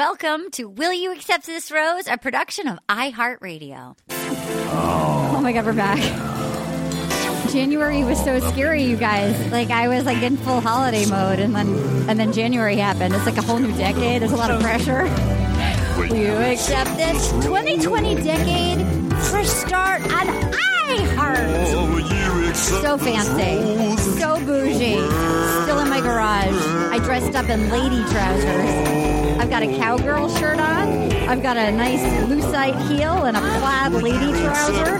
Welcome to Will You Accept This Rose, a production of iHeartRadio. Oh my god, we're back. January was so scary, you guys. Like I was like in full holiday mode, and then and then January happened. It's like a whole new decade. There's a lot of pressure. Will you accept this 2020 decade fresh start on iHeart? Oh, So fancy, so bougie. Still in my garage. I dressed up in lady trousers. I've got a cowgirl shirt on. I've got a nice lucite heel and a plaid lady trouser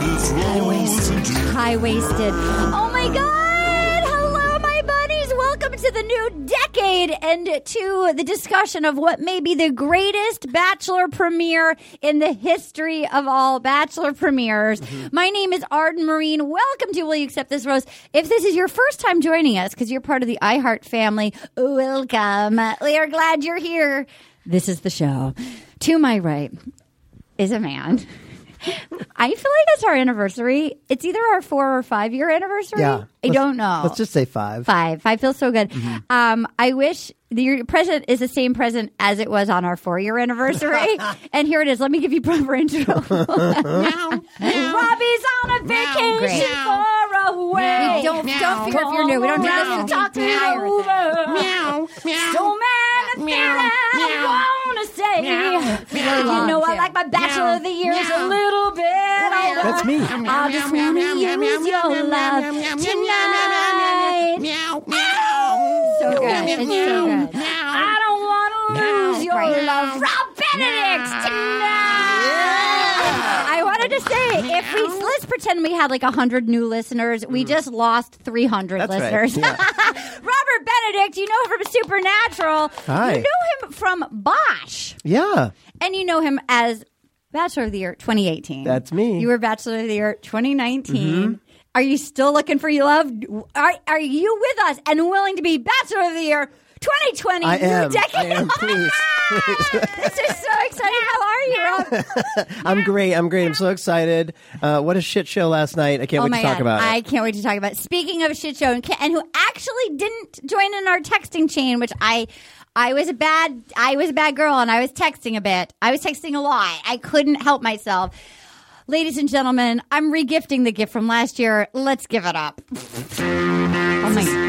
high waisted. Oh my God! Hello, my buddies. Welcome to the new decade and to the discussion of what may be the greatest bachelor premiere in the history of all bachelor premieres. Mm-hmm. My name is Arden Marine. Welcome to Will You Accept This Rose? If this is your first time joining us because you're part of the iHeart family, welcome. We are glad you're here. This is the show. To my right is a man. I feel like it's our anniversary. It's either our four or five year anniversary. Yeah. I Let's- don't know. Let's just say five. five. I feel so good. Mm-hmm. Um, I wish the, your present is the same present as it was on our four year anniversary. and here it is. Let me give you proper intro. Robbie's on a vacation far away. We don't- don't forget if you're new. We don't do this Meow. to talk to you. Meow, meow. So many things Meow. I wanna say. You know I like my Bachelor of the Year is a little bit. That's me. I just wanna use your love tonight. Meow, meow. So good. It's so good. Meow. I don't want to lose your Right. love. Rob Benedict tonight. I wanted to say, if we let's pretend we had like hundred new listeners, we just lost three hundred Mm. That's right. listeners. Yeah. Robert Benedict, you know from Supernatural. Hi. You know him from Bosch, Yeah. and you know him as Bachelor of the Year 2018. That's me. Mm-hmm. You were Bachelor of the Year 2019. Are you still looking for your love? Are, are you with us and willing to be Bachelor of the Year 2020? I new am. I decade? am. Please. this is so exciting. How are you, Rob? I'm great. I'm great. I'm so excited. Uh, what a shit show last night. I can't Oh wait my to talk God. about I it. can't wait to talk about. it. Speaking of shit show and, ca- and who actually didn't join in our texting chain, which I I was a bad I was a bad girl and I was texting a bit. I was texting a lot. I couldn't help myself. Ladies and gentlemen, I'm regifting the gift from last year. Let's give it up. Oh my.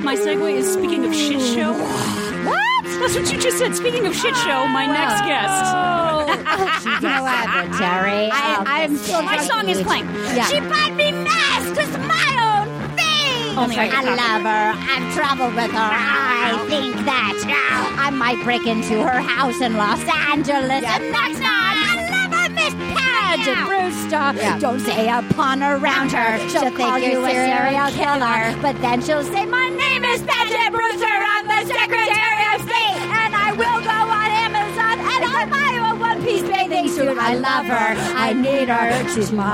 My segue is speaking of shit show. What? That's what you just said. Speaking of shit show, my next guest. Terry. I, I'm still My song is playing. Yeah. She bought me masks with my own thing. Only I I can talk. love her. I've traveled with her. I think that now I might break into her house in Los Angeles and knock knock. I love her, Miss Pageant Brewster. Don't say a pun around her. She'll, call you a serial killer. But then she'll say, My name is Pageant Brewster. I'm the Secretary of State. And I will go on Amazon and I'll buy you a one piece bathing suit. I love her. I need her. She's mine.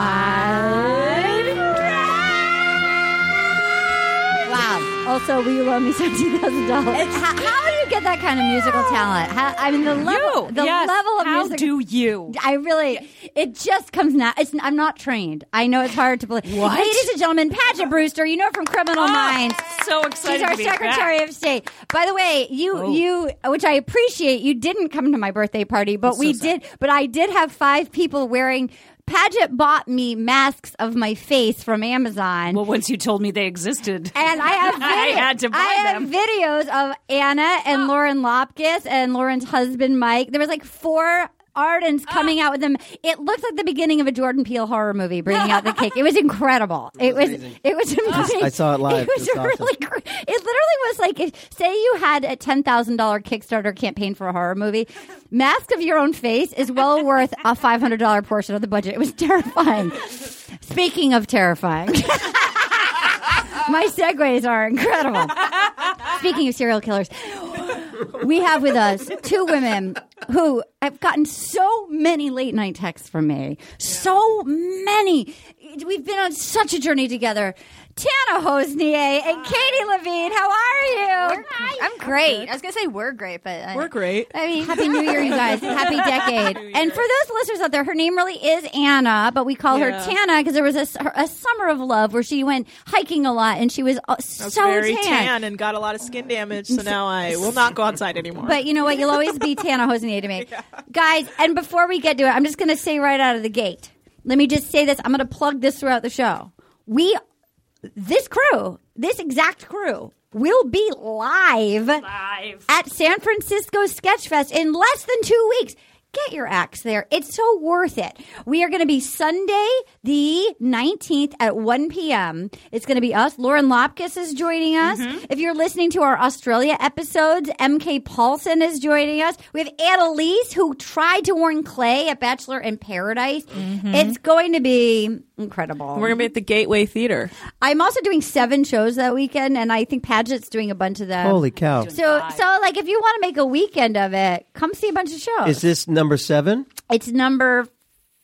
Wow. Also, will you loan me seventeen thousand dollars? How, how do you get that kind of musical talent? How, I mean, the level, You. the Yes. level of How music. do you? I really, it just comes now. It's, I'm not trained. I know it's hard to believe. What? Ladies and gentlemen, Paget Brewster, you know from Criminal Oh, Minds. So excited. She's our to be Secretary Back. of State. By the way, you Oh. you which I appreciate, you didn't come to my birthday party, but we did but I did have five people wearing Paget bought me masks of my face from Amazon. Well, once you told me they existed, and I have I vid- had to buy I have them. Oh. videos of Anna and Lauren Lopkis and Lauren's husband Mike. There was like four Ardens Oh. coming out with them. It looked like the beginning of a Jordan Peele horror movie, bringing out the cake. It was incredible. It was. It was. Oh. amazing. I saw it It live. was It's awesome. really. cr- It literally was like if, say you had a ten thousand dollar Kickstarter campaign for a horror movie. Mask of your own face is well worth a five hundred dollar portion of the budget. It was terrifying. Speaking of terrifying. My segues are incredible. Speaking of serial killers, we have with us two women who have gotten so many late night texts from me. So many. We've been on such a journey together. Tana Hosnier and Katie Levine, how are you? I'm great. I was gonna say we're great, but uh, I, We're great. I mean, Happy New Year, you guys. Happy decade. And for those listeners out there, her name really is Anna, but we call Yeah. her Tana because there was a, s- her- a summer of love where she went hiking a lot and she was uh, I was so very tan. tan. and got a lot of skin damage, so now I will not go outside anymore. But you know what? You'll always be Tana Hosnier 2008 to me. Guys, and before we get to it, I'm just going to say right out of the gate. Let me just say this. I'm going to plug this throughout the show. We, this crew, this exact crew, will be live Live. at San Francisco Sketchfest in less than two weeks. Get your acts there. It's so worth it. We are going to be Sunday, the 19th at 1 p.m. It's going to be us. Lauren Lopkis is joining us. Mm-hmm. If you're listening to our Australia episodes, MK Paulson is joining us. We have Annalise, who tried to warn Clay at Bachelor in Paradise. It's going to be incredible. Mm-hmm. We're gonna be at the Gateway Theater. I'm also doing seven shows that weekend, and I think Paget's doing a bunch of them. Holy cow. uh, So, so like, if you want to make a weekend of it, come see a bunch of shows. Is this number seven? it's number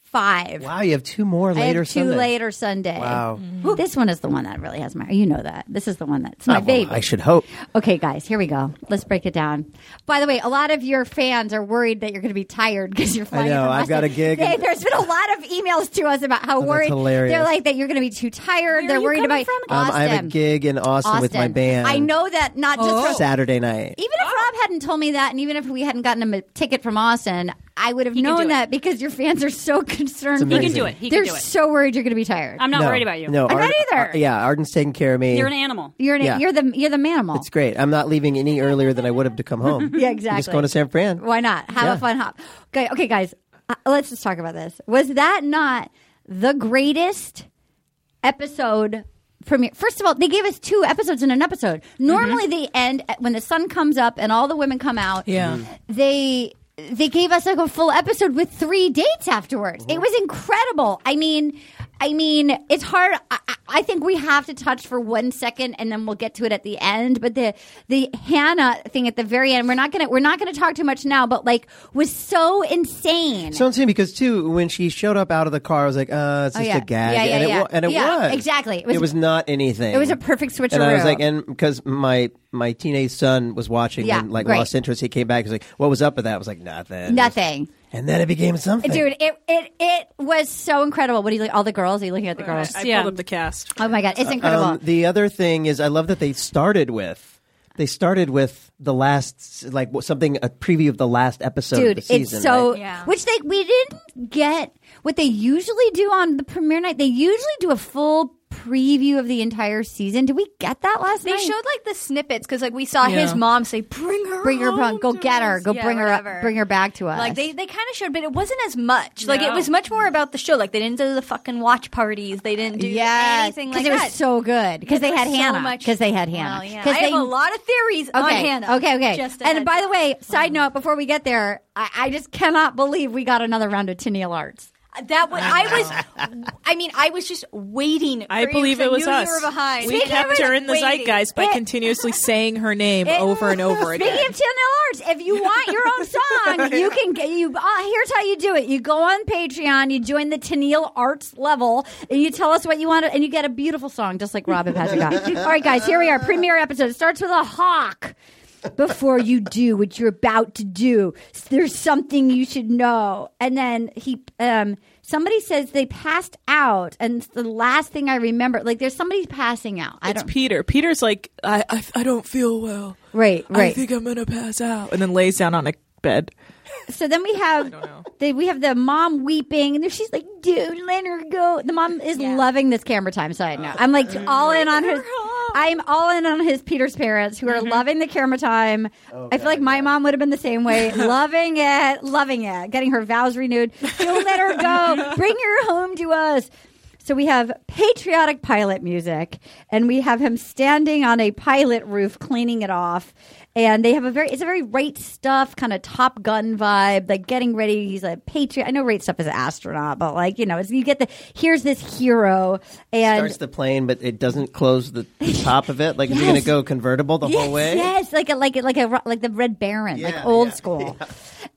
five. Wow, you have two more I have later two Sunday. later Sunday. Wow. Mm-hmm. This one is the one that really has my. You know that. This is the one that's my Oh, baby. I should hope. Okay, guys, here we go. Let's break it down. By the way, a lot of your fans are worried that you're going to be tired because you're flying. know, from I've got a Austin. gig. Oh, They- there's been a lot of emails to us about how worried hilarious. they're like that you're going to be too tired. Where they're are you worried about coming from again? Um, Austin. I have a gig in Austin, with my Austin. band. I know that not just from Saturday night. even if Rob hadn't told me that, and even if we hadn't gotten him a ticket from Austin, I would have do known it. that because your fans are so concerned. It's He can amazing. do it. He They're can do it. so worried you're going to be tired. I'm not no, worried about you. No, I'm not either. Ar- yeah, Arden's taking care of me. You're an animal. you're an, Yeah. you're the you're the manimal. It's great. I'm not leaving any earlier than I would have to come home. Yeah, I'm exactly. just going to San Fran. Why not? Have Yeah. a fun hop. Okay, okay, guys. Uh, let's just talk about this. Was that not the greatest episode premiere? First of all, they gave us two episodes in an episode. Normally, they end at- when the sun comes up and all the women come out. Yeah. Mhm. they. They gave us like a full episode with three dates afterwards. It was incredible. I mean, I mean, it's hard. I, I- I think we have to touch for one second, and then we'll get to it at the end. But the the Hannah thing at the very end, we're not gonna we're not gonna talk too much now. But like, was so insane. So insane because too when she showed up out of the car, I was like, uh, it's just Oh, yeah. a gag, Yeah, yeah, and it yeah. wa- and it Yeah, was exactly. It It was- was, not anything. it was a perfect And I was switcheroo. like, and because my my teenage son was watching Yeah, and like great. lost interest, he came back. He was like, what was up with that? I was like, nothing, Nothing. And then it became something, Dude, it, it it was so incredible. What do you like? All the girls? Are you looking at the girls? I Yeah. pulled up the cast. Oh my god, it's incredible. Um, the other thing is, I love that they started with. They started with the last, like something, a preview of the last episode of Dude, the season. it's so right? Yeah. which they we didn't get what they usually do on the premiere night. They usually do a full preview of the entire season. Did we get that last They night? showed like the snippets because like we saw Yeah. his mom say, "Bring her, bring her home punk, go to get her, us." go Yeah, bring her whatever. up, bring her back to us. Like they, they kind of showed, but it wasn't as much. Like it No. was much more about the show. Like they didn't do the fucking watch parties. They didn't do anything like it that. was so good because they There had was so Hannah much- because they had Hannah Well, yeah. 'Cause I they have a lot of theories on okay Hannah. okay okay Just a and heads by up. Mm-hmm. the way side note before we get there I, I just cannot believe we got another round of Tennille Arts That was I was. I mean, I was just waiting. I for you believe 'cause it was knew us. You were behind. We kept her in the zeitgeist by It- continuously saying her name It- over and over Speaking again. of Tennille Arts, if you want your own song, you can get you. Uh, here's how you do it: you go on Patreon, you join the Tennille Arts level, and you tell us what you want, and you get a beautiful song, just like Robin Patrick got. All right, guys, here we are. Premiere episode it starts with a hawk. Before you do what you're about to do, there's something you should know. And then he, um, somebody says they passed out, and it's the last thing I remember, like there's somebody passing out. I it's don't. Peter. Peter's like, I, I, I don't feel well. Right, I right. think I'm gonna pass out, and then lays down on a bed. So then we have the, we have the mom weeping, and then she's like, "Dude, let her go." The mom is loving this camera time side now. I'm like all in on his. I'm all in on his Peter's parents who are loving the camera time. I feel like my mom would have been the same way, loving it, loving it, getting her vows renewed. Don't let her go. Bring her home to us. So we have patriotic pilot music, and we have him standing on a pilot roof cleaning it off. And they have a very, it's a very right stuff kind of Top Gun vibe, like getting ready. He's a patriot. I know right stuff is an astronaut, but like you know, it's, you get the here's this hero, and starts the plane, but it doesn't close the the top of it. Like is it Yes. going to go convertible the yes, whole way? yes, like a like a, like a ro- like the Red Baron, like Yeah, old yeah, school.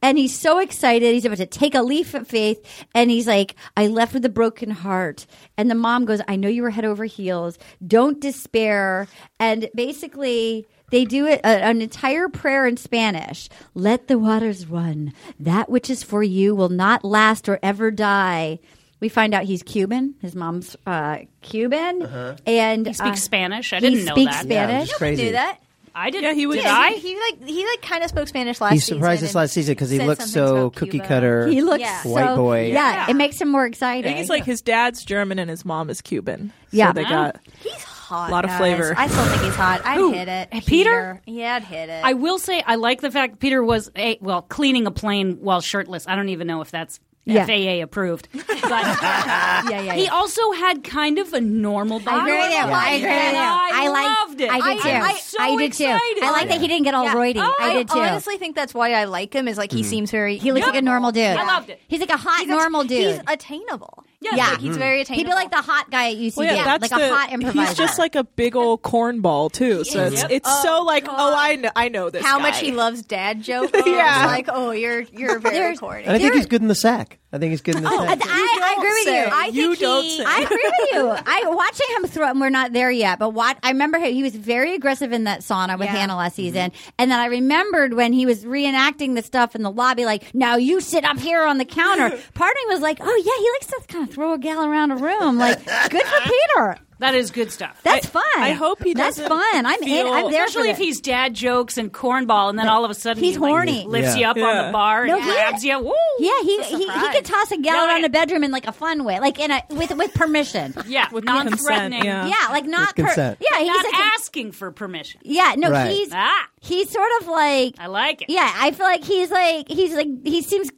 And he's so excited. He's about to take a leap of faith, and he's like, "I left with a broken heart." And the mom goes, "I know you were head over heels. Don't despair." And basically. They do it, a, an entire prayer in Spanish. Let the waters run. That which is for you will not last or ever die. We find out he's Cuban. His mom's uh, Cuban, and He speaks Spanish. I he didn't know speaks that. Uh-huh. Yeah, it was Spanish. just crazy. Do that. I did. Yeah, he would- Did Yeah, I? He, he like he like kind of spoke Spanish last. He season surprised us and last season because he said looked some things so about cookie Cuba. cutter. He looks Yeah. white White so, boy. Yeah. Yeah. it makes him more exciting. I think it's like his dad's German and his mom is Cuban. Yeah. so they Wow. got He's hot. Lot of guys. flavor. I still think he's hot. I'd Who? hit it. Hey, Peter? Yeah, I'd hit it. I will say I like the fact Peter was a well cleaning a plane while shirtless. I don't even know if that's Yeah. FAA approved, but yeah, yeah, he yeah. also had kind of a normal body. I agree with you. I like agree with you. it. I like- loved it. I did too. I- I, I'm so did too. excited. I like that he didn't get all Yeah. roidy. Oh, I did too. honestly think that's why I like him. Is like he Hmm. seems very. he looks like a normal dude. I loved it. He's like a hot He's a- normal dude. He's attainable. Yeah, Yeah. Like, Hmm. he's very attainable. He'd be like the hot guy at UCB, Well, yeah, that's like a the- hot improviser. He's just like a big old cornball too. So it's, Yep. it's so like, oh, I know, I know this. how guy. much he loves dad jokes. Yeah. It's like oh, you're you're very There's- corny. And I think he's good in the sack. I think he's good in the I, sack. I don't agree with you. say. I You think don't he, say. I agree with you. I watching him throw, and we're not there yet. But what I remember, him, he was very aggressive in that sauna with Yeah. Hannah Mm-hmm. last season. And then I remembered when he was reenacting the stuff in the lobby, like, "Now you sit up here on the counter." Part of me was like, "Oh yeah, he likes to kind of throw a gal around a room." Like, good for Peter. that is good stuff. That's I- fun. I hope he That's doesn't fun. I'm in. feel- I'm there. Especially for if this. he's dad jokes and cornball, and then all of a sudden He's he, like, horny. lifts Yeah. you up on Yeah. the bar, No, and he- grabs you. Woo! Yeah, he, he he surprise. could toss a gal No, around I- a bedroom in like a fun way, like in a with with permission. yeah, With consent, non-threatening. yeah. Yeah, like not per- consent. Yeah, he's Not like a- asking for permission. Yeah, no, Right. he's Ah, he's sort of like I like it. yeah. I feel like he's like he's like he seems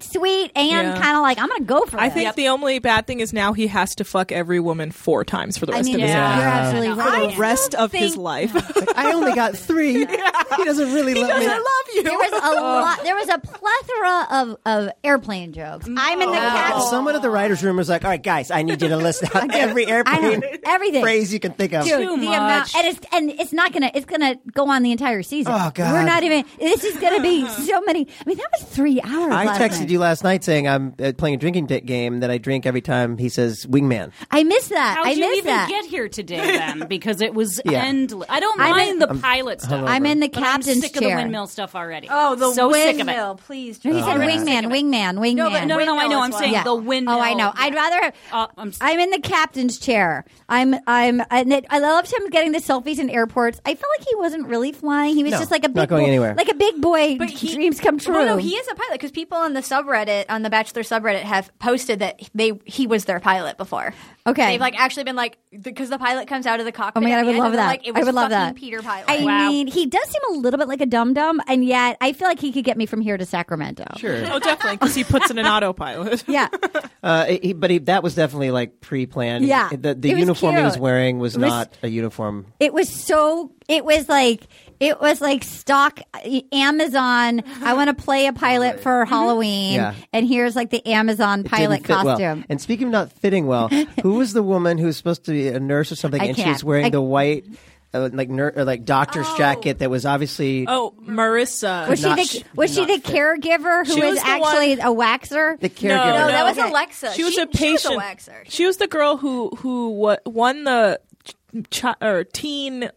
sweet and Yeah. kind of like I'm gonna go for I it. think the only bad thing is now he has to fuck every woman four times for the I rest mean, of his you're Yeah. life. absolutely For the right. For the rest of his think- life. I only got three. He doesn't really love me. you. There was Oh. a lot. There was a plethora of, of airplane jokes. Mm. I'm in the Yeah, capsule. Someone at the writers' room was like, "All right, guys, I need you to list out every I have airplane everything. phrase you can think of." Dude, Too the amount, much. and it's and it's not gonna it's gonna go on the entire season. Oh, God. We're not even. This is gonna be so many. I mean, that was three hours. I last texted night. you last night saying I'm uh, playing a drinking di- game that I drink every time he says "wingman." I missed that. How'd I you missed even that. get here today then? Because it was Yeah. endless. I don't I'm mind in- the pilot stuff. I'm in the but captain's I'm sick chair. of the windmill stuff already. oh, the so sick of windmill. it. Please. No, he said Jordan. wingman, wingman, wingman. No, but no, no, no. I know. Windmill I'm is saying wild. the windmill. Oh, I know. I'd rather. Uh, I'm s- I'm in the captain's chair. I'm. I'm. And it, I loved him getting the selfies in airports. I felt like he wasn't really flying. He was No, just like a not big going boy, anywhere. Like a big boy. dreams come true. Well, no, he is a pilot because people on the subreddit on the Bachelor subreddit have posted that they he was their pilot before. Okay. they've like actually been like because the pilot comes out of the Oh cockpit. my god, at I the would end, love and they're that. Like, it was I would love that. fucking Peter Pilot. I Wow. mean, he does seem a little bit like a dum dum, and yet I feel like he could get me from here to Sacramento. Sure. Oh, definitely, because he puts in an autopilot. Yeah. Uh, he, but he, that was definitely like pre-planned. Yeah. The, the It was uniform he was cute. wearing was, It was- not a uniform. It was so. It was like it was like stock uh, Amazon. I want to play a pilot for Halloween, Mm-hmm. Yeah. and here's like the Amazon It pilot didn't fit well. costume. And speaking of not fitting well, who was the woman who was supposed to be a nurse or something, I and she can't. was wearing I- the white, uh, like ner- or like doctor's jacket that was obviously Oh, Marissa. Was she Not- the was she not the fit. caregiver who She was, was the actually a waxer? the No, caregiver. no, no. that was Okay. Alexa. she was a patient. She was a waxer. She was the girl who who wa- won the ch- ch- or teen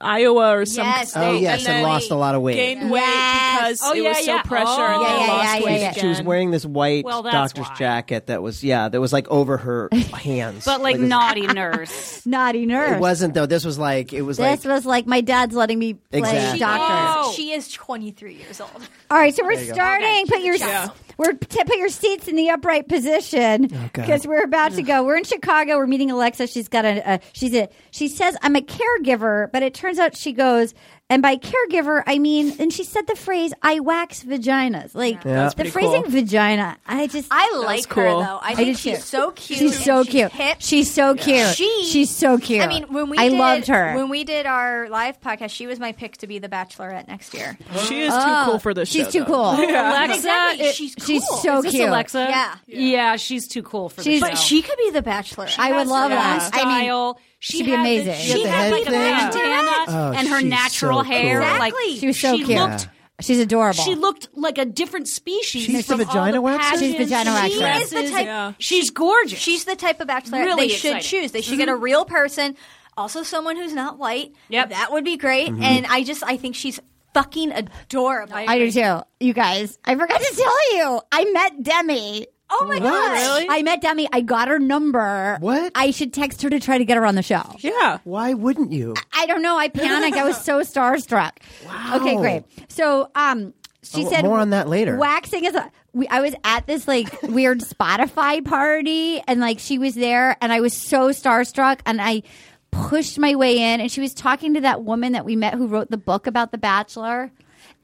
Iowa or some. Yes, state Oh they- yes, and and then lost a lot of weight. Gained weight Yes. because Oh, it yeah, was so yeah. pressure and Oh. then Yeah, yeah, lost yeah, weight yeah, yeah. again. She was wearing this white Well, that's doctor's why. jacket that was yeah, that was like over her hands. but like this- naughty nurse. Naughty nurse. It wasn't though. This was like it was this like was like my dad's letting me play Exactly. doctor. Oh. She is 23 years old. All right, so we're starting. Okay. Put your Yeah. we're t- put your seats in the upright position Oh, God. because we're about to go. We're in Chicago. We're meeting Alexa. She's got a, a she's a she says I'm a caregiver, but it turns out she goes and by caregiver I mean and she said the phrase I wax vaginas like That's the pretty phrasing cool. vagina. I just I like her cool. though. I did think she's too. so cute. She's so and cute. hip. She's so cute. She- she's so cute. I mean, when we I did, loved her. when we did our live podcast, she was my pick to be the Bachelorette next year. She is too cool for this. Oh. she's show, too though. cool. Alexa, Exactly. it- She's cool. She's so is this cute. Alexa? Yeah. yeah, she's too cool for She's- the show. But she could be the Bachelorette. I would love Yeah. that. I mean, style. she she'd be had the- amazing. she The had head like a thing. bandana Oh, and her she's natural so hair. cool. Like Exactly. she was so she cute. Looked, She's adorable. She looked like a different species. She's the from all vagina waxer? pageants She's vagina and waxer. She is the Dresses, type. yeah. She's gorgeous. She's the type of Bachelorette Really they should exciting. Mm-hmm. choose. They should get a real person, also someone who's not white. Yep. that would be great. Mm-hmm. And I just, I think she's fucking adorable. I do too. You guys, I forgot to tell you, I met Demi. Oh Oh my god! Really? I met Demi. I got her number. What? I should text her to try to get her on the show. yeah. Why wouldn't you? I don't know. I panicked. I was so starstruck. Wow. Okay, great. So, um, she Oh, said more on that later. Waxing is a. We, I was at this like weird Spotify party, and like she was there, and I was so starstruck, and I pushed my way in, and she was talking to that woman that we met who wrote the book about The Bachelor,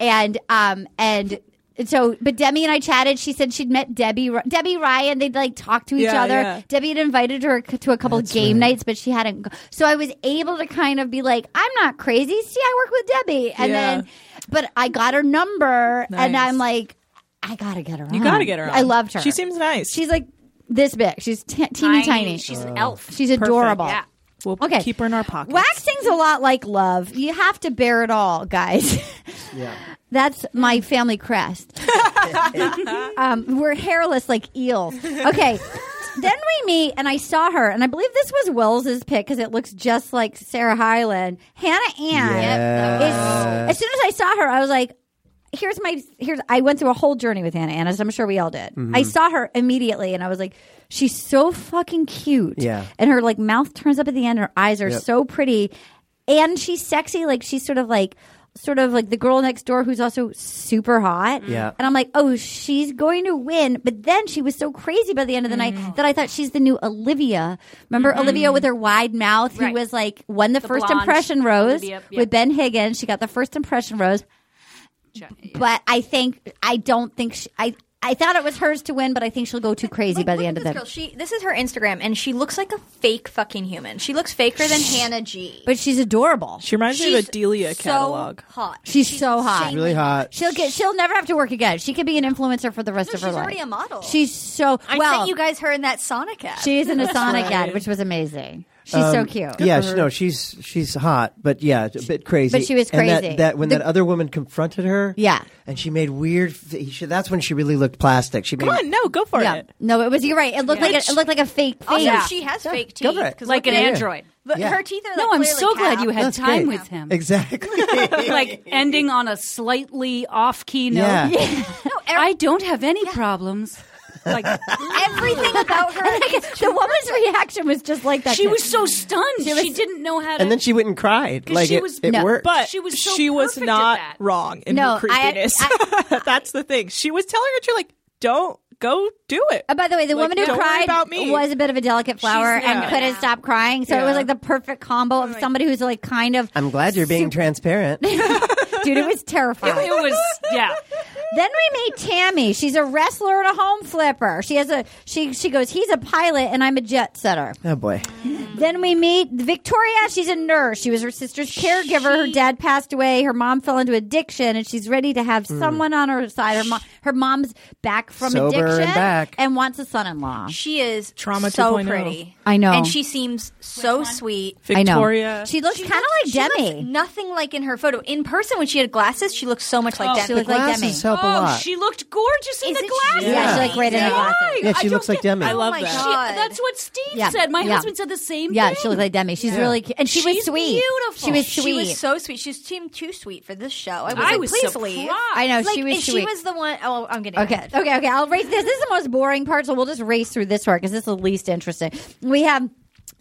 and um and. and So, but Demi and I chatted. She said she'd met Debbie, Ry- Debbie Ryan. They'd like talk to each Yeah, other. yeah. Debbie had invited her c- to a couple game nights, but she hadn't. g- So I was able to kind of be like, I'm not crazy. See, I work with Debbie. And Yeah. then, but I got her number and Nice. I'm like, I got to get her on. You gotta get her on. I loved her. She seems nice. She's like this big. She's t- teeny tiny. She's an elf. She's adorable. Yeah. We'll Okay. keep her in our pockets. Waxing's a lot like love. You have to bear it all, guys. Yeah. That's my family crest. um, we're hairless like eels. Okay. Then we meet, and I saw her, and I believe this was Wills's pick because it looks just like Sarah Hyland. Hannah Ann. Yes. is- as soon as I saw her, I was like, here's my here's I went through a whole journey with Hannah Ann, as I'm sure we all did. Mm-hmm. I saw her immediately and I was like, she's so fucking cute. Yeah. And her like mouth turns up at the end, her eyes are Yep. so pretty. And she's sexy, like she's sort of like sort of like the girl next door who's also super hot. Yeah. And I'm like, oh, she's going to win. But then she was so crazy by the end of the night that I thought she's the new Olivia. Remember Olivia with her wide mouth who Right. was like won the, first blonde impression rose Olivia, yep. with Ben Higgins. She got the first impression rose but I think I don't think she, I I thought it was hers to win, but I think she'll go too crazy by the Look end at of this the. girl. She this is her Instagram, and she looks like a fake fucking human. She looks faker than Hannah G. But she's adorable. She reminds me of a Delia so catalog. hot. She's so hot. insanely- Really hot. She'll get. She'll never have to work again. She could be an influencer for the rest No, of her she's life. already a model. She's so I well. sent you guys her in that Sonic ad. she's an Asana ad, which was amazing. She's so cute. Yeah, she- no, she's she's hot, but yeah, a bit crazy. But she was And crazy. that, that when that other woman confronted her, Yeah. and she made weird. f- She, that's when she really looked plastic. She made Come on, no, go for Yeah. it. No, it was. You're right. It looked like a, it looked like a fake face. also, Yeah. she has fake teeth. go for it. 'cause like look an at- android. But Yeah. her teeth are like No, I'm clearly so glad cat- you had That's time great. with him. exactly. Like ending on a slightly off key note. yeah. I don't have any problems. Like everything about her. is the woman's reaction was just like that. she too. was so stunned. She, didn't know how to. and then she went and cried. Like she it, was- it No. worked. But She was so she was perfect at not that. wrong in No, her I- creepiness. That's the thing. She was telling her, "You're like, don't go do it." Uh, by the way, the Like, woman who don't worry cried about me. was a bit of a delicate flower yeah. and couldn't stop crying. So it was Yeah. like the perfect combo of somebody who's like kind of I'm glad you're being transparent. dude. It was terrifying. it was yeah. then we meet Tammy. She's a wrestler and a home flipper. She has a she. She goes. He's a pilot and I'm a jet setter. Oh boy. Then we meet Victoria. She's a nurse. She was her sister's caregiver. Her dad passed away. Her mom fell into addiction, and she's ready to have someone on her side. Her mom, her mom's back from Sober and addiction back. and wants a son-in-law. She is Trauma so 2.0. pretty. I know. and she seems so sweet. I know. Victoria, She looks kind of She like looks Demi. nothing like in her photo. In person, when she had glasses, she looked so much like Demi. she looked like Demi. Glasses help a Oh, lot. she looked gorgeous in Isn't the she? glasses. Yeah, she looked great in the Why? glasses. Yeah, she I looks don't like get- Demi. I love my that. God. She, that's what Steve Yeah, said. My yeah. husband said the same Yeah, thing. she looked like Demi. She's really cute, and she was She's sweet. beautiful. She was She sweet. was so sweet. She seemed too sweet for this show. I was, I like, was please surprised. leave. I know Like, she was if sweet. she was the one. Oh, I'm getting okay, ahead. okay, okay. I'll race this. This is the most boring part, so we'll just race through this part because this is the least interesting. We have.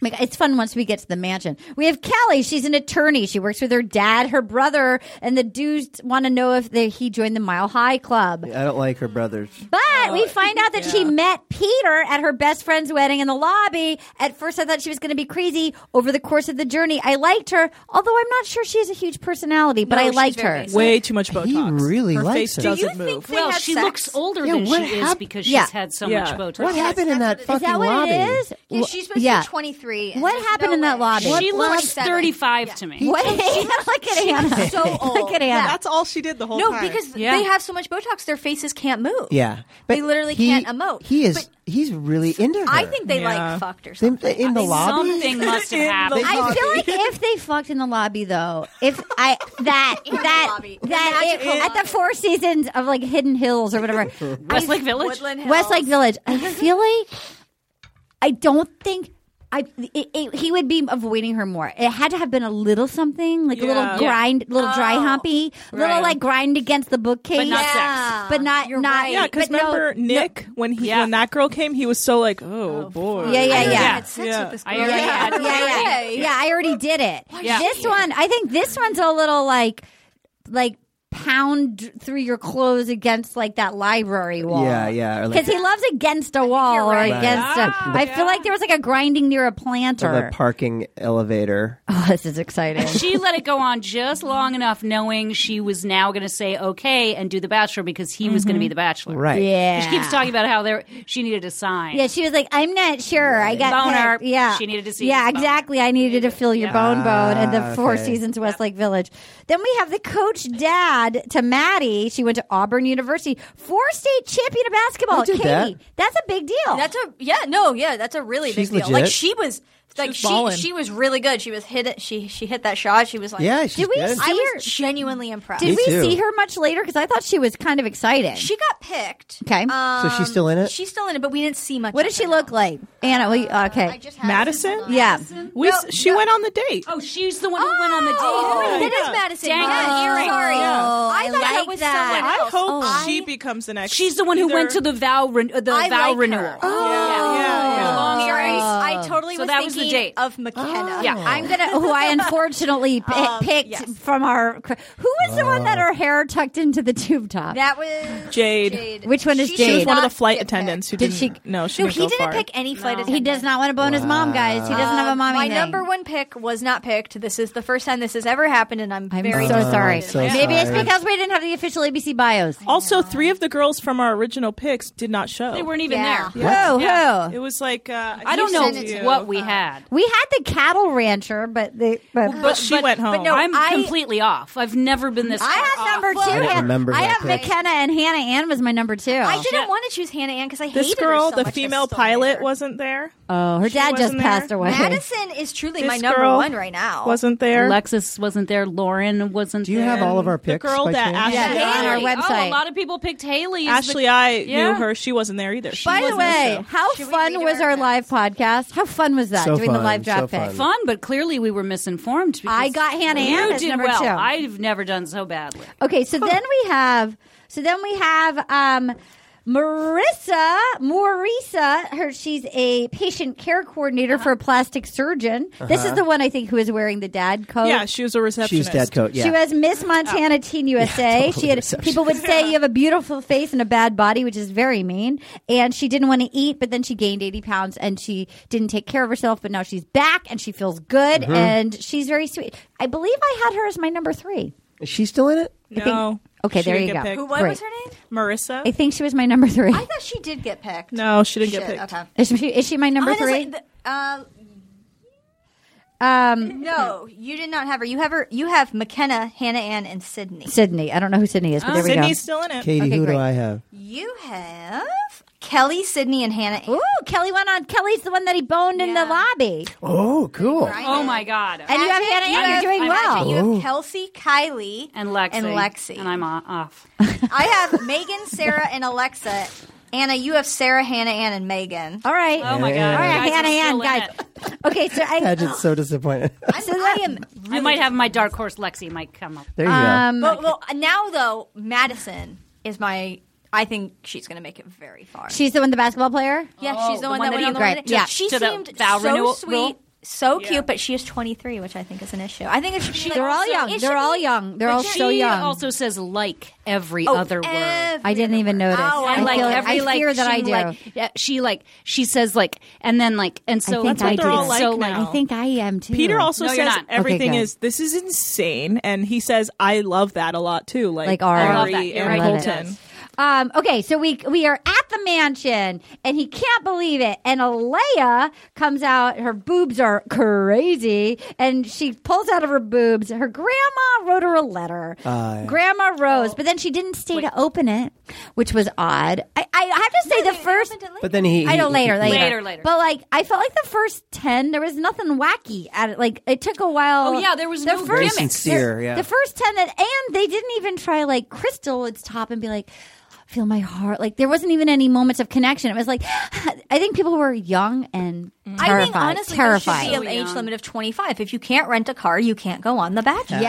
Like, it's fun once we get to the mansion. We have Kelly. She's an attorney. She works with her dad, her brother, and the dudes want to know if they, he joined the Mile High Club. I don't like her brothers. But Oh, we find out that she met Peter at her best friend's wedding in the lobby. At first, I thought she was going to be crazy. Over the course of the journey, I liked her, although I'm not sure she has a huge personality, but No, I she's liked very her. nice. way too much Botox. really her likes face her. Do doesn't you move. think- well, had she sex. looks older Yeah, than what she is hap- because Yeah. she's had so Yeah. much Botox. What happened in that that's what Is fucking that what lobby? it is? Yeah, she's supposed Yeah. to be 23. and What there's happened no in that way. looks She What- looks 35 to me. What? Look at Anna. so old. Look at Anna. That's all she did the whole No, time. because Yeah. they have so much Botox, their faces can't move. Yeah, They literally can't emote. He is. But- he's really into her. I think they Yeah. like fucked or Them- something. in, the lobby. Something must have happened. I feel like if they fucked in the lobby, though, if I that In the that lobby. The that it, magical at the Four Seasons of like Hidden Hills or whatever, Westlake Village. Woodland Hills. Westlake Village. I feel like I don't think I it, it, he would be avoiding her more. It had to have been a little something, like a Yeah. little grind, little dry Oh. humpy, little Right. like grind against the bookcase, But not sex. Yeah. But not You're not right. Yeah, because but no- remember Nick when he when that girl came, he was so like, oh, boy. Yeah, yeah, I already yeah. had sex Yeah. with this I girl. already yeah, had yeah, yeah, Okay. yeah. I already did it. Yeah. This one, I think this one's a little like, like pound through your clothes against like that library wall. Yeah, yeah, or like- Because he loves against a wall or right. against a. Ah, I feel like there was like a grinding near a planter. the parking elevator. oh, this is exciting. She let it go on just long enough, knowing she was now going to say okay and do The Bachelor because he was going to be The Bachelor. Right. yeah. She keeps talking about how there she needed a sign. Yeah, she was like, I'm not sure. I got Boner. picked. Yeah, She needed to see Yeah, his boner. exactly. I needed to feel your bone bone at the Ah, Four okay. Seasons Westlake Village. Then we have the coach dad to Maddie. She went to Auburn University, four state champion of basketball. I did Katie, that. that's a big deal. That's a yeah, no, yeah, that's a really She's big deal. legit. Like she was like was she ballin'. she was really good. She was hit it. She she hit that shot. She was like Yeah, she's Did we good. I her- was genuinely impressed. did Me we too. see her much later? Because I thought she was kind of exciting. she got picked. Okay. Um, So she's still in it? She's still in it, but we didn't see much. what of does she it. look like, Anna? We, okay, I just have Madison? it. Hold on. yeah. We s she went on the date. Oh, she's the one who went on the date. Oh, Yeah. that is Madison. Dang yeah, it. you're right. sorry. Yeah. I, I thought like it was that. someone I else. hope she becomes the next. She's the one who either- went to the vow ren- uh, the I vow like renewal. her. Oh, Yeah, yeah, Oh. yeah. Long Sorry. earrings. I totally So was that was the thinking date. Oh. of McKenna. Yeah. I'm gonna. Who I unfortunately pi picked Um, yes. from our. Who was the one that Oh. her hair tucked into the tube top? That was Jade. Which one is She Jade? She was did one of the not flight get attendants who Did did she- not No, she No, didn't he go didn't far. pick any flight attendant. He does not want to bone his mom, guys. He doesn't have a Um, mommy My name. number one pick was not picked. This is the first time this has ever happened, and I'm, I'm very so disappointed. sorry. I'm so Maybe it's sorry. because we didn't have the official ABC bios. Also, three of the girls from our original picks did not show. They weren't even Yeah. there. Who? It Who? was like uh, I don't sent sent it know you. what we had. We had the cattle rancher, but they. But but she went home. no, I'm I- completely off. I've never been this. I far have off. number two. I didn't and- remember I that have pick. McKenna and Hannah Ann was my number two. I didn't want to choose Hannah Ann because I this hated girl, her so the much. I female still pilot, hate her. wasn't there. oh, her She dad just wasn't there. passed away. Madison is truly This my number girl one right now. Wasn't there? Alexis wasn't there. Lauren wasn't. Do you have there. all of our the picks? girl by that chance? Ashley, Yeah, they're on our Haley. website. Oh, a lot of people picked Haley. as the- Ashley, I Yeah. knew her. She wasn't there either. She By the wasn't way, show. how Should we fun read was our our live podcast? How fun was that So doing the fun, live so drop pick? fun. fun, but clearly we were misinformed. because I got Hannah Ann You as did number well. two. I've never done so badly. Okay, so then we have so then we have um Marissa, Marissa, her she's a patient care coordinator Uh-huh. for a plastic surgeon. This is the one I think who is wearing the dad coat. yeah, she Oh. was a She's receptionist. dead coat. Oh, Yeah. She was Miss Montana Teen USA. totally she had receptionist. people would say you have a beautiful face and a bad body, which is very mean. And she didn't want to eat, but then she gained eighty pounds and she didn't take care of herself. But now she's back and she feels good Mm-hmm. and she's very sweet. I believe I had her as my number three. Is she still in it? I No. Okay, She there didn't you get go. picked. Who what was her name? Marissa. I think she was my number three. I thought she did get picked. no, she didn't Shit, get picked. okay. Is she, is she my number Honestly, three? th- uh, um, no, you did not have her. You have her. You have McKenna, Hannah Ann, and Sydney. Sydney. I don't know who Sydney is, but there we go. Sydney's still in it. Katie, Okay, who great. do I have? You have Kelly, Sydney, and Hannah. Ann. Ooh, Kelly went on. Kelly's the one that he boned in the Yeah. lobby. Oh, cool. Oh my god! And you have Imagine Hannah Ann. You're have- doing imagine well. You have Kelsey, Kylie, and Lexi and Lexi. and I'm o- off. I have Megan, Sarah, and Alexa. Anna, you have Sarah, Hannah, Ann, and Megan. All right. Oh my god! Yeah. All right, You guys are Hannah Ann, still in guys. it. Okay, so I. Pageant's so disappointed. I'm, I am. I might have my dark horse Lexi might come up. there you Um, Well, well, now though, Madison is my. I think she's going to make it very far. she's the one, the basketball player. yeah, Oh, she's the, the one, one that that went on the he- one. Great, that- yeah. she To the seemed vow so renewal sweet, rule? so Yeah. cute, but she is 23, which I think is an issue. I think it should be. Like, They're all young. it They're should all be- young. They're it all should She so young. also says like every Oh, other word. every I didn't other even word. notice. Oh, I And like feel- every I like fear that she, I do. Like, yeah, she like she says like and then like and so I think what I they're do. all like so now. I think I am too. Peter also No, you're says not. Okay, everything good. is this is insane, and he says I love that a lot too, like, Like Ari. I love that. You're and right, he Colton. does. Um, okay, so we we are at the mansion, and he can't believe it. And Alea comes out; her boobs are crazy, and she pulls out of her boobs. Her grandma wrote her a letter, Grandma Rose, but then she didn't stay to open it, which was odd. I, I have to say, the first But then he. I know later, later, Later, later. But like, I felt like the first ten, there was nothing wacky at it. Like, it took a while. Oh, yeah, there was the no Very gimmicks. sincere. the- Yeah. The first ten that, and they didn't even try like Crystal would stop and be like. feel my heart. Like there wasn't even any moments of connection. It was like I think people were young and terrified. Mm. I think honestly, terrified. there should be an age limit of 25. If you can't rent a car, you can't go on The Bachelor.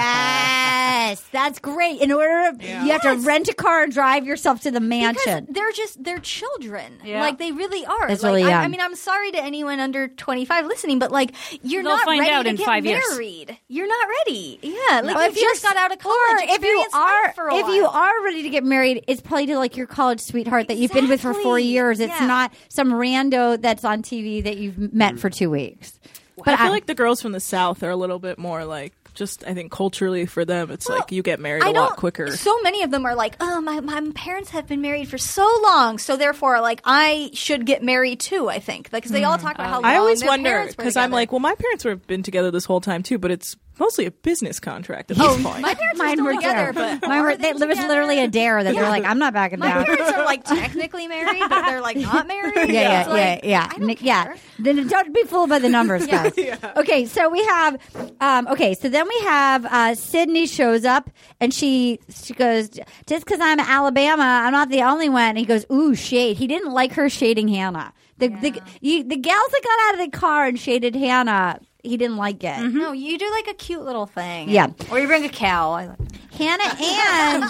Yes, that's great. In order, to, you have to rent a car and drive yourself to the Because mansion. they're just they're children, Yeah. like they really are. That's like, really I, I young. mean, I'm sorry to anyone under 25 listening, but like you're They'll not find ready out to in get five years. married. You're not ready. Yeah, like Well, you just you're- got out of or college. if you experience life are for a if you while. are ready to get married, it's probably to like your college sweetheart that you've been with for four Exactly. years. It's Yeah. not some rando that's on TV that you've met for two weeks. I feel like the girls from the South are a little bit more like just I think culturally for them it's like you get married a I lot don't- quicker. So many of them are like, oh, my, my parents have been married for so long, so therefore, like, I should get married too. I think because they Hmm. all Oh, talk about how long I always their wonder parents were because I'm together. like, well, my parents were been together this whole time too, but it's mostly a business contract at this point. my parents mine were were still together, too. but mine are were, they that there was together? literally a dare that they're like, I'm not backing My down. parents are like technically married, but they're like not married. yeah, It's yeah, like, yeah, I yeah, don't Nick- yeah. care. Then don't be fooled by the numbers, guys. Okay, so we have, um, okay, so then we have uh, Sydney shows up and she she goes, just because I'm Alabama, I'm not the only one. And he goes, ooh, shade. He didn't like her shading Hannah. The the you, the gals that got out of the car and shaded Hannah, he didn't like it. No, you do like a cute little thing. Yeah. or you bring a cow. I like- Hannah Ann.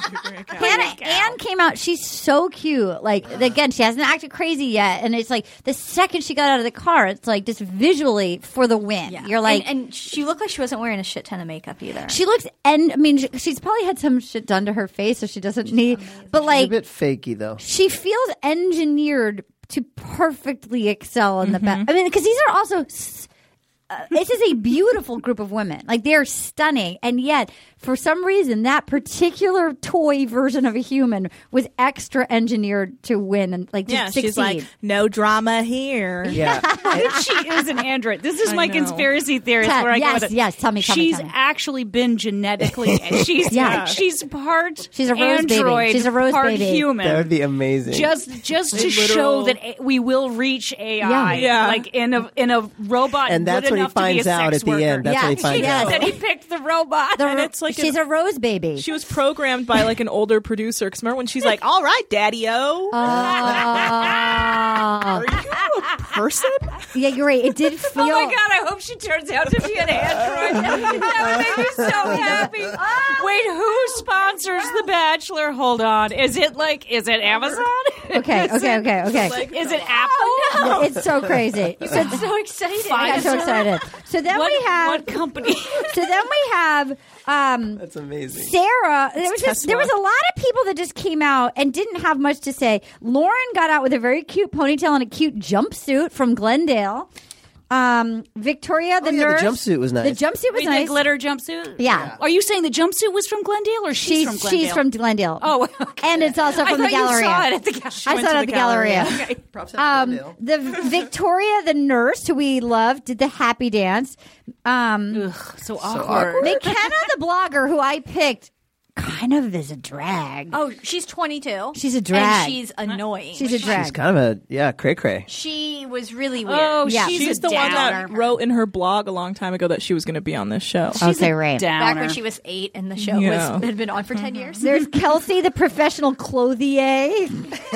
Hannah Ann came out. She's so cute. Like again, she hasn't acted crazy yet, and it's like the second she got out of the car, it's like just visually for the win. You're like, and, and she looked like she wasn't wearing a shit ton of makeup either. she looks, and I mean, she, she's probably had some shit done to her face, so she doesn't need. But a like, bit fakey though. she feels engineered to perfectly excel in the best. I mean, because these are also. s- Uh, this is a beautiful group of women. Like they are stunning, and yet for some reason that particular toy version of a human was extra engineered to win and like to yeah, succeed. she's like, no drama here. Yeah, she is an android. This is I my know. conspiracy theorist Tell- where I yes, go with it. yes, tell me, tell me, she's tell me. actually been genetically. she's Yeah. she's part. She's a rose baby. android, She's a rose part baby. Human. that would be amazing. just just to literal- show that a- we will reach AI, Yeah. Yeah. like in a in a robot. And that's good what he enough to be a finds out sex at the worker. end. That's Yeah. what he She finds does. out. That he picked the robot. Oh The and ro- it's like she's an- a rose baby. She was programmed by like an older producer. Because remember when she's like, "All right, Daddy O, Uh, Oh. are you a person?" yeah, you're right. It did feel. Oh my god! I hope she turns out to be an android. that would make me so happy. Wait, who sponsors The Bachelor? Hold on. Is it like? Is it Amazon? Okay, Is okay, it- okay, okay. Is it Apple? Oh, Yeah, it's so crazy. So, so excited. I got so excited. So then What, we have what company? So then we have um, That's amazing. Sarah. There was, just, Tesla. there was a lot of people that just came out and didn't have much to say. Lauren got out with a very cute ponytail and a cute jumpsuit from Glendale. Um, Victoria, the Oh, yeah, the nurse, jumpsuit was nice. The jumpsuit was With nice. the glitter jumpsuit? Yeah. Are you saying the jumpsuit was from Glendale or she's she's, from Glendale? she's from Glendale. Oh, okay. and it's also I from the thought gallery. you saw it at the gallery. I saw it to at the the gallery. Galleria. Props Um, the Victoria, the nurse, who we love, did the happy dance. Um, Ugh, so awkward. McKenna, the blogger, who I picked, kind of is a drag. Oh, she's 22. She's a drag. And she's annoying. She's a drag. She's kind of a yeah, cray cray. she was really weird. Oh, Yeah. she's, She's a the one downer. that wrote in her blog a long time ago that she was going to be on this show. I'll say right. downer. Back when she was eight and the show Yeah. was had been on for 10 years. There's Kelsey, the professional clothier.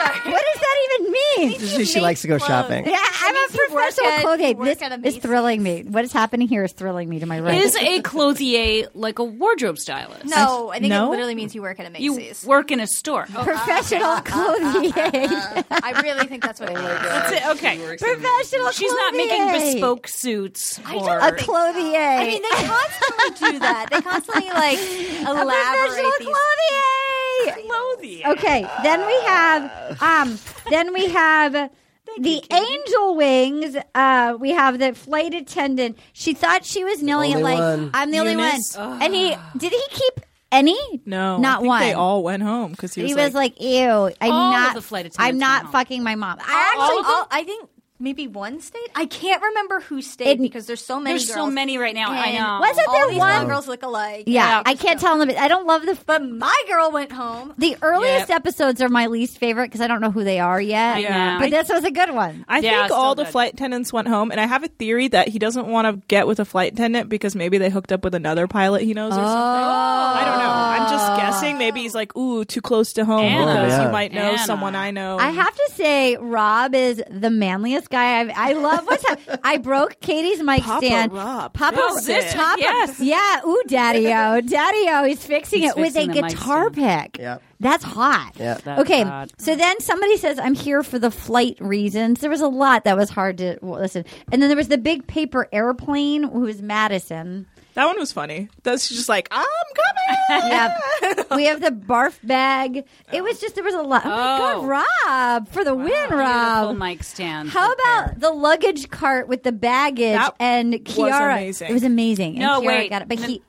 what does that even mean? She, she likes to go clothes. shopping. Yeah, I'm a means you work professional at- clothier. work at This a is Macy's. thrilling me. What is happening here is thrilling me to my right. Is a clothier like a wardrobe stylist? No, I think No? it literally Oh. means you work at a You Macy's. work in a store. professional clothier. I really think that's what it means. That's it. Okay. professional She's not making clothier. bespoke suits. Or, A clothier. I mean, they constantly do that. They constantly like a professional elaborate these. clothier. Okay, then we have um then we have the angel wings. Uh we have the flight attendant. She thought she was Nelly only like one. I'm the only one. Eunice? And he did he keep any? No, I Not think one. They all went home because he he was, was like, "Ew, I'm All of not. the flight I'm attendants went not home. fucking my mom." I I actually, actually, all, I think maybe one state. I can't remember who stayed It- because there's so many. There's so girls. many right now. I And know. Wasn't all there these one- Hot girls look alike? Yeah, Yeah. I can't tell them. I don't love the. But my girl went home. The earliest Yep. episodes are my least favorite because I don't know who they are yet. Yeah. But this was a good one. I Yeah, think still all the good. flight attendants went home, and I have a theory that he doesn't want to get with a flight attendant because maybe they hooked up with another pilot he knows or something. I don't know. I'm Ah. just guessing. Maybe he's like, ooh, too close to home Anna. because Yeah. you might know Anna. someone I know. I have to say, Rob is the manliest guy I've. I love what's hap- I broke Katie's mic Papa stand. Rob. Papa, Oh, this- Papa, yes. yeah. Ooh, Daddy O, Daddy O. He's fixing He's it with a fixing the mic guitar pick. Yep. That's hot. Yep. That's okay. hot. So then somebody says, "I'm here for the flight reasons." There was a lot that was hard to well, listen, and then there was the big paper airplane who was Madison. that one was funny. That's just like, I'm coming. Yep. we have the barf bag. It was just there was a lot. Oh, my god, Rob for the win, Beautiful Rob. mic stand. How right there. about the luggage cart with the baggage That and was Kiara? amazing. It was amazing. And No, Kiara wait. got it, but he.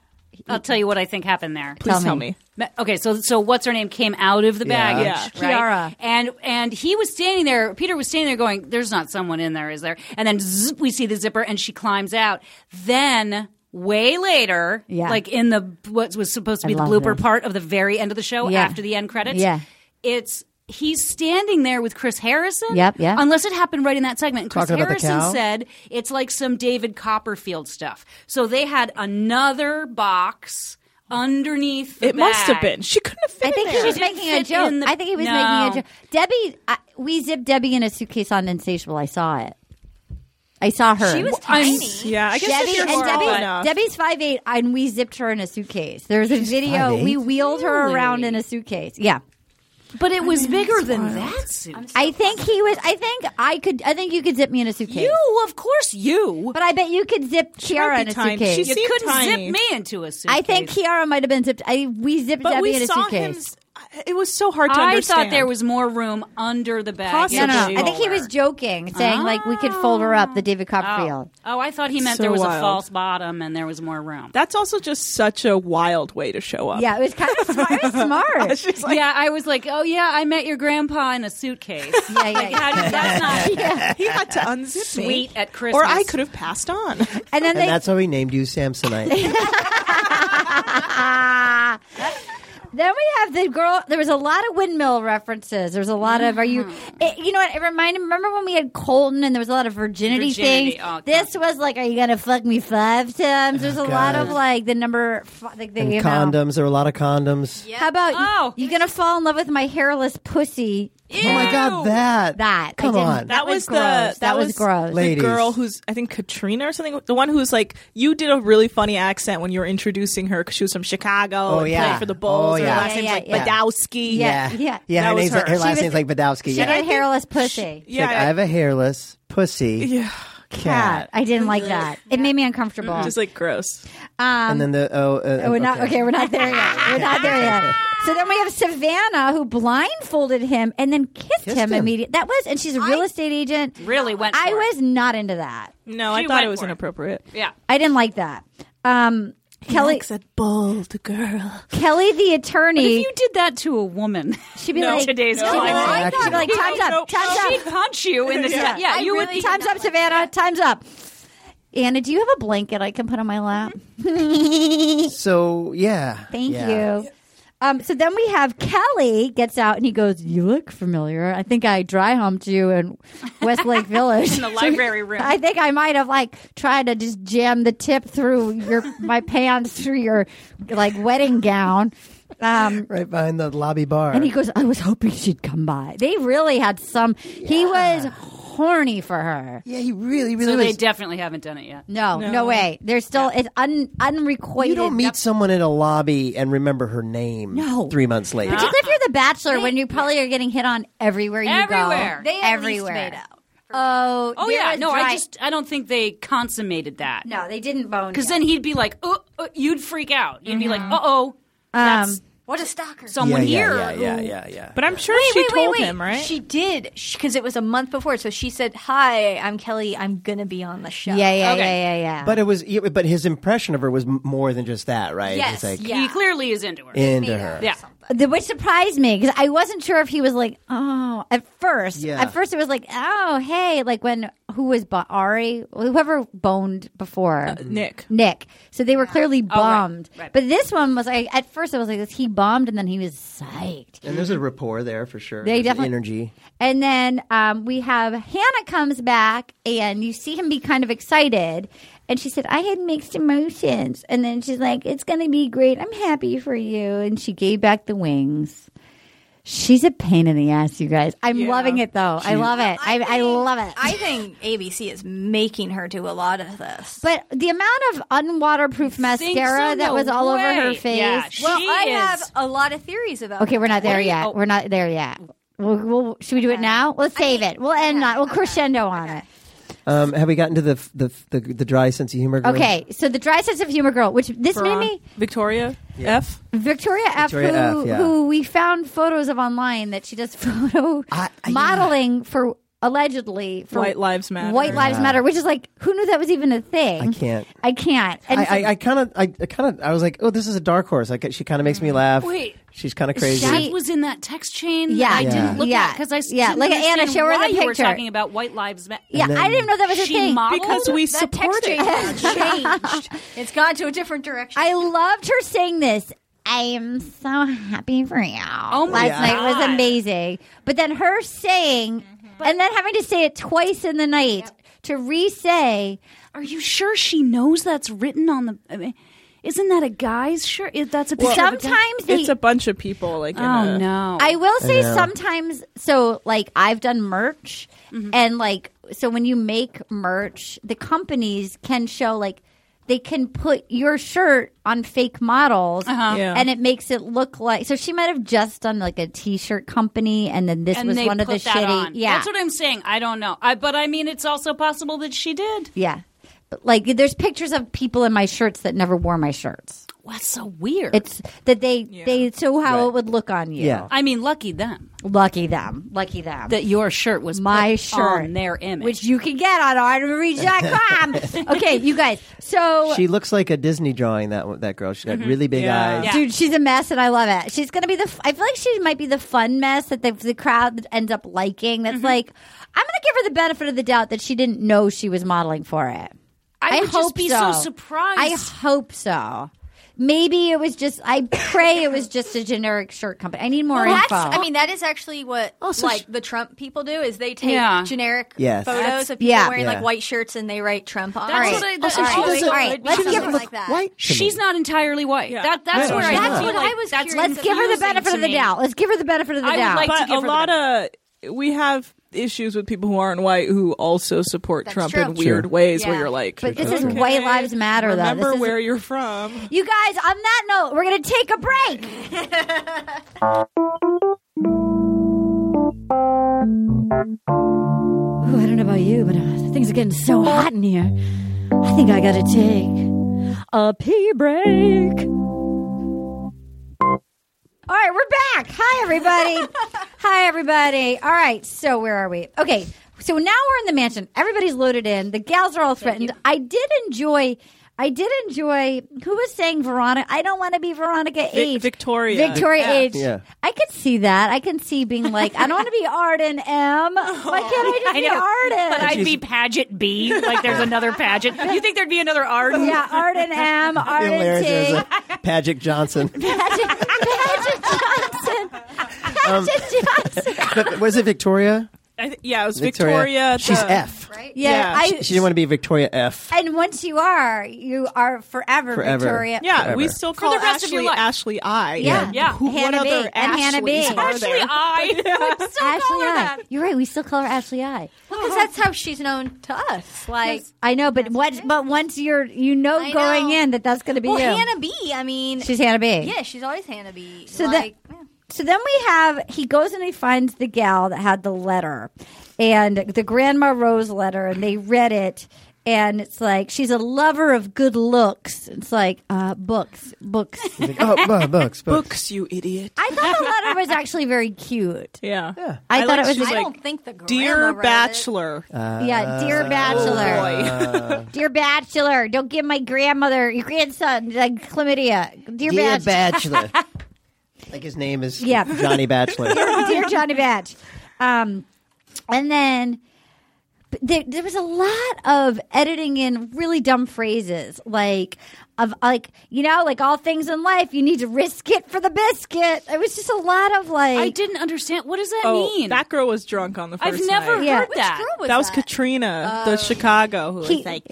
I'll tell you what I think happened there. Please tell, me. me. Ma- Okay, so so what's her name came out of the Yeah. baggage, Yeah. right? Kiara. And and he was standing there. Peter was standing there, going, "There's not someone in there, is there?" And then zzz, we see the zipper, and she climbs out. Then way later, Yeah. like in the what was supposed to be I the love blooper this. part of the very end of the show Yeah. after the end credits, Yeah. it's. He's standing there with Chris Harrison. Yep, yeah. Unless it happened right in that segment. And Chris Talking about the Harrison cow? said it's like some David Copperfield stuff. So they had another box underneath the It must have bag. been. She couldn't have fit I think in he there. was She didn't making a fit joke. in the- I think he was No. making a joke. Debbie, I, we zipped Debbie in a suitcase on Insatiable. I saw it. I saw her. She was I'm- tiny. yeah, I guess Debbie if you're and small Debbie, enough. Debbie's five eight, and we zipped her in a suitcase. There was a video. 5'8"? We wheeled her around in a suitcase. Yeah, But it was bigger than that suit. I think he was. I think I could. I think you could zip me in a suitcase. you, of course, you. But I bet you could zip might Kiara be in a tiny. suitcase. She's- You Seemed couldn't tiny. zip me into a suitcase. I think Kiara might have been zipped. I we zipped but Debbie we in a saw him. suitcase. s- It was so hard to I understand. thought there was more room under the bag. Possibly. No, no, no. I think he Smaller. was joking, saying like we could fold her up, the David Copperfield. Oh. oh, I thought he meant So there was a wild. false bottom and there was more room. That's also just such a wild way to show up. Yeah, it was kind of smart. It was smart. She's like, yeah, I was like, oh yeah, I met your grandpa in a suitcase. yeah, yeah, yeah. How did- that's not he had to unzip me. Sweet at Or Christmas. I could have passed on. And then And they that's how we named you Samsonite. ah. Then we have the girl. There was a lot of windmill references. There was a lot of are you? Mm-hmm. It, you know what? It reminded. Remember when we had Colton and there was a lot of virginity, Virginity, things. oh, this was like, are you gonna fuck me five times? There's a lot God. of like the number, f- like the and you know. condoms. There were a lot of condoms. How about Oh. you? You gonna fall in love with my hairless pussy? Oh my God, that That I Come didn't- on. That was was the gross. that, That was was gross. The Ladies. girl who's I think Katrina or something. The one who's like you did a really funny accent when you were introducing her because she was from Chicago. Oh, and yeah. played for the Bulls. Oh, Her yeah. last Yeah, name's yeah, like yeah. Badowski. Yeah. yeah, That her was name's her. her last She was- name's like Badowski. She Yeah, had hairless pussy. She's like, I have a hairless pussy yeah. God, cat. I didn't like that. It made me uncomfortable. Mm-hmm. Just like gross. and then the oh, uh, Um, We're not okay. We're not there yet. We're not there yet. So then we have Savannah who blindfolded him and then kissed, Kissed him, him. immediately. That was, and she's a real estate agent. Really went I for it. was not into that. No, She I thought went it was for it. inappropriate. Yeah. I didn't like that. Um, Kelly, that bold girl. Kelly the attorney, If you did that to a woman, she'd be No. like, Today's she'd be climate. like, she'd be like, time's up, Nope. time's she'd up, punch you in the Yeah. yeah. yeah I you really- would. time's up, Savannah, time's up. Anna, do you have a blanket I can put on my lap? Mm-hmm. So yeah, Thank Yeah. you. Um, so then we have Kelly gets out and he goes, "You look familiar. I think I dry humped you in Westlake Village In the library room. I think I might have like tried to just jam the tip through your my pants through your like wedding gown." Um, Right behind the lobby bar. and he goes, "I was hoping she'd come by." They really had some. He was horny for her. yeah, he really, really So they was. definitely haven't done it yet. No, no, way. There's still it's un unrequited. you don't meet someone in a lobby and remember her name No. three months later. Particularly if you're the bachelor, when you probably are getting hit on everywhere you Everywhere. go. They at everywhere. least made out. Oh, Oh there yeah, was no, dry- I just I don't think they consummated that. no, they didn't bone. because yet. then he'd be like, uh, uh, you'd freak out. You'd be like, Mm-hmm. uh oh, Um, that's What a stalker! someone yeah, here. yeah, yeah, who- yeah, yeah. But I'm sure she told him, right? She did because it was a month before. So she said, "Hi, I'm Kelly. I'm gonna be on the show." yeah, yeah, Okay. yeah, yeah, yeah. But it was, but his impression of her was m- more than just that, right? It's Yes, like yeah. He clearly is into her. into her. yeah. the, which surprised me because I wasn't sure if he was like, oh, at first. Yeah. At first, it was like, oh, hey, like when who was bo- Ari, whoever boned before Uh, Nick. Nick. So they were clearly Oh, right, bummed. right. But this one was, I, at first, I was like, he bombed, and then he was psyched. And there's a rapport there for sure. They There's definitely- energy. And then um, we have Hannah comes back, and you see him be kind of excited. And she said, I had mixed emotions. And then she's like, It's going to be great. I'm happy for you. And she gave back the wings. She's a pain in the ass, you guys. I'm loving it, though. I love it. I, I, love it. I think ABC is making her do a lot of this. but the amount of unwaterproof Think mascara so? that No was all over her way. face. Yeah, well, she I is- have a lot of theories about. Okay, we're not there Wait, yet. oh. We're not there yet. We'll, we'll, should we do it now? Let's save it. We'll end on. We'll crescendo on it. Um, have we gotten to the f- the f- the, the dry sense of humor? Girl? Okay, so the dry sense of humor girl, which this Veron- made me Victoria F. Victoria F, uh, Victoria who, F, yeah. who we found photos of online that she does photo I- I- modeling for allegedly for White Lives Matter. White Lives Matter, which is like who knew that was even a thing? I can't. I can't. And I, I, I kind of, I kind of, I was like, oh, this is a dark horse. Like, she kind of makes me laugh. Wait. she's kind of crazy. She- That was in that text chain. that Yeah. I Yeah. didn't look Yeah. at because I s- Yeah, didn't like, Anna, understand show her the why you were picture. talking about White Lives Matter. yeah, then- I didn't know that was a she thing. modeled Because we that text support change it. has changed. It's gone to a different direction. I loved her saying this. I am so happy for you. Oh my Last night was God. amazing. But then her saying, and then having to say it twice in the night to re say, Are you sure she knows that's written on the? I mean, isn't that a guy's shirt? It- That's a picture of a guy. sometimes they. It's a bunch of people. Like, in Oh a- no! I will say Yeah. sometimes, so like I've done merch, Mm-hmm. and like, so when you make merch, the companies can show like, they can put your shirt on fake models Uh-huh. Yeah. and it makes it look like so she might have just done like a t-shirt company and then this and was they one of the put that shitty on. yeah that's what I'm saying. I don't know. I, but I mean, it's also possible that she did. yeah but like there's pictures of people in my shirts that never wore my shirts What's so weird? it's that they they so how it Right. would look on you Yeah. I mean, lucky them lucky them lucky them that your shirt was my put shirt on their image. which you can get on artofreach.com okay you guys so She looks like a Disney drawing. That one- that girl. She's got really big Yeah. eyes. Yeah. Dude, she's a mess, and I love it. She's gonna be the. f- I feel like she might be the fun mess that the, the crowd ends up liking. Mm-hmm. That's like, I'm gonna give her the benefit of the doubt that she didn't know she was modeling for it. I, would hope just be so, so. surprised. I hope so. Maybe it was just. I pray it was just a generic shirt company. I need more Well, info. that's, I mean, that is actually what Oh, like the Trump people do is they take Yeah. generic Yes. photos That's- of people yeah. wearing Yeah. like white shirts and they write Trump on. That's it. what I- that's All what she right. doesn't- All right. she Let's doesn't give her look like that. White to me. She's not entirely white. Yeah. That, that's Yeah. where I That's feel what like I was that's curious let's give her the confusing benefit to of the me. doubt. Let's give her the benefit of the I would doubt. like to but give a her the lot of we have issues with people who aren't white who also support Trump true. in weird ways. Yeah. Where you're like, but this is okay, White Lives Matter, though. Remember This is- where you're from. You guys, on that note, we're going to take a break. Ooh, I don't know about you, but uh, things are getting so hot in here. I think I got to take a pee break. All right, we're back. Hi, everybody. Hi, everybody. All right, so where are we? Okay, so now we're in the mansion. Everybody's loaded in. The gals are all threatened. I did enjoy. I did enjoy. Who was saying Veronica? I don't want to be Veronica Vic- H. Victoria. Victoria Yeah. H. Yeah. I could see that. I can see being like, I don't want to be Arden M. Why can't I just I know. be Arden? But I'd be pageant B. Like there's another pageant. You think there'd be another R? yeah, Arden M. Arden Hilarious. There's T. a Paget Johnson. Paget Paget Johnson. Um, Paget Johnson. but was it Victoria? I th- yeah, it was Victoria. Victoria. She's the- F. Right? Yeah, Yeah, I, She didn't want to be Victoria F. And once you are, you are forever, Forever. Victoria. Yeah, Forever. we still the call rest Ashley of your life. Ashley I. Yeah. Yeah. Who, what Hannah other B. And Hannah B. Ashleys are Ashley there? I. Ashley call her I. that. You're right. We still call her Ashley I. Well, because that's how she's known to us. Like, I know, but what? But once you're, you know, I going know. in that that's going to be well, you. Hannah B. I mean, She's Hannah B. yeah, she's always Hannah B. So that- like, yeah. So then we have he goes and he finds the gal that had the letter and the grandma Rose letter, and they read it. And it's like she's a lover of good looks. It's like uh, books, books. Like, oh, bu- books, books. Books, you idiot. I thought the letter was actually very cute. Yeah. Yeah. I, thought like it was she's I like, don't think the Dear grandma read Bachelor. Yeah, dear oh, bachelor, dear bachelor, don't give my grandmother, your grandson, like chlamydia. Dear, Dear bachelor, Bachelor. Like his name is Yeah. Johnny Bachelor. Dear Johnny Batch. Um, and then but there, there was a lot of editing in really dumb phrases, like of like you know, like all things in life, you need to risk it for the biscuit. It was just a lot of like. I didn't understand. What does that Oh, mean? that girl was drunk on the first I've never night. Yeah. heard Which that. Girl that was Katrina, Oh. the Chicago, who was like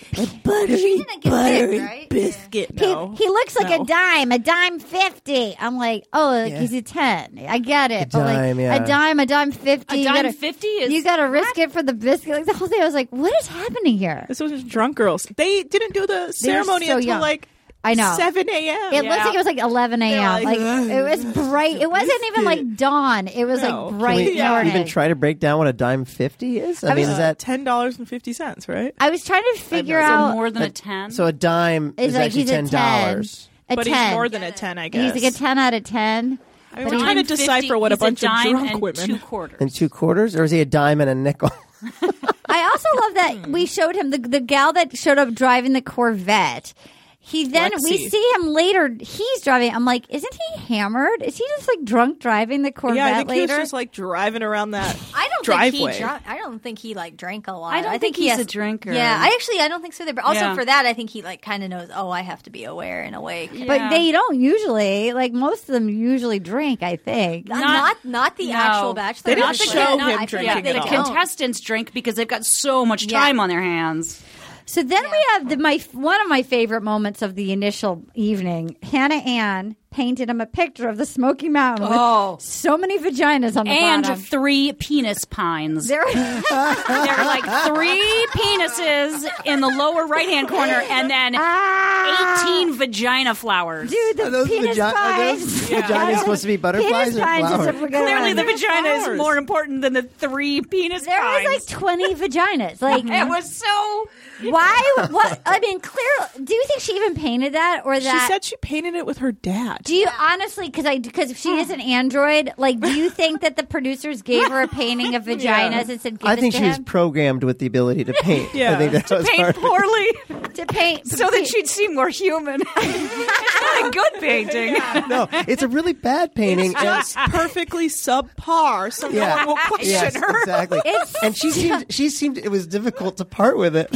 buttery, Katrina gets buttery sick, right? biscuit. he, No, he looks like No. a dime, a dime fifty. I'm like, oh, like, he's a ten. I get it. A but, like, dime, yeah. a dime, a dime fifty. A you dime gotta- 50 is- you got to risk it for the biscuit. Like the whole thing, I was like, what is happening here? This was just drunk girls. They didn't do the ceremony so until young. like I know. seven a.m. It Yeah. looks like it was like 11 a.m. They're Like, like, it was bright. It wasn't even like dawn. It was No. like bright Can we yeah. morning. Even try to break down what a dime fifty is. I, mean, is that ten dollars and fifty cents? Right? I was trying to figure so out. more than a ten. so? A dime it's is like actually he's ten a 10. dollars. A but 10. he's more than a ten, I He's guess. like a 10 out of 10. I mean, but we're he's- trying to Dime 50 decipher what a is bunch of dime drunk and women. Two quarters. And two quarters, or is he a dime and a nickel? I also love that we showed him the, the gal that showed up driving the Corvette. He then we Lexi. see him later. He's driving. I'm like, isn't he hammered? Is he just like drunk driving the Corvette yeah, I think he was later? just like driving around that. I don't think driveway. he drank. I don't think he like drank a lot. I don't think he he's has- a drinker. Yeah, I actually I don't think so either. But also Yeah. for that, I think he like kind of knows. Oh, I have to be aware and awake. Yeah. but they don't usually like most of them usually drink. I think. Not Not- not, the no. actual bachelor. They didn't Not the show kid- him not- I forget drinking they at the all. don't. contestants drink because they've got so much Yeah. time on their hands. So then we have the my one of my favorite moments of the initial evening. Hannah Ann painted him a picture of the Smoky Mountain Oh. with so many vaginas on the And bottom. three penis pines. There There- are like three penises in the lower right hand corner, and then Ah! eighteen vagina flowers. Dude, the Are those penis vagi- are those pies. vaginas Those supposed to be butterflies penis or pies is flowers? a vagina. Clearly, the vagina is flowers. more important than the three penis There was pines. like twenty vaginas. Like it was so. why? What? I mean, clearly, do you think she even painted that or She that? said she painted it with her dad. Do you honestly? Because I because she is an android. Like, do you think that the producers gave her a painting of vaginas and said, "Give I this think to she was him?" programmed with the ability to paint. Yeah. I think that was Paint part of it. poorly to paint so that she'd seem more human. it's not a good painting. No, it's a really bad painting. It's just perfectly subpar. So no yeah, one will question yes, her. exactly. It's- and she seemed she seemed it was difficult to part with it.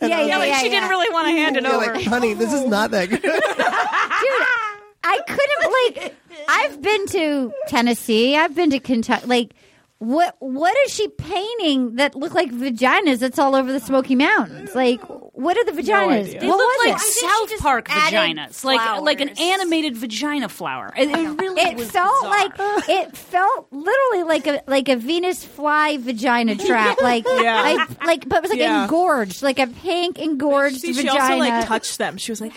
yeah, Yeah, yeah, like yeah, she yeah. didn't really want to hand it You're over. like, honey, this is not that good. I couldn't like. I've been to Tennessee. I've been to Kentucky. Like, what what is she painting that look like vaginas? That's all over the Smoky Mountains. Like, what are the vaginas? idea. They what looked was like it? think she South just Park added vaginas, like like an flowers. animated vagina flower. It, it really It was felt bizarre. like it felt literally like a like a Venus fly vagina trap. Like, Yeah. like, like, but it was like Yeah. engorged, like a pink engorged See, she vagina. also like touched them. She was like,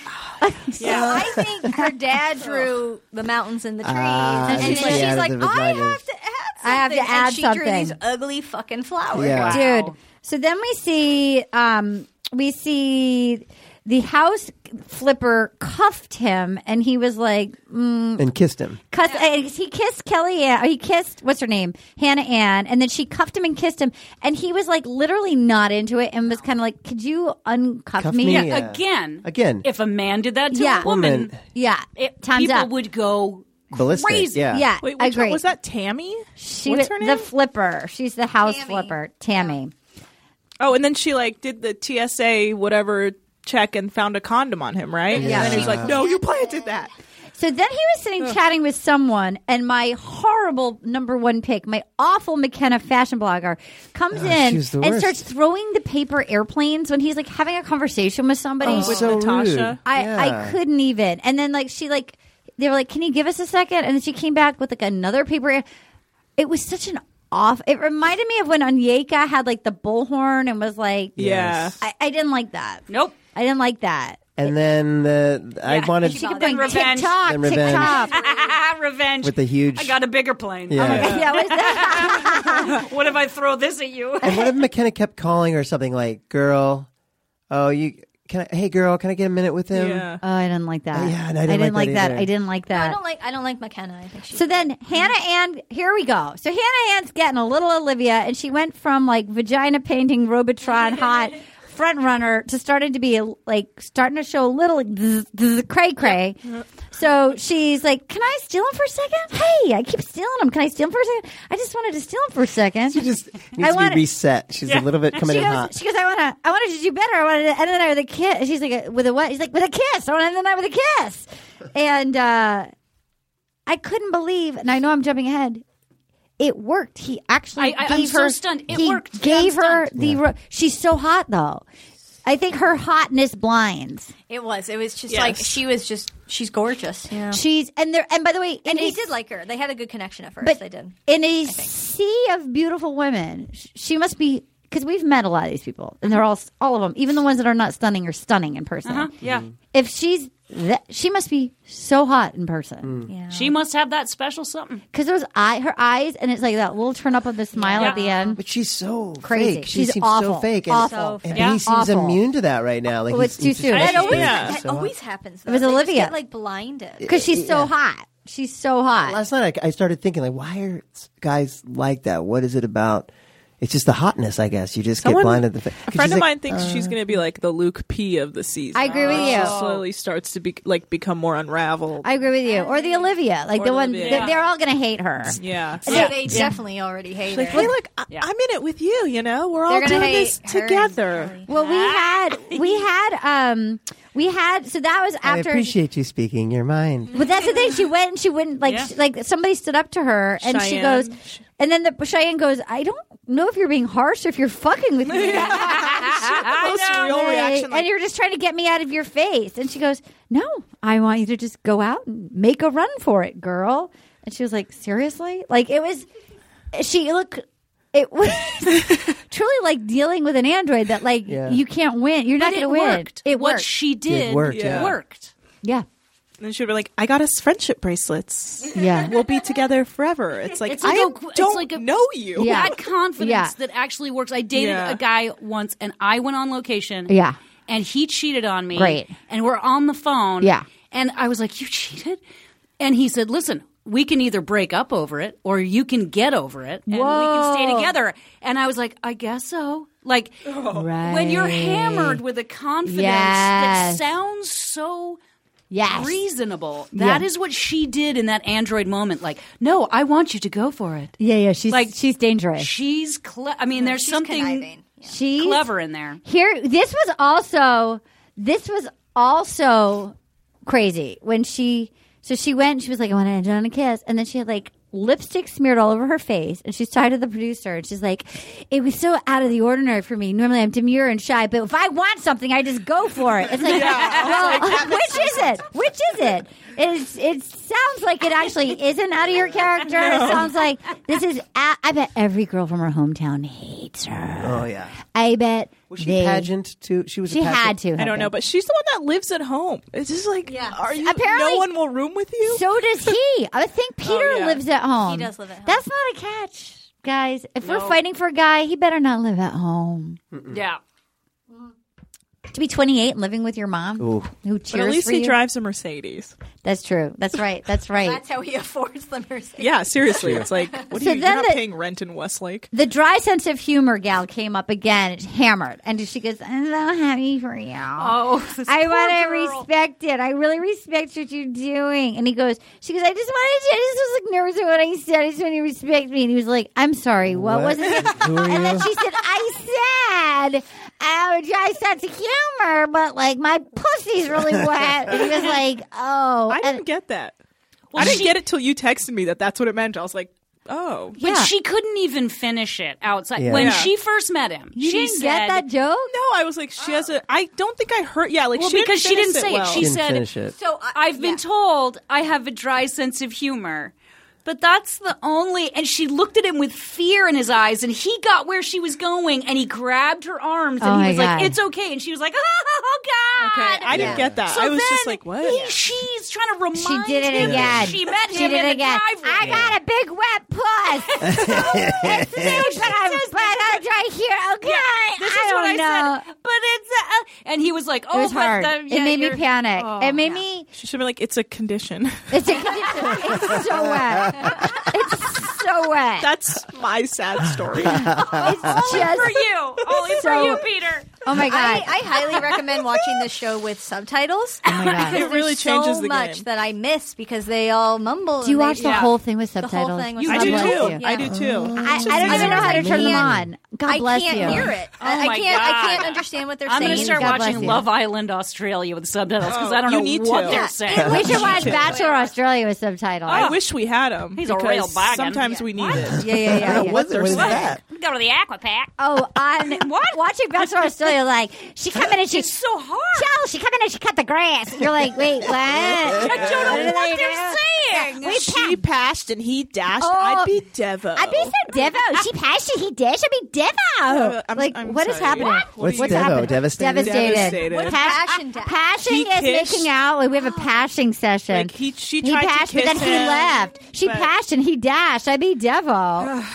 I think her dad drew the mountains and the trees, Ah, and, she then she's added like, the I vaginas. have to add. Something. I have to add and she something. drew these ugly fucking flowers. Yeah. Wow. dude. So then we see, um, we see the house flipper cuffed him, and he was like, mm, and kissed him. cuss, uh, he kissed Kelly Ann, or he kissed what's her name, Hannah Ann, and then she cuffed him and kissed him, and he was like literally not into it, and was kind of like, could you uncuff Cuff me? me. Yeah. Yeah. again, Again. if a man did that to Yeah. a woman, Woman. yeah. it, Time's people up. would go Ballistic. Crazy. Yeah. yeah, "Wait, which agree. one was that? Tammy? She What's was her name? the flipper. She's the house Tammy. flipper, Tammy. oh, and then she like did the TSA whatever check and found a condom on him, right? Yeah. And then he was like, "No, you planted that." So then he was sitting chatting with someone, and my horrible number one pick, my awful McKenna fashion blogger, comes in was Ah, the and worst. starts throwing the paper airplanes when he's like having a conversation with somebody. Oh, With Natasha. rude. I, I Yeah. couldn't even. And then like she like they were like, "Can you give us a second? And then she came back with like another paper. air- It was such an off. It reminded me of when Onyeka had like the bullhorn and was like, Yeah. I, I didn't like that. nope. I didn't like that." And then the I wanted She could Then bring revenge. TikTok, Then revenge. Ah, TikTok. Revenge with the huge. I got Oh a bigger plane. yeah. yeah, what is that? What if I throw this at you? And what if McKenna kept calling her something like, "Girl, oh you can I, hey girl, can I get a minute with him?" Yeah. Oh, I didn't like that. Yeah, and I didn't like that either. I didn't like that. I don't like. I don't like McKenna. I think she. so then Hannah Ann, here we go. So Hannah Ann's getting a little Olivia, and she went from like vagina painting Robotron hot front runner to starting to be like starting to show a little zzz, zzz, cray cray. So she's like, "Can I steal him for a second? Hey, I keep stealing him. Can I steal him for a second? I just wanted to steal him for a second. She just I needs to wanna- be reset. She's a little bit coming she in goes, hot. She goes, I want to, I wanted to do better. I wanted to end the night with a kiss. She's like, "Uh, with a what? She's like, with a kiss. I want to end the night with a kiss. And uh, I couldn't believe, and I know I'm jumping ahead. It worked. He actually I- I- I'm gave so her. stunned. It he worked. Yeah, I'm Gave her stunned. the. ro- She's so hot though. I think her hotness blinds. It was. It was just like she was just. She's gorgeous. Yeah. She's and there. And by the way, in And he a- did like her. They had a good connection at first. But they did. in a sea of beautiful women, sh- she must be because we've met a lot of these people, and they're all all of them, even the ones that are not stunning, are stunning in person. Yeah. If she's that, she must be so hot in person She must have that special something. because those eye, her eyes, and it's like that little turn up of the smile Yeah. at the end. But she's so Crazy. fake. She She's seems awful. so fake. And, Awful. and Yeah. he seems Awful. immune to that right now. Like Well, he's- it's too he's- soon. he's That just always- being Yeah. That so hot. always happens. Though. It was They just Olivia. get, like blinded. Because she's so hot, she's so hot. Last night I, I started thinking like, why are guys like that? What is it about? It's just the hotness, I guess. You just Someone- get blinded. to The A friend of mine thinks she's going to be like the Luke P of the season. uh, I agree with She you. slowly starts to be like become more unraveled. I agree with you. Or the Olivia, like Or the the one Olivia. they're- they're all gonna hate her. yeah. So Yeah. they definitely already hate Like, her. hey, look, I- I'm in it with you. You know, we're all They're gonna doing hate this her and together. Kelly. Well, we had we had um we had so that was I after appreciate you speaking your mind. But that's the thing. She went and she wouldn't like Yeah. she- like somebody stood up to her and she Cheyenne. goes, and then the Cheyenne goes, I don't know if you're being harsh or if you're fucking with me. The most real reaction. and Like, you're just trying to get me out of your face. And she goes, No, I want you to just go out and make a run for it, girl. And she was like, Seriously? Like it was. She look. It was truly like dealing with an android that like Yeah. you can't win. You're not But going to it win. worked. It what worked. she did worked, yeah. worked. yeah. and she'd be like, "I got us friendship bracelets. Yeah. We'll be together forever." It's like It's like I a- am- it's don't like a- know you. Yeah. That confidence Yeah. that actually works. I dated Yeah. a guy once and I went on location. Yeah. And he cheated on me. Great. And we're on the phone. Yeah. And I was like, You cheated? And he said, Listen, we can either break up over it or you can get over it and we can stay Whoa. together. And I was like, I guess so. Like Oh. when you're hammered with a confidence Yes. that sounds so Yes. reasonable, that is Yeah. what she did in that android moment. Like, no, I want you to go for it. Yeah, yeah. She's Like- she's dangerous. She's cle- I mean, there's She's something conniving. Yeah. she's clever in there. Here, this was also this was also crazy when she so she went. She was like, "I want to end it on a kiss," and then she had like lipstick smeared all over her face, and she's tied to the producer, and she's like, "It was so out of the ordinary for me. Normally, I'm demure and shy, but if I want something, I just go for it." It's like, well, which is it? Which is it? It's, it sounds like it actually isn't out of your character. It sounds like this is. a- I bet every girl from her hometown hates her. Oh yeah. I bet Was she they, pageant too? She was. She a pageant. had to. I don't know, but she's the one that lives at home. It's just like, Yeah. are you? Apparently- no one will room with you. so does he. I think Peter yeah. lives at home. He does live at home. That's not a catch, guys. If we're fighting for a guy, he better not live at home. Yeah. To be 28 and living with your mom, who cheers but at least for he you. drives a Mercedes. That's true. That's right. That's right. That's how he affords the Mercedes. Yeah, seriously. It's like, what are So you? You're then not the- paying rent in Westlake. the dry sense of humor gal came up again, It's hammered, and she goes, "I'm so happy for you. Oh, this I poor want to girl. respect it. I really respect what you're doing." And he goes, "She goes, I just wanted to. I just was like nervous about what I said. I just want you to respect me." And he was like, "I'm sorry. What, was it?" Who are And then you? she said, I said, I have a dry sense of humor, but like my pussy's really wet. And he was like, oh. I And- didn't get that. Well, I didn't she- get it till you texted me that that's what it meant. I was like, oh, But Yeah. she couldn't even finish it outside. Yeah. When Yeah. she first met him, you she didn't said, get that joke? no. I was like, she has a. I don't think I heard. Yeah, like Well, she because she didn't didn't finish say it. Well. She Didn't said- finish it. So I, I've been yeah. told I have a dry sense of humor. But that's the only. And she looked at him with fear in his eyes, and he got where she was going, and he grabbed her arms, and Oh my he was God. like, "It's okay," and she was like, "Oh God!" Okay, I didn't get that. So I was then just like, what? he- she's trying to remind She did it him that again. She met She him did in it the again. driveway. I got a big wet puss. it's me, but I'm but I'm dry here. Okay. This I is what don't I know. said. But it's uh, and he was like, "Oh, It was but hard. the- yeah, it made me you're- panic. Oh. it made me. She should be like, it's a condition. It's, a, it's so wet. It's so wet. That's my sad story. it's just. for you, only So- for you, Peter." Oh my I, god. I highly recommend watching this show with subtitles. oh my god. it really There's changes so the much game. that I miss because they all mumble. Do you watch the Yeah. whole thing with whole subtitles? thing with I do God bless too. you. I do too. I, I don't I even know how to can't- turn them on. God I bless can't you. hear it. I, my I can't. I God. can't understand what they're I'm saying. going to start God bless watching you. Love Island Australia with subtitles because I don't You know need what to. they're Yeah. saying. We should watch Bachelor Australia with subtitles. I wish we had him. Ah. He's a real boggin. Sometimes Yeah. we need it. yeah, yeah, yeah. yeah. what is that? Go to the Aquapack. Oh, on what? Watching Bachelor Australia, like she come in and she It's so hard. Joe, she come in and she cut the grass. And you're like, wait, what? I don't know what they're saying. We She passed and he dashed. Oh, I'd be Devo. I be so devo. She passed it. He did. She'll be devo. Uh, I'm- like, I'm what is sorry. happening? What? What's What's Devo? happening? Devastated? Devastated. Devastated. What's Pas- passion death? Passion He is kissed- making out. Like, we have a passion session. Like, he- she he tried to passed, but then kiss he him, left. She but- passed and he dashed. I be devo.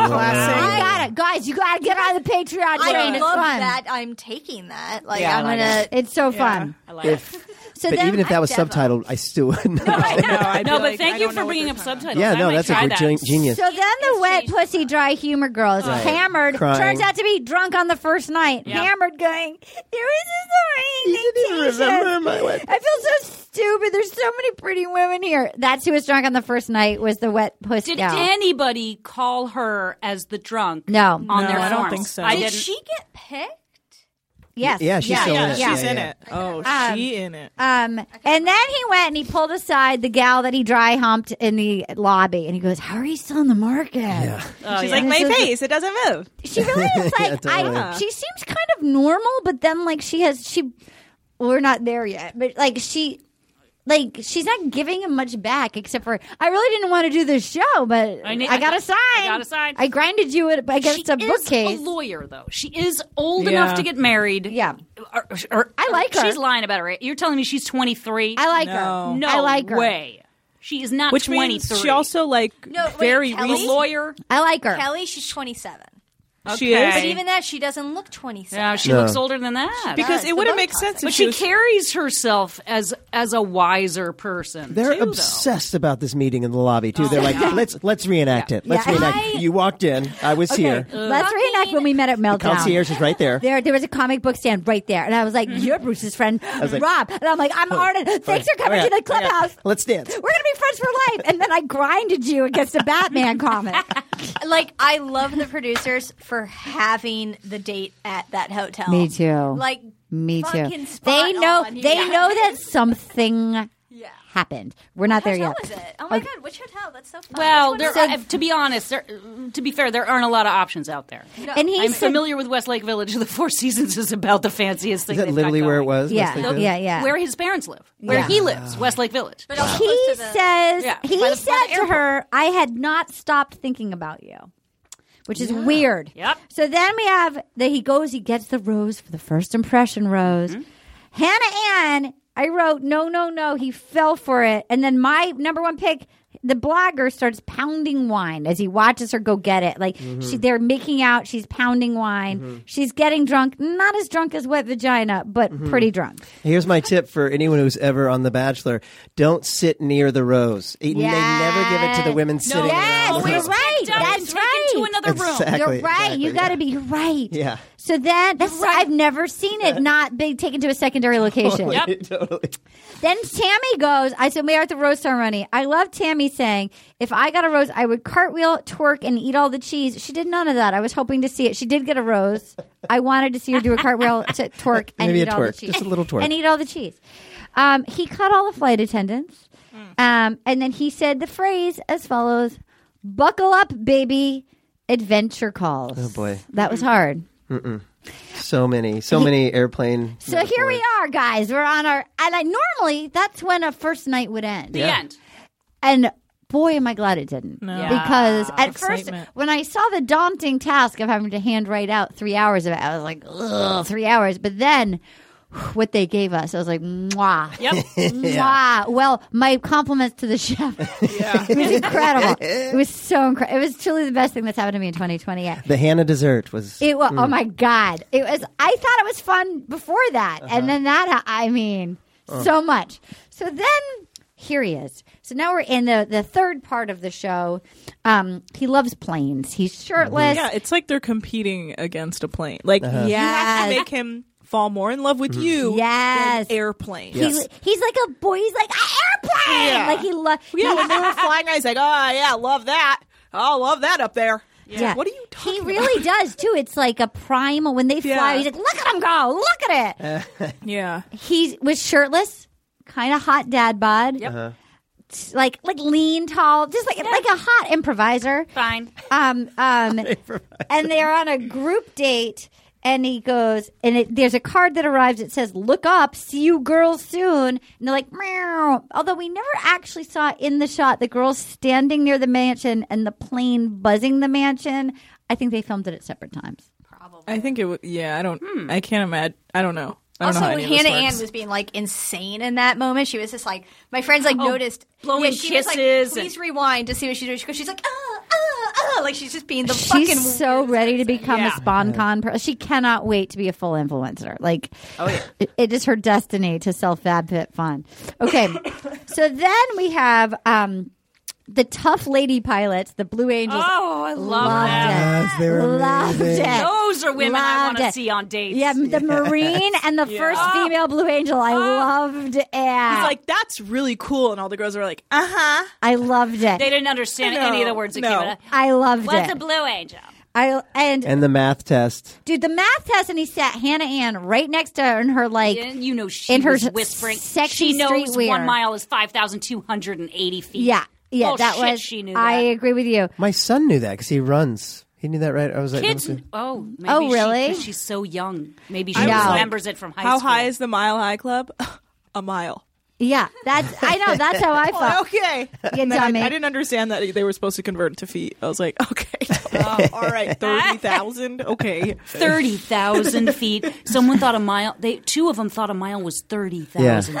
I Classic. got it, guys. You gotta get on the Patreon I train. love It's fun. that. I'm taking that. Like Yeah, I I'm like gonna. It's so fun. If, So but then, even if that was Devo. subtitled, I still wouldn't. understand. No, I'd be No, but like, I thank you don't know for what bringing they're up talking about. subtitles. yeah, I no, might that's a try good that. gen- genius. So then the wet pussy dry humor girl is hammered. Crying. Turns out to be drunk on the first night. Yeah. Hammered going, there was this You didn't even horny remember my wet I feel so stupid. There's so many pretty women here. That's who was drunk on the first night was the wet pussy Did gal. anybody call her as the drunk? No. on No, their I don't forms? think so. I Did didn't. Did she get picked? yes. Yeah, she's still in Yeah, it. she's Yeah, in yeah. it. Oh, she in it. Um, and then he went and he pulled aside the gal that he dry humped in the lobby, and he goes, "How are you still in the market?" She's like, my This is- face, it doesn't move. She really is Yeah, like I, totally. she seems kind of normal, but then like she has she we're not there yet, but like she like she's not giving him much back except for I really didn't want to do this show, but I, I need- got a sign. I got a sign. I grinded you it She against a is bookcase. a lawyer, though. She is old Yeah. enough to get married. Yeah. Or- or- uh, I like her. She's lying about her. You're telling me she's 23? I like No. her. No I like her. way. She is not Which 23. means she also like No, wait, very a Kelly? recent- lawyer. I like her. Kelly, she's 27. She Okay. is But even that, she doesn't look 27. No, she No. looks older than that. because the it wouldn't Botox make sense if but she, she was carries herself as as a wiser person. They're too, though. obsessed about this meeting in the lobby too. They're like, let's let's reenact it. Let's Yeah. reenact. I- you walked in. I was here. Let's reenact when we met at Meltdown. Concierge is right there. There, there was a comic book stand right there, and I was Mm-hmm. like, "You're Bruce's friend, like, Rob," and I'm like, "I'm Arden. Thanks for coming Oh, to yeah. the Oh, yeah. clubhouse. Let's dance. We're gonna be friends for life." And then I grinded you against a Batman comic. Like, I love the producers for having the date at that hotel. Me too. Like, Me too. fucking spot They know. on. They Yeah. know that something Yeah. happened. We're not there hotel yet. was it? Oh my god, which hotel? That's so fun. Well, Which one there, is it? I- to be honest, there, to be fair, there aren't a lot of options out there. And he I'm said, familiar with Westlake Village. The Four Seasons is about the fanciest thing. Is that they've got literally where it going. was? "Yeah, Wesley Fields? yeah, yeah." Where his parents live, where Yeah. he lives, Westlake Village. But also close he to the- says Yeah, he by the- by said the to her, "I had not stopped thinking about you." Which is weird. Yep. So then we have that he goes, he gets the rose for the first impression rose. Mm-hmm. Hannah Ann, I wrote, no, no, no, he fell for it. And then my number one pick, the blogger starts pounding wine as he watches her go get it. Like she, they're making out, she's pounding wine, she's getting drunk, not as drunk as wet vagina, but pretty drunk. Here's my tip for anyone who's ever on The Bachelor: don't sit near the rose. They they never give it to the women sitting. Yes, around the you're rose. right. Dumped and That's taken right. To another room. Exactly, You're right. exactly, you got to yeah. be you're right. Yeah. So then, that's I've never seen it not be taken to a Oh, secondary location. Yep. totally. Then Tammy goes. I said we are at the roast ceremony. I love Tammy saying, "If I got a rose, I would cartwheel, twerk, and eat all the cheese." She did none of that. I was hoping to see it. She did get a rose. I wanted to see her do a cartwheel, to twerk, and Maybe eat a all the twerk. cheese. Just a little twerk. and eat all the cheese. Um, he cut all the flight attendants, um, and then he said the phrase as follows: "Buckle up, baby." Adventure calls. Oh boy. that was hard. So many, so many airplane. So here we are, guys. We're on our and I normally that's when a first night would end. The end. And boy, am I glad it didn't. Yeah. Because at Excitement. first, when I saw the daunting task of having to hand write out three hours of it, I was like, ugh, three hours. But then what they gave us. I was like, mwah. Yep. Mwah. Well, my compliments to the chef. it was incredible. It was so incredible. It was truly the best thing that's happened to me in 2020. I- The Hannah dessert was. It was. Oh my god! It was. I thought it was fun before that, and then that. I mean, so much. So then here he is. So now we're in the the third part of the show. Um, he loves planes. He's shirtless. Yeah, it's like they're competing against a plane. Like you have to Yes. make him fall more in love with you Yes. than airplane. He, He's like a boy. He's like an airplane. Yeah. Like he loves. Yeah, when they were flying, I was like, oh yeah, love that. Oh, love that up there. Yeah. What are you talking? He really does too. It's like a primal when they fly. Yeah. He's like, look at him go. Look at it. Yeah. he was shirtless, kind of hot dad bod. Yep. Like like lean, tall, just like like a hot improviser. Fine. Um, um, and they're on a group date, and he goes, and it, there's a card that arrives that says, "Look up, see you girls soon." And they're like, "Meow." Although we never actually saw in the shot the girls standing near the mansion and the plane buzzing the mansion. I think they filmed it at separate times. I think it would. Yeah, I don't. I can't imagine. I don't know. I don't Also, know how any of this Hannah Ann works. was being like insane in that moment. She was just like, my friends like noticed blowing yeah, she was like, kisses and- Please rewind to see what she's doing. She goes, she's like, ah, ah, ah, like she's just being the fucking. She's so weirdest ready to become Yeah. a spawn con person. She cannot wait to be a full influencer. Like, it, it is her destiny to sell FabFitFun. Okay, so then we have um, the tough lady pilots, the Blue Angels. Oh, I love loved that. it. Yes, they were Loved amazing. it. Those are women I Loved want to it. see on dates. Yeah, the Marine and the first female Blue Angel. I loved it. He's like, that's really cool, and all the girls were like, uh huh. I loved it. They didn't understand No, any of the words that no. came out. of- I loved What's it. a blue angel? I and, And the math test. dude, the math test, and he sat Hannah Ann right next to her, and her like And you know she In her was whispering. sexy she knows streetwear. one mile is five thousand two hundred and eighty feet. Yeah, yeah, that Bullshit, was. she knew I that. agree with you. My son knew that because he runs. He knew that, right? I was like, Kids, that was oh, maybe Oh, really? She, 'cause she's so young. Maybe she was like, remembers it from high How school. high is the Mile High Club? a mile. Yeah, that's. I know. That's how I felt. Okay. You And then I, dummy. I didn't understand that they were supposed to convert to feet. I was like, okay, um, all right, thirty thousand. Okay. thirty thousand feet? Someone thought a mile. They two of them thought a mile was thirty thousand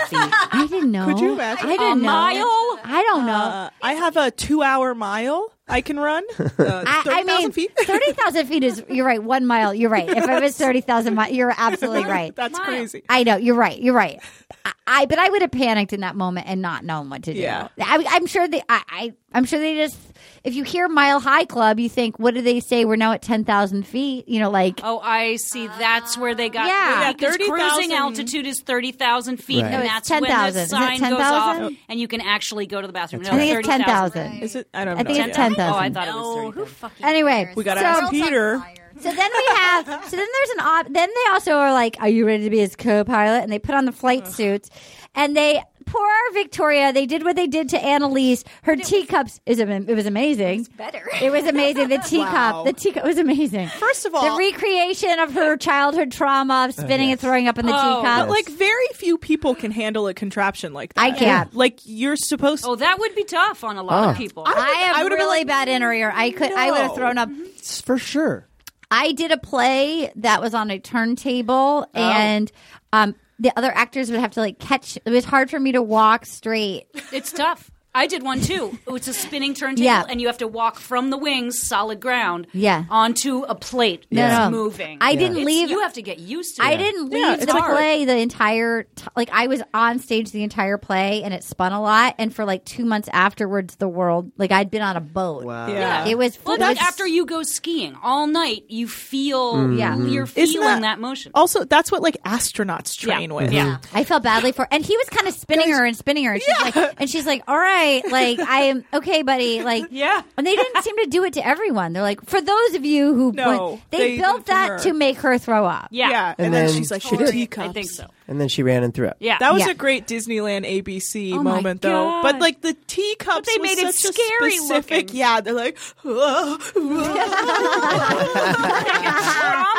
feet. I didn't know. you imagine? I didn't A know. mile? I don't know. Uh, I have a two-hour mile I can run. Uh, I, I thirty mean, thousand feet. thirty thousand feet is. You're right. One mile. You're right. If it was thirty thousand miles, you're absolutely right. That's crazy. I know. You're right. You're right. I, I but I would have panicked in that moment and not known what to do. Yeah. I, I'm sure they. I, I. I'm sure they just. If you hear Mile High Club, you think, "What do they say? We're now at ten thousand feet." You know, like Oh, I see. That's where they got. Yeah. Yeah, because 30,000. cruising altitude is thirty thousand feet, Right. No, and it's that's 10,000. when Isn't the it sign goes 10,000? off, and you can actually go to the bathroom. No, I think it's ten 30,000. thousand. Is it? I don't. I have no think it's idea. 10,000. Oh, I thought it was No, thirty. who fucking Anyway, cares? we gotta The ask world's on Peter. fire. So then we have. So then there's an op. Then they also are like, "Are you ready to be his co-pilot?" And they put on the flight suits, and they poor Victoria. They did what they did to Annalise. Her teacups is am- it was amazing. better. It was amazing. The teacup. Wow. The teacup was amazing. First of all, the recreation of her childhood trauma of spinning and throwing up in the teacup. But Oh. Uh, like very few people can handle a contraption like that. I can't. Like you're supposed Oh, that would be tough on a lot of people. Oh. I have I would've been really like, bad inner ear. I could. I would have no. thrown up. It's for sure. I did a play that was on a turntable, and um, the other actors would have to like catch. It was hard for me to walk straight. It's tough. I did one too. It's a spinning turntable, Yeah. and you have to walk from the wings, solid ground, Yeah. onto a plate that's no. moving. I didn't It's- leave. You have to get used to. I it. didn't leave Yeah, it's the hard. play the entire t- like I was on stage the entire play and it spun a lot and for like 2 months afterwards the world like I'd been on a boat. Wow. Yeah. It was Well, it was- that's after you go skiing all night, you feel Yeah. you're Isn't feeling that- Oh, that, motion. Also, that's what like astronauts train Yeah. with. Yeah. I felt badly for and he was kind of spinning her and spinning her and she's like and she's like all right like I am okay buddy like Yeah. and they didn't seem to do it to everyone they're like for those of you who No, went- they, they did it built to that her. to make her throw up yeah. Yeah. And, And then, then she's like, she she did. teacups. I think so. And then she ran and threw it. Yeah. Oh That was Yeah. a great Disneyland ABC my moment, though. God. But like the teacups, But they was made it such a scary specific. looking. Yeah, they're like, "Whoa, whoa."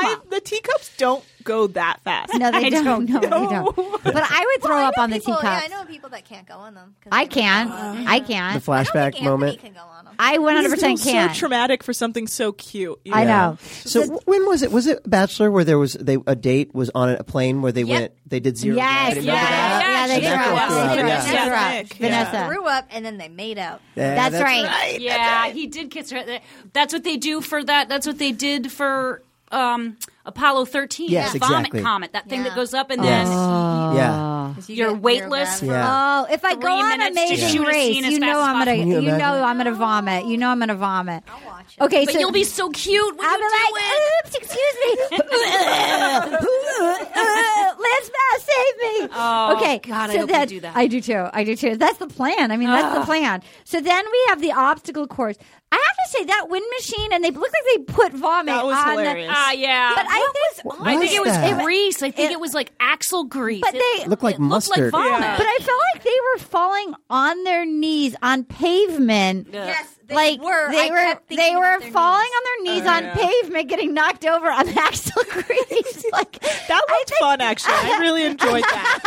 I- the teacups don't go that fast. No, they I don't. don't no, they know. don't. But I would throw I up know on the people- teacup. Yeah, I know people that can't go on them. 'cause I they go can't. on them. I The can't. I don't flashback think Anthony moment. can go on them. I These 100% things are can't. So traumatic for something so cute. I know. So w- when was it? Was it Bachelor where there was they a date was on a plane where they went they did zero. Yes, gravity? yes, Remember that? yeah, they She threw threw up. up. They threw up. Yeah. She threw up. Nick, Vanessa. Threw up and then they made out. Yeah, That's, right. Yeah, he did kiss her. That's what they do for that. That's what they did for um, Apollo 13. Yes, the vomit exactly. Oh. comet, that thing Yeah. that goes up and Yes. then Yeah. 'Cause you You're get- you're weightless grabbing- for Yeah. Oh, if I Three go on minutes to shoot Amazing a Race, scene as you fast know as I'm gonna, possible. Can you you know imagine? I'm gonna vomit. You know I'm gonna vomit. I'll watch it. Okay, But so you'll be so cute when I'll you do it. be like, oops, excuse me. Lance Bass, save me. Oh, okay. God, I so hope you then, do that. I do too. I do too. That's the plan. I mean, that's the plan. So then we have the obstacle course. I have to say that wind machine, and they look like they put vomit That was on. hilarious. Ah, yeah. But I think, I What think it was that? grease. I think it, was like axle grease. But It they- Looked like it mustard. Looked like vomit. Yeah. but I felt like they were falling on their knees on pavement. Yes, they like were. they I were kept thinking they were about their falling knees. Oh, on their knees on pavement, getting knocked over on the axle grease. like That I looked think- fun, actually. I really enjoyed that.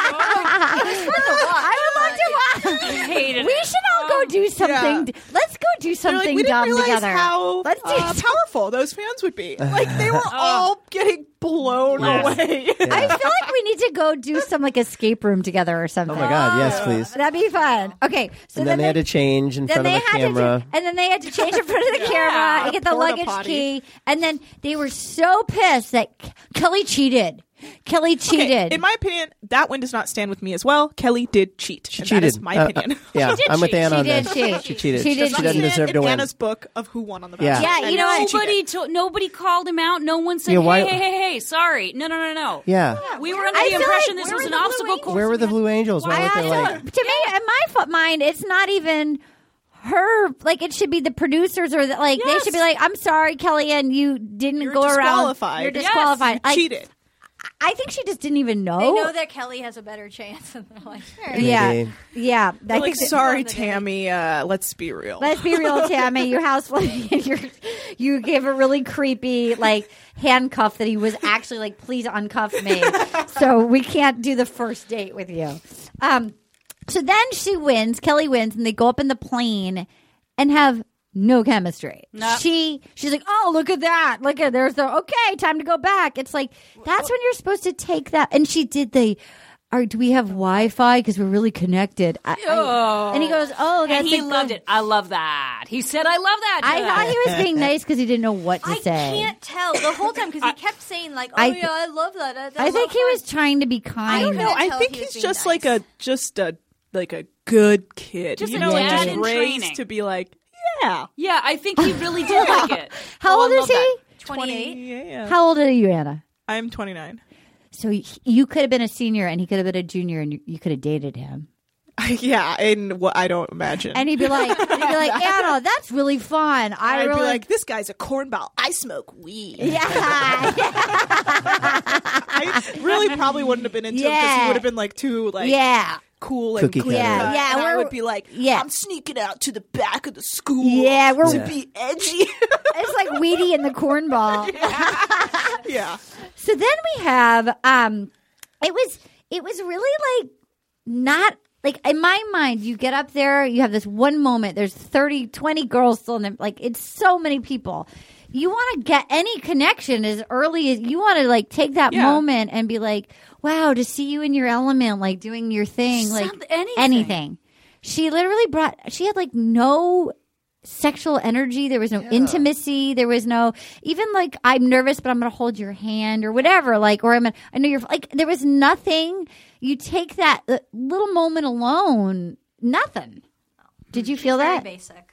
I would love to watch. I hated it. We should all go do something. d Let's go do They're like, something we didn't dumb realize together. how Let's do Oh. uh, something- powerful those fans would be. Like they were all getting blown away. I feel like we need to go do some like escape room together or something. Oh my God! Yes, please. That'd be fun. Okay, so And then they had to change in then front they of the had camera. to, do- and then they had to change in front of the camera and get the porta luggage potty. key, and then they were so pissed that K- Kelly cheated. Kelly Okay, cheated. In my opinion, that one does not stand with me as well. Kelly did cheat. and That is my Uh, uh, opinion. yeah, did I'm with cheat. Anna She on did that. cheat. She cheated. She did She doesn't cheat. deserve in to win. Anna's book of who won on the Yeah. Bachelor. yeah, you know what? Nobody, to, nobody called him out. No one said, Yeah, why- hey, hey, hey, hey, sorry. No, no, no, no. Yeah. We were under I the feel impression like this we're was in an the obstacle blue course. Where were the Blue Angels? Why I weren't they also- like? to me, in my fo- mind, it's not even her. Like it should be the producers or the, like they Yes. should be like, "I'm sorry, Kellyanne, you didn't You're go around. disqualified. You're Yes, disqualified. Like, cheated. I think she just didn't even know. They know that Kelly has a better chance, and they're like, "All right." yeah, Maybe. yeah. I like, think that- sorry, Tammy. Uh, let's be real. Let's be real, Tammy. Your house flipping. and Your, you gave a really creepy like handcuff that he was actually like, please uncuff me. so we can't do the first date with you. Um, so then she wins. Kelly wins, and they go up in the plane and have no chemistry. She she's like, oh look at that, look at there's the okay time to go back. It's like that's oh. when you're supposed to take that. And she did the. Are, do we have Wi-Fi? Because we're really connected. I- I- and he goes, "Oh, that's And he a loved good- it. I love that. He said, I love that. I Jeff." thought he was being nice because he didn't know what to I say. can't tell the whole time because he kept saying like, "Oh I- yeah, I love that." I, I think he was trying to be I kind. don't no, know. I tell think he was he's being just nice. like a just a like a good kid. Just you a know, like dad just in raised training. to be like, yeah, Yeah, I think he really did like it. How Oh, I old love is he? that. twenty-eight. yeah. How old are you, Anna? I'm 29. So y- you could have been a senior, and he could have been a junior, and you, you could have dated him. yeah, and what I don't imagine. And he'd be like, he'd be like, Anna, that's really fun. I I'd really be like, this guy's a cornball. I smoke weed. yeah, yeah, I really probably wouldn't have been into him because Yeah. he would have been like too like yeah. cool Cookie and clean cutter. cut. Yeah, and I we're- would be like, yeah. I'm sneaking out to the back of the school. Yeah, we're- to Yeah. be edgy. It's like Weedy and the cornball. yeah, So then we have um it was it was really like not like in my mind you get up there you have this one moment there's 30 20 girls still in the like it's so many people you want to get any connection as early as you want to like take that Yeah. moment and be like wow to see you in your element like doing your thing Something- like anything. anything she literally brought she had like no sexual energy. There was no intimacy. There was no even like I'm nervous, but I'm going to hold your hand or whatever. Like or I'm gonna, I know you're like there was nothing. You take that uh, little moment alone, nothing. Did you feel Very that? basic.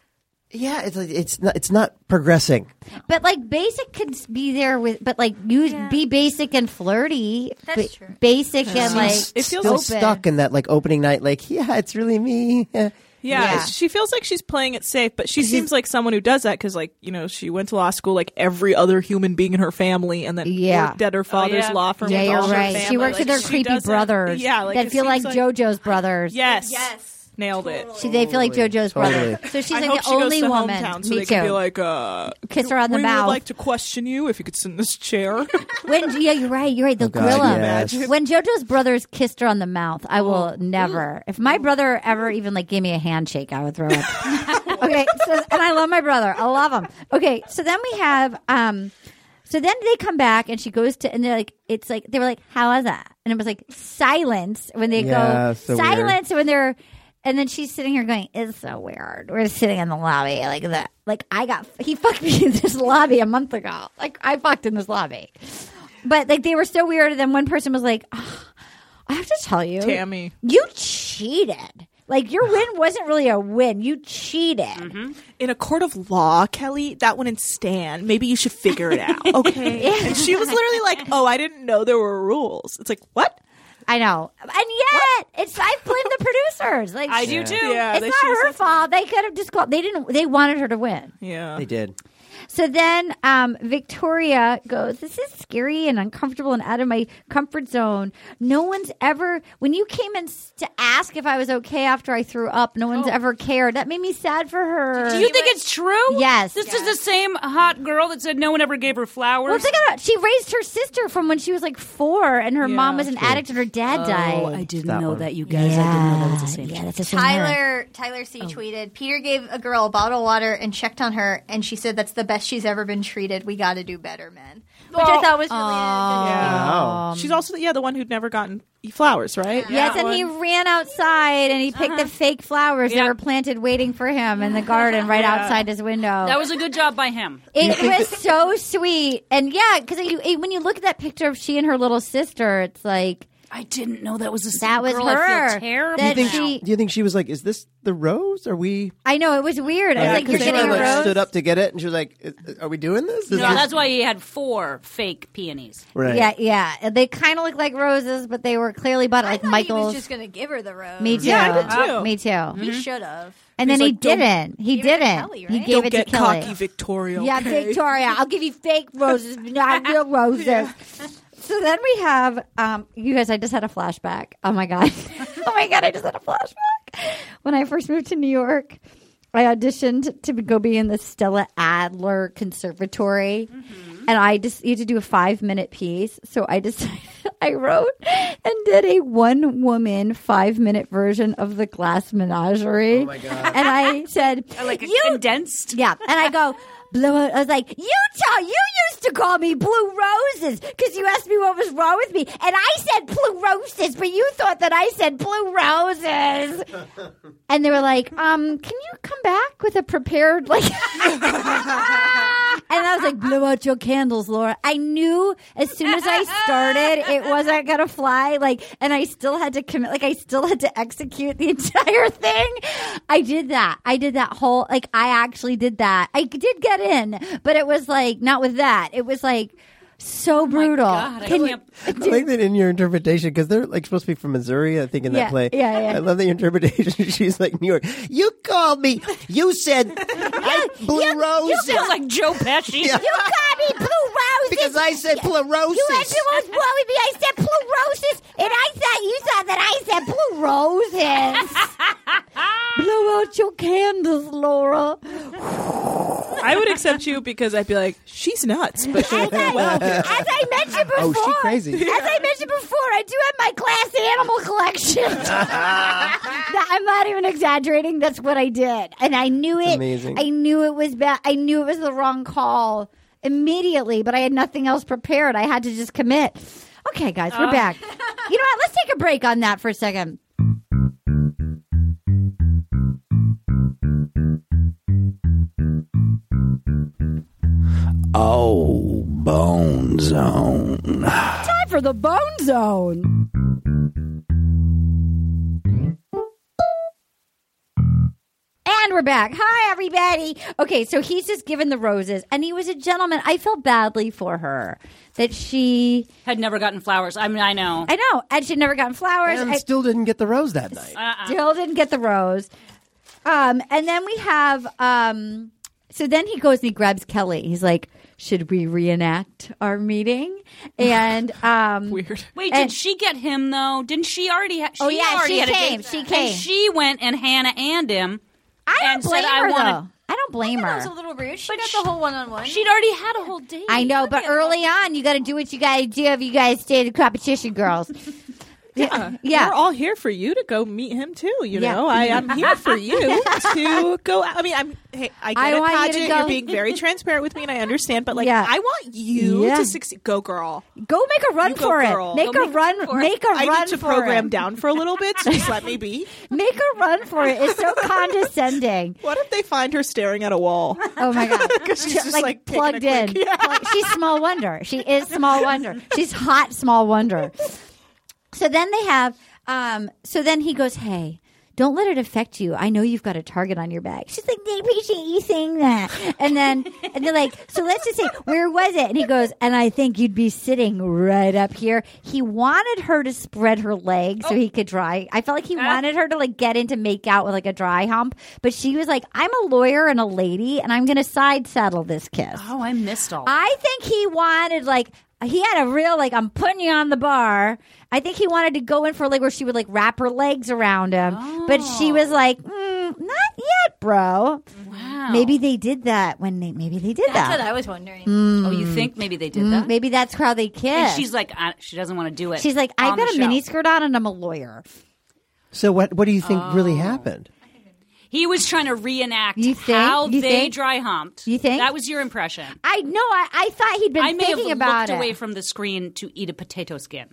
Yeah, it's like, it's not it's not progressing. But like basic could s- be there with, but like you be basic and flirty. That's Ba- true. Basic and like It feels Still open. stuck in that like opening night. Like yeah, it's really me. Yeah. Yeah, Yeah. she feels like she's playing it safe, but she seems like someone who does that because, like, you know, she went to law school like every other human being in her family, and then Yeah. worked at her father's yeah. law firm. Yeah, with you're all her right. She family. works Like, with her she creepy doesn't- brothers. Yeah, like that it feel seems like, JoJo's brothers. Yes, Yes. Nailed it. She, they feel like JoJo's brother. Totally. So she's I like hope the she goes only to woman. Hometown so Me they too. Can be like, uh, Kiss her on the we mouth. would like to question you if you could sit in this chair. When yeah, you're right. You're right. The Oh, God, gorilla. yes. When JoJo's brothers kissed her on the mouth, I will never. If my brother ever even like gave me a handshake, I would throw up. okay, so, and I love my brother. I love him. Okay, so then we have. um So then they come back and she goes to and they're like, it's like they were like, how was that? And it was like silence when they go Yeah, so weird. silence when they're. And then she's sitting here going, "It's so weird. We're sitting in the lobby like that. Like I got he fucked me in this lobby a month ago. Like I fucked in this lobby." But like they were so weird. And then one person was like, "Ah, "I have to tell you, Tammy. you cheated. Like your win wasn't really a win. You cheated." Mm-hmm. in a court of law, Kelly, that wouldn't stand. Maybe you should figure it out. Okay. And she was literally like, Oh, I didn't know there were rules. It's like, what? I know, and yet it's I blame the producers. Like I do too. Yeah. It's they not should've her said- fault. They could have just called. They didn't. They wanted her to win. Yeah. They did. So then um, Victoria goes, This is scary and uncomfortable and out of my comfort zone. No one's ever, when you came in s- to ask if I was okay after I threw up, no one's ever cared. That made me sad for her. Do Oh. you think it's true? Yes. This is the same hot girl that said no one ever gave her flowers. well, think about it. She raised her sister from when she was like four, and her Yeah, mom was an addict, and her dad died. Oh, I didn't That know one. that, you guys. I didn't know that was the same. yeah, that's the same era. Tyler Tyler Oh. C tweeted, Peter gave a girl a bottle of water and checked on her, and she said that's the best she's ever been treated. We got to do better, men. Which I thought was really Yeah. Um, Wow. She's also, yeah, the one who'd never gotten flowers, right? Yes, and he ran outside and he picked the fake flowers Uh-huh. Yeah. that were planted waiting for him in the garden right outside his window. that was a good job by him. It was so sweet, and yeah, because when you look at that picture of she and her little sister, it's like I didn't know that was the same that was girl. her. I feel terrible. That Do you, think she- she, do you think she was like, "Is this the rose? Are we?" I know it was weird. I was like, 'cause "You're she getting a might have, like, rose." stood up to get it, and she was like, "Is- "Are we doing this?" Is no, this- that's why he had four fake peonies. right. Yeah, yeah. And They kind of look like roses, but they were clearly but I like thought he Michael's. was just going to give her the rose. me too. Yeah, I did too. Mm. Me too. He should have. And then He's he like, don't- didn't. He Gave it to didn't. Kelly, He right? gave Don't it get to Kelly. cocky, Victoria. Yeah, okay? Victoria. I'll give you fake roses, but not real roses. So then we have, um, you guys. I just had a flashback. Oh my god. oh my god. I just had a flashback. When I first moved to New York, I auditioned to go be in the Stella Adler Conservatory, and I just you had to do a five minute piece. So I decided I wrote and did a one woman five minute version of the Glass Menagerie. Oh my god! And I said, Like a you condensed. yeah. And I go, Blue, I was like, Utah, you used to call me Blue Roses because you asked me what was wrong with me. And I said Blue Roses, but you thought that I said Blue Roses. and they were like, um, can you come back with a prepared, like. and I was like, blow out your candles, Laura. I knew as soon as I started, it wasn't going to fly. Like, and I still had to commit, like, I still had to execute the entire thing. I did that. I did that whole, like, I actually did that. I did get in, but it was like, not with that. It was like, so brutal. Oh God, I Can- can't- I like that in your interpretation because they're like supposed to be from Missouri, I think, in Yeah, that play. yeah, yeah. I love the interpretation. She's like New York. You called me. You said I blue roses Sounds like Joe Pesci. you got me blue roses. because I said pleurosis. You had to was wrong with me. I said blue roses, and I thought you thought that I said blue roses. Blow out your candles, Laura. I would accept you because I'd be like, she's nuts, but she'll As I, as I mentioned before, Oh, she crazy. As I mentioned before, I do have my class animal collection. That- I'm not even exaggerating. That's what I did, and I knew it. amazing. I knew it was bad. I knew it was the wrong call immediately, but I had nothing else prepared. I had to just commit. Okay, guys, we're back. You know what? Let's take a break on that for a second. Oh, Bone Zone. Time for the Bone Zone. And we're back. Hi, everybody. Okay, so he's just given the roses, and he was a gentleman. I felt badly for her that she. Had never gotten flowers. I mean, I know. I know, and she'd never gotten flowers. and I- still didn't get the rose that night. Still didn't get the rose. Um, and then we have um, so then he goes and he grabs Kelly. He's like, should we reenact our meeting? And um, Weird. Wait, And- did she get him though? Didn't she already? Ha- she Oh, yeah, already she had a came. date. She And came. she went and Hannah and him. I don't and blame said, "I her wanna-" though. I don't blame That was a her. little rude. She got the whole one-on-one. She'd already had a whole date. I know, but early on, you got to do what you got to do if you guys stay the competition, girls. yeah, We're all here for you to go meet him too. You Yeah. know, I am here for you to go. out. I mean, I'm. Hey, I get I it, want you to pageant. go- are being very transparent with me, and I understand. But like, Yeah. I want you Yeah. to succeed. Go, girl. go make a run You go, for girl. it. Make Go a run. Make a I run need to for program it. down for a little bit. So just let me be. Make a run for it. It's so condescending. What if they find her staring at a wall? Oh my god! she's just, like, taking a plugged in. quick- Plug- she's small wonder. She is small wonder. She's hot small wonder. So then they have. Um, so then he goes, "Hey, don't let it affect you. I know you've got a target on your back." She's like, "They appreciate you saying that." And then and they're like, "So let's just say where was it?" And he goes, "And I think you'd be sitting right up here." He wanted her to spread her legs so he could dry. I felt like he wanted her to like get into make out with like a dry hump, but she was like, "I'm a lawyer and a lady, and I'm going to side saddle this kiss." Oh, I missed all. I think he wanted like he had a real like I'm putting you on the bar. I think he wanted to go in for a leg where she would like wrap her legs around him, but she was like, mm, "Not yet, bro." wow. Maybe they did that when they maybe they did That's what that. I was wondering. Oh, Mm. you think maybe they did that? Maybe that's how they And kissed. she's like, I, she doesn't want to do it. she's like, "I on the got a show. miniskirt on and I'm a lawyer." So what? What do you think Oh. really happened? He was trying to reenact You think? how You they think? dry humped. You think? that was your impression? I know. I, I thought he'd been I may have thinking looked about it. away from the screen to eat a potato skin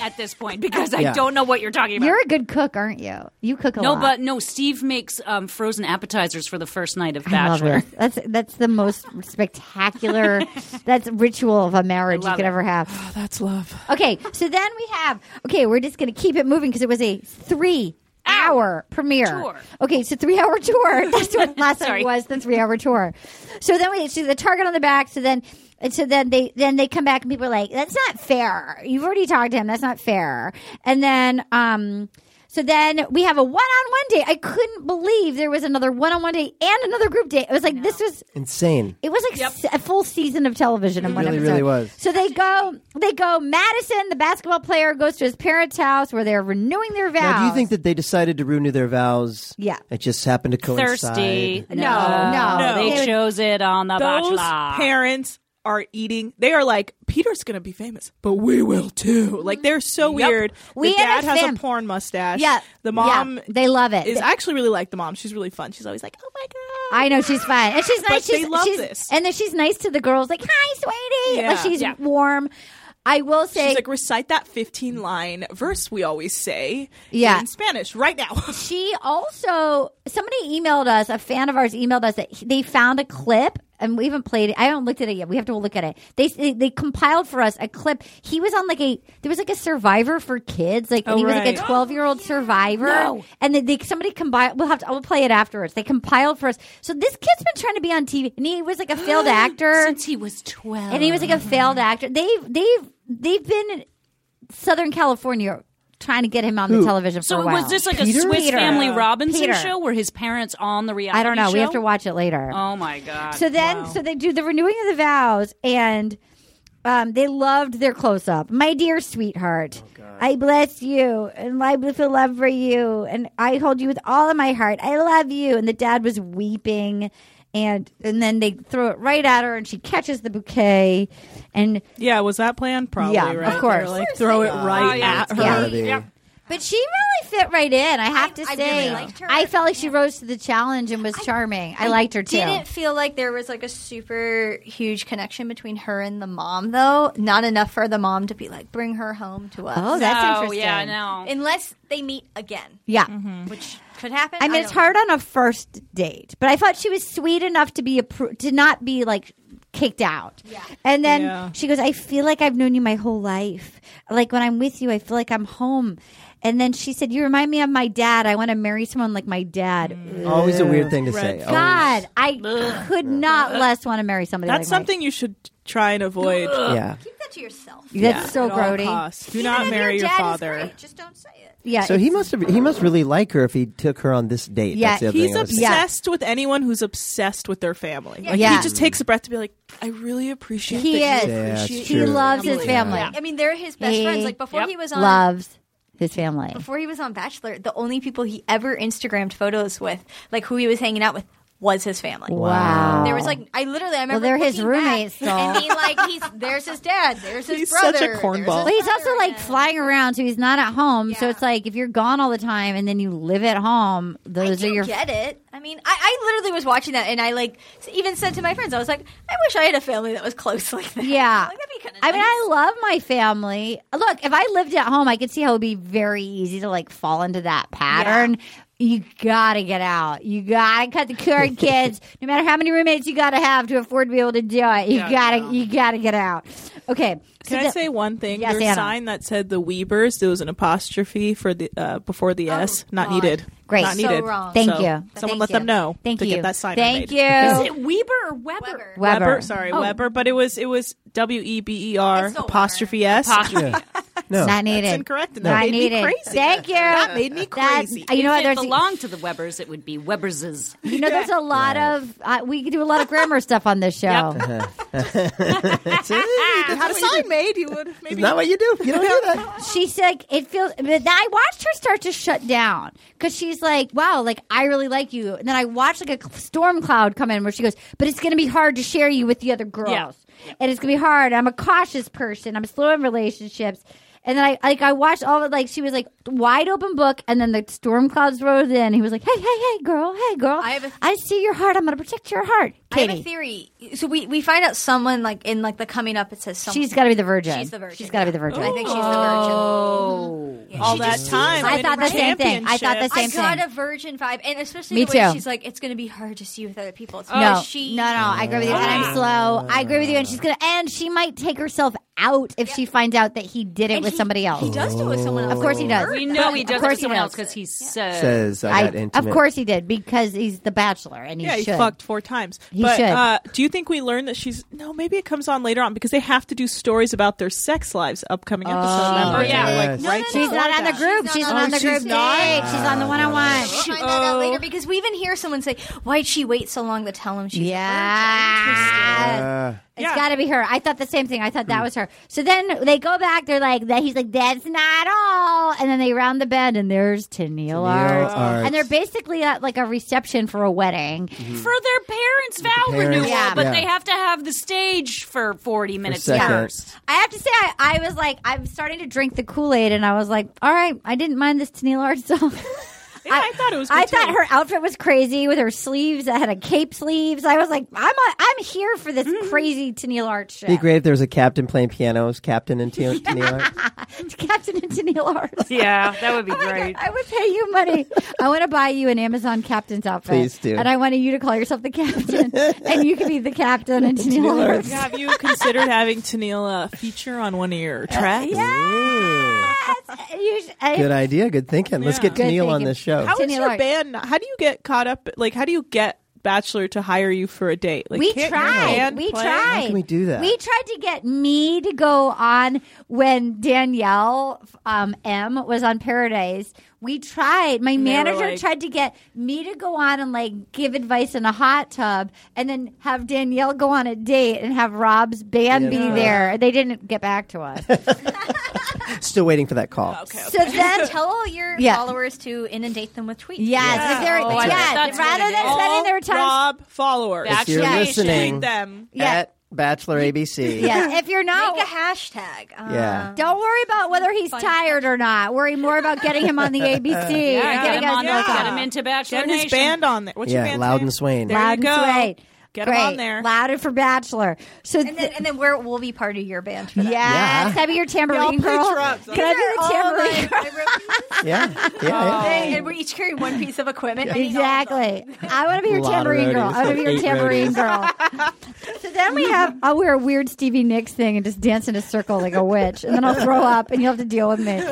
at this point because I don't know what you're talking about. You're a good cook, aren't you? You cook a no, lot. but no. Steve makes um, frozen appetizers for the first night of I love Bachelor. it. That's that's the most spectacular. that's ritual of a marriage you love could it. ever have. That's love. Okay, so then we have. Okay, we're just going to keep it moving because it was a three hour premiere. Tour. Okay, so three hour tour. That's what last night Sorry. was the three hour tour. So then we see the target on the back. So then. And so then they then they come back and people are like, "That's not fair. You've already talked to him. That's not fair." And then um, so then we have a one on one day. I couldn't believe there was another one on one day and another group day. It was like this was Insane. it was like s- a full season of television in one really, episode. really was. So they go, they go. Madison, the basketball player, goes to his parents' house where they're renewing their vows. Now, do you think that they decided to renew their vows? Yeah. It just happened to coincide. Thirsty. No, no, no. They would- chose it on the Those Bachelor. parents are eating. They are like, Peter's gonna be famous, but we will too. Like they're so weird. Mm-hmm. We the had dad a has fam- a porn mustache. Yeah, the mom yeah, they love it. is I actually really like the mom. She's really fun. She's always like, oh my god. I know she's fun, and she's nice. they she's, love she's- this. and then she's nice to the girls. Like, hi, sweetie. Yeah. Like she's Yeah. warm. I will say, She's like, recite that 15 line verse we always say Yeah. in Spanish right now. she also somebody emailed us a fan of ours emailed us that they found a clip and we haven't played it i haven't looked at it yet we have to look at it they they, they compiled for us a clip he was on like a there was like a survivor for kids like and Oh, he was like a right. 12 year old survivor and then they somebody compiled we'll have to i'll play it afterwards they compiled for us so this kid's been trying to be on tv and he was like a failed actor Since he was twelve, and he was like a failed actor they've they've they've been in southern california trying to get him on the television for So a while was this like Oh, Peter? a Swiss Peter. Family Robinson Peter. show? Were his parents on the reality? I don't know. We have show? to watch it later. Oh my god! so then, so they do the renewing of the vows, and um, they loved their close up. My dear sweetheart, I bless you, and I feel love for you, and I hold you with all of my heart. I love you. And the dad was weeping. And and then they throw it right at her, and she catches the bouquet, and yeah, was that planned? Probably, Yeah, of right? They course. were like, throw it right at her. Yeah. Gotta be. Yep. but she really fit right in. I have I- to I say, really liked her. I felt like she rose to the challenge and was charming. I, liked her too. Didn't feel like there was like a super huge connection between her and the mom, though. Not enough for the mom to be like, bring her home to us. oh, that's oh interesting. yeah, I know. Unless they meet again, Yeah. which could happen. Hmm. I mean, Mm-hmm. don't it's know. hard on a first date, but I thought she was sweet enough to be appro- to not be like kicked out. Yeah. And then Yeah. she goes, "I feel like I've known you my whole life. Like when I'm with you, I feel like I'm home." And then she said, "You remind me of my dad. I want to marry someone like my dad." Mm. Oh, Always a weird thing to Red say. flag. God, I could not less want to marry somebody. That's like my- something you should try and avoid. Always. Yeah. Keep that to yourself. That's so At all grody. costs. Do Even not if marry your dad is father. great, just don't say it. Yeah. So he must have, he must really like her if he took her on this date. Yeah, That's the other He's thing I was Yeah. obsessed with anyone who's obsessed with their family. Like Yeah. he just takes a breath to be like, I really appreciate He that is. you Yeah, appreciate it's he true. loves his family. I mean, they're his best He friends. Like before he was on Loves his family. before he was on Bachelor, the only people he ever Instagrammed photos with, like who he was hanging out with, was his family. Wow. There was like I literally I remember Oh. they're his looking back roommates, doll. and being like he's there's his dad, there's his He's such brother, a there's his cornball. Well, he's brother, also like and- flying around, so he's not at home. So Yeah. it's like if you're gone all the time and then you live at home, I those do are your. get it. I mean, I, I literally was watching that, and I like s- even said to my friends, I was like, I wish I had a family that was close like that. Yeah. like, that'd be kind of. I mean, I love my family. Look, if I lived at home, I could see how it would be very easy to like fall into that pattern. You gotta get out. You gotta cut the cord, kids. No matter how many roommates you gotta have to afford to be able to do it, you gotta you gotta get out. Okay. so Can I the- say one thing? Yes, There's Anna. a sign that said the Weavers. There was an apostrophe for the uh, before the S. Not needed. Oh, Great. Not So needed. wrong. Thank So you. Someone Thank let you. them know. Thank to you. Get that sign Thank remade. Is you. it Weber or Weber? Weber. Weber. Oh. Weber. Sorry, Weber. But it was it was W E B E R It's still apostrophe S. No. Not needed. That's incorrect. And Not that made me needed. crazy. Thank you. That made me crazy. you know what? if it There's belonged to the Webbers, it would be Webbers'. You know, there's a lot of uh, we could do a lot of grammar stuff on this show. If you had a sign made, you would maybe. It's not what you do. You don't do that. She's like, it feels. But then I watched her start to shut down because she's like, "Wow, like I really like you." And then I watched like a cl- storm cloud come in where she goes, "But it's going to be hard to share you with the other girls, and it's going to be hard. I'm a cautious person. I'm slow in relationships." And then I like I watched all of like she was like wide open book, and then the storm clouds rose in. He was like, "Hey, hey, hey, girl, hey, girl, I have a- I see your heart. I'm going to protect your heart, I Katie." have a theory. So we we find out someone like in like the coming up. It says someone. She's got to be the virgin. She's the virgin, She's got to be the yeah. virgin. I think she's the Oh. virgin. all that time. I thought the same thing. I thought the Championships. same I got thing. a virgin vibe, and especially Me the way too. she's like, it's going to be hard to see you with other people. It's No, because Oh, she, no, no. I agree with you. And I'm slow. I agree with you. And she's gonna, and she might take herself out if she finds out that he did it and with he- somebody else. He does do it with someone else. Of course he does. We know he does course he it to someone does. else because he's so. Says I, got I, intimate. of course he did because he's the bachelor and he Yeah, he should. fucked four times. He but should. Uh, do you think we learned that she's no? Maybe it comes on later on because they have to do stories about their sex lives upcoming episode. Remember? Oh, yeah. Yes. Like, No, no, right no. She's not on the group. She's She's not not on the on- Oh, group she's not? date. She's on the one on We'll one. find that Oh. out later because we even hear someone say, "Why'd she wait so long to tell him?" She's a virgin?" Yeah. Uh, It's Yeah. got to be her. I thought the same thing. I thought that was her. So then they go back. They're like, that. He's like, that's not all. And then they round the bend, and there's Tennille Arts. Arts. Mm-hmm. and they're basically at like a reception for a wedding. For their parents' vow parents, renewal, Yeah. but yeah. they have to have the stage for 40 minutes second. first. I have to say, I, I was like, I'm starting to drink the Kool Aid, and I was like, all right, I didn't mind this Tennille Arts song. Yeah, I, thought it was. Good I too. thought her outfit was crazy with her sleeves that had a cape sleeves. I was like, I'm a, I'm here for this Mm-hmm. crazy Tennille Arts shit. Be great if there was a captain playing piano. It was Captain and Tennille. Tennille. Captain and Tennille Arts. Yeah, that would be great. I would pay you money. I want to buy you an Amazon captain's outfit. Please do. And I want you to call yourself the captain, and you can be the captain and Janelle. Hurst. Have you considered having Tennille uh, feature on one of your tracks? Yes! You sh- I- Good idea. Good thinking. Let's get Good Tennille on thinking. this show. How is Tennille your Arts. band? not- How do you get caught up? Like, how do you get Bachelor to hire you for a date? Like, we can't your tried. band We play? tried. can we do that? We tried to get me to go on when Danielle um, M was on Paradise. We tried. My they were manager like- tried to get me to go on and like give advice in a hot tub, and then have Danielle go on a date and have Rob's band be there. They didn't get back to us. Still waiting for that call. So then, Just Tell your Yeah. followers to inundate them with tweets. yes, if they're, Oh, I think yes, that's rather what it than is. spending their time. Rob followers. If you're Yes. listening them. Yeah. at Bachelor ABC, yeah, if you're not, Make a hashtag. um, Uh, Yeah. don't worry about whether he's tired or not. Worry more about getting him on the ABC. Yeah, and get getting him us on both there. Yeah. Get him into Bachelor Get Nation. his band on there. What's your yeah, band's Loud name? and Swain. There Loud you and go. Swain. Get 'em Great. on there. Loud and for Bachelor. So And then, th- and then we're, we'll be part of your band for that. yes, can I be your tambourine Y'all girl? picture up. Can I be the tambourine? girl? Yeah, yeah, yeah. and we're each carrying one piece of equipment. I mean, all of them. Exactly. I want to be your Lot of tambourine girl. roadies. I want to be your Eight tambourine girl. So then we have I'll wear a weird Stevie Nicks thing and just dance in a circle like a witch, and then I'll throw up, and you'll have to deal with me.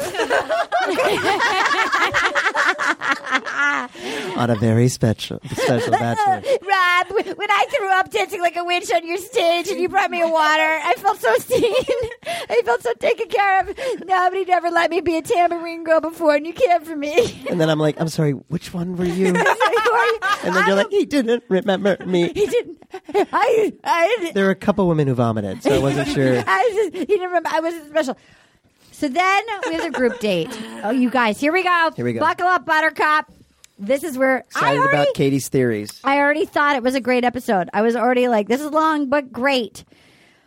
Oh. on a very special special bachelor. Rob, w- when I threw up dancing like a witch on your stage and you brought me a water, I felt so seen. I felt so taken care of. Nobody never let me be a tambourine girl before, and you cared for me. And then I'm like, I'm sorry, which one were you? I And then you're like, he didn't remember me. didn't. I, I, There were a couple women who vomited, so I wasn't sure. I was just, he didn't remember. I wasn't special. So then we have a group date. Oh, you guys, here we go. Here we go. Buckle up, Buttercup. This is where I Excited already, about Katie's theories. I already thought it was a great episode. I was already like, this is long, but great.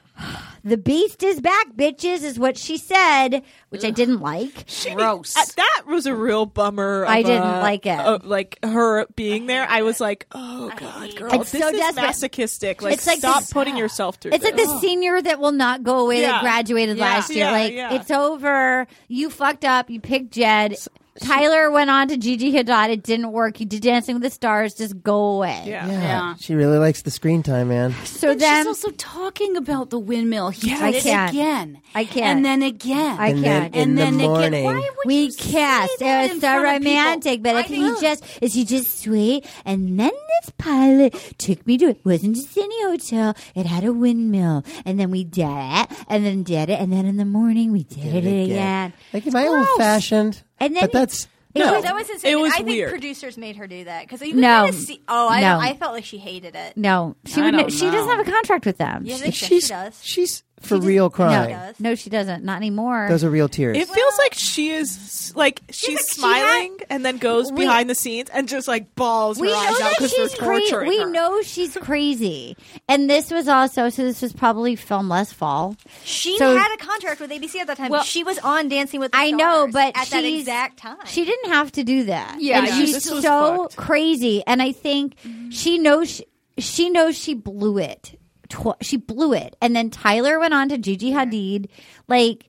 The beast is back, bitches, is what she said, which I didn't like. Gross. Uh, that was a real bummer. Of, I didn't uh, like it. Of, like her being there, I was like, "Oh God, girl, It's this so is desperate. masochistic. Like, It's like stop this- putting yourself through." It's like this. the senior that will not go away that Yeah. graduated Yeah. last year. Yeah, like yeah. it's over. You fucked up. You picked Jed. Tyler went on to Gigi Hadid. It didn't work. You did Dancing with the Stars. Just go away. Yeah. Yeah. She really likes the screen time, man. So And then she's also talking about the windmill. He I did it can't. again. I can't. And then again. I And then can't. in and the then morning, again. Why would we you say cast. that It's in so front of people? romantic, but I if he know. just is he just sweet? And then this pilot took me to it wasn't just any hotel. It had a windmill, and then we did it, and then did it, and then in the morning we did, it again. Like, am I old fashioned? And then but that's it no. was- That was his. It was I think weird. producers made her do that because you could No. kinda see. Oh, I, No. I felt like she hated it. No, she I would. don't She know. doesn't have a contract with them. Yeah, She- they- she she's does. she's for real crying. no, no, she doesn't. Not anymore. Those are real tears. It feels like she is like she's like, she smiling and then goes behind the scenes and just like balls we her know eyes out that because they're she's crazy. torturing We her. know she's crazy, and this was also so. This was probably filmed last fall. She So- had a contract with ABC at that time. Well- she was on Dancing with the I know, Stars but at that she's- exact time, She didn't have to do that. Yeah, and yeah, she's this was so fucked. crazy, and I think she knows. She, she knows she blew it. Tw- she blew it, and then Tyler went on to Gigi Hadid. Like,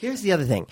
Here's the other thing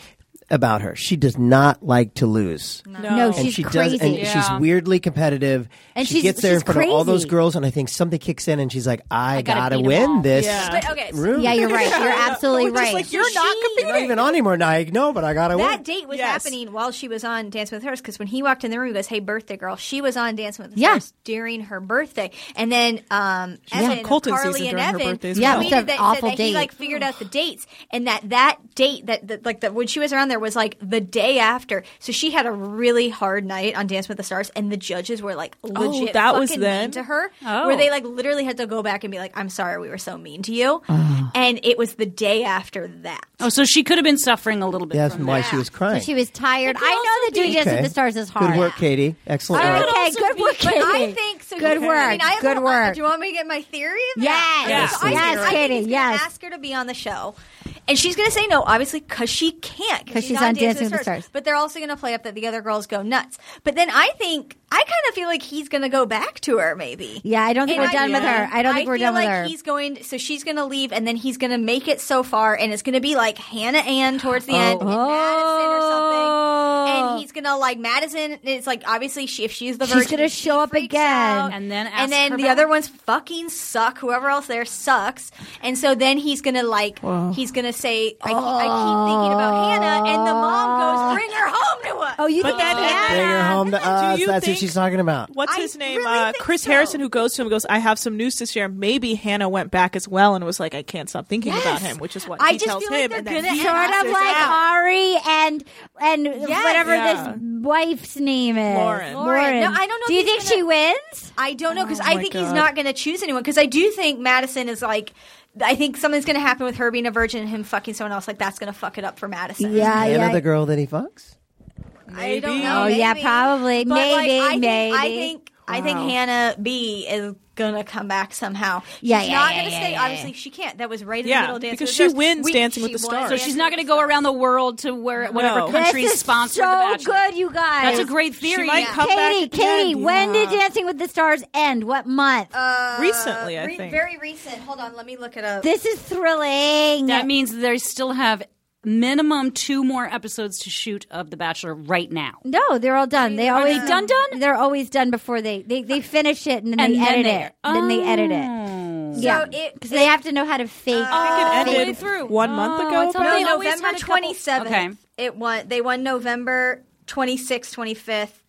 about her: she does not like to lose. no, and she's she crazy. does, and she's weirdly competitive. And she she's- gets there in she's front of all those crazy. girls, and I think something kicks in, and she's like, "I, gotta gotta, beat 'em all. win this." Yeah. But okay, so Room. yeah, you're right. You're absolutely We're just right. like you're not You're not competing. even on anymore. Now I know, but I gotta that win. date was Yes. happening while she was on Dancing with the Stars because when he walked in the room, he goes, "Hey, birthday girl." She was on Dancing with the Yeah. Stars during her birthday, and then um, Evan, on Colton Carly, season and during her Evan, birthday as Yeah, well. tweeted it's an that, said awful that date. he like figured out the dates, and that that date that, that like that when she was around there was like the day after. So she had a really hard night on Dancing with the Stars, and the judges were like legit Oh, that was fucking then? mean to her, Oh. where they like literally had to go back and be like, "I'm sorry, we were so mean to you," and it was the day after that. Oh, so she could have been suffering a little bit. That's from why that. she was crying. she was tired. I could also know that doing be- Dancing Okay. with the Stars is hard. Good work, Katie. Excellent All right, work. okay, also good be- work, But Katie. I think so. Good work. I mean, I have good a, work. Do you want me to get my theory? Of that? Yes. Yes, So I think- yes, I think Katie, he's gonna yes. Ask her to be on the show, and she's going to say no, obviously, because she can't. 'Cause she's on Dancing with the Stars. But they're also going to play up that the other girls go nuts. But then I think I kind of feel like he's going to go back to her, maybe. Yeah, I don't think And we're done with her. I don't think we're feel done with like her. He's going, so she's going to leave, and then he's going to make it so far, and it's going to be like Hannah Ann towards the end, and Madison or something, and he's going to like Madison. It's like obviously, she if she's the Oh. She's virgin, gonna she show up freaks again. out, And then ask and then her the back. other ones fucking suck. Whoever else there sucks, and so then he's gonna like he's gonna say, I, keep- I keep thinking about Hannah, and the mom goes, bring her home to us. Oh, you But think that- Hannah- Bring her home to Do us. you That's who think- she's talking about. What's I his name? really uh, think Chris so. Harrison, who goes to him, and goes, "I have some news to share." Maybe Hannah went back as well and was like, "I can't stop thinking about him," which is what I he just tells feel like him. they're and then gonna he sort sort of passes like out. Ari and and whatever Yeah. this wife's name is. Lauren. Lauren. No, I don't know Do if you he's think she wins? I don't know because Oh I my think he's God. not going to choose anyone because I do think Madison is like. I think something's going to happen with her being a virgin and him fucking someone else. Like that's going to fuck it up for Madison. Yeah, Another yeah. girl that he fucks. I don't Maybe. know. Oh, yeah, maybe. probably. But, like, Maybe, I think, I maybe. think I think Hannah B is gonna come back somehow. She's Yeah, yeah, not yeah, gonna yeah, stay. yeah, obviously, she can't. That was right in Yeah, the middle of Dancing because with she the Stars. wins Dancing with the she won Stars. So Dancing she's with not going to go around the world to where whatever No. country this is sponsored the so Bachelor. good, you guys. That's a great theory. might yeah. come- back Katie, at the Katie, end. when did Yeah. Dancing with the Stars end? What month? Uh, recently, I Re- think. very recent. Hold on, let me look it up. this is thrilling. That means they still have minimum two more episodes to shoot of The Bachelor right now. no, they're all done. They always they done, done? They're always done before they they, they finish it and then And they then edit they- it. Then they edit it. Oh. Yeah, it- because they have to know how to fake. I think all it the ended way through. one month Oh, ago. it's but- all- no, they always November had a couple- twenty seventh. Okay. It won. They won November twenty sixth, twenty fifth.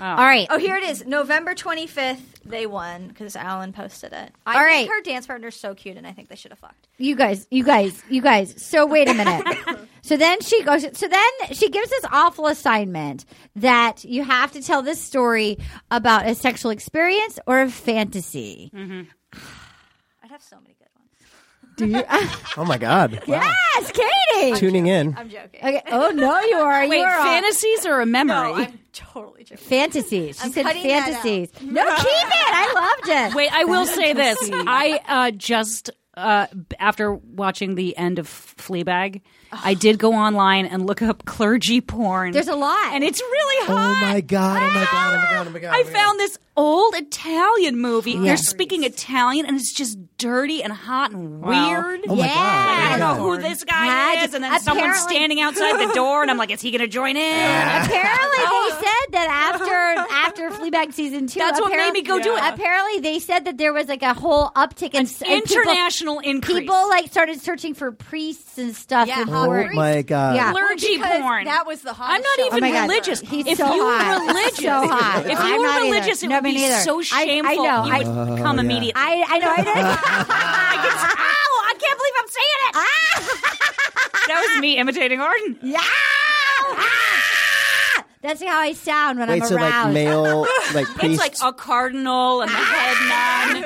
All right. Oh, here it is. November 25th, they won because Alan posted it. I All think right. her dance partner's so cute, and I think they should have fucked. You guys, you guys, you guys. So wait a minute. so then she goes. So then she gives this awful assignment that you have to tell this story about a sexual experience or a fantasy. Mm-hmm. I'd have so many good ones. Oh my God! Wow. Yes, Katie. Tuning in. I'm joking. Okay. Oh no, you are. Wait, you are all- fantasies or a memory? No, I'm totally joking. fantasies. She I'm said cutting that out. fantasies. No, keep it. I loved it. Wait, I will say this. I uh, just uh, b- after watching the end of Fleabag, I did go online and look up clergy porn. There's a lot. and it's really Oh hot. Ah! my God! Oh my God! Oh my God! Oh my God! I found this old Italian movie. They're speaking Italian, and it's just dirty and hot and weird. Oh my Yeah. God! I don't know Oh my God. who this guy Had- is, and then someone's apparently- standing outside the door, and I'm like, is he going to join in? apparently they said that after after Fleabag season two, That's what made me go do it. Apparently they said that there was like a whole uptick in s- in people- International increase. People like started searching for priests and stuff. Yeah, in Uh-huh. hot porn. Oh my God! Yeah. clergy Because porn. That was the hottest I'm not show Oh even ever. religious. Oh He's if so you were hot. religious, So hot. if I'm not you were either. religious, No, it would me be neither. I- so I shameful. know. You I- would Oh, come immediately. I, I know. I did. Ow! I can't believe I'm saying it. that was me imitating Arden. yeah. Ah! That's how I sound when Wait, I'm so like aroused. male, like It's priests. like oh. a cardinal and the head nun.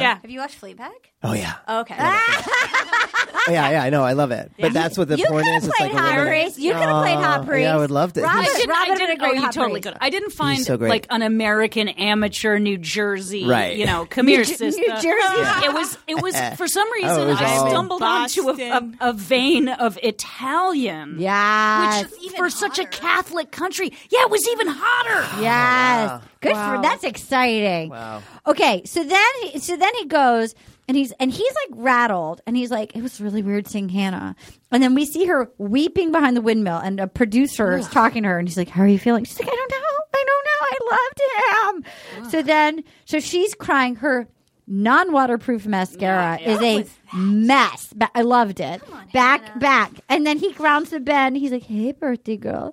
Yeah. Have you watched Fleabag? oh yeah. Oh, okay. Oh, yeah, yeah, I know. I love it. But that's what the you porn could have is. It's like played a hot woman- priest. You could have played Oh, hot priest. Yeah, I would love to. Robin, I didn't, I Robin would have didn't, oh, been a great you hot totally priest. could. I didn't find so great. like an American amateur New Jersey, Right. you know, come here, Jer- sister. New Jersey. Yeah. It was, it was, for some Oh, it reason, was I all- stumbled onto a, a, Boston. a vein of Italian. Yes. Which, for such a Catholic country, yeah, it was even hotter. Yes. Good for that's exciting. Wow. Okay, so then he, so then he goes and he's and he's like rattled and he's like it was really weird seeing Hannah. And then we see her weeping behind the windmill and a producer is talking to her and he's like how are you feeling? She's like I don't know. I don't know. I loved him. So then so she's crying her non-waterproof mascara is a mess but i loved it back back and then he grounds the bend he's like hey birthday girl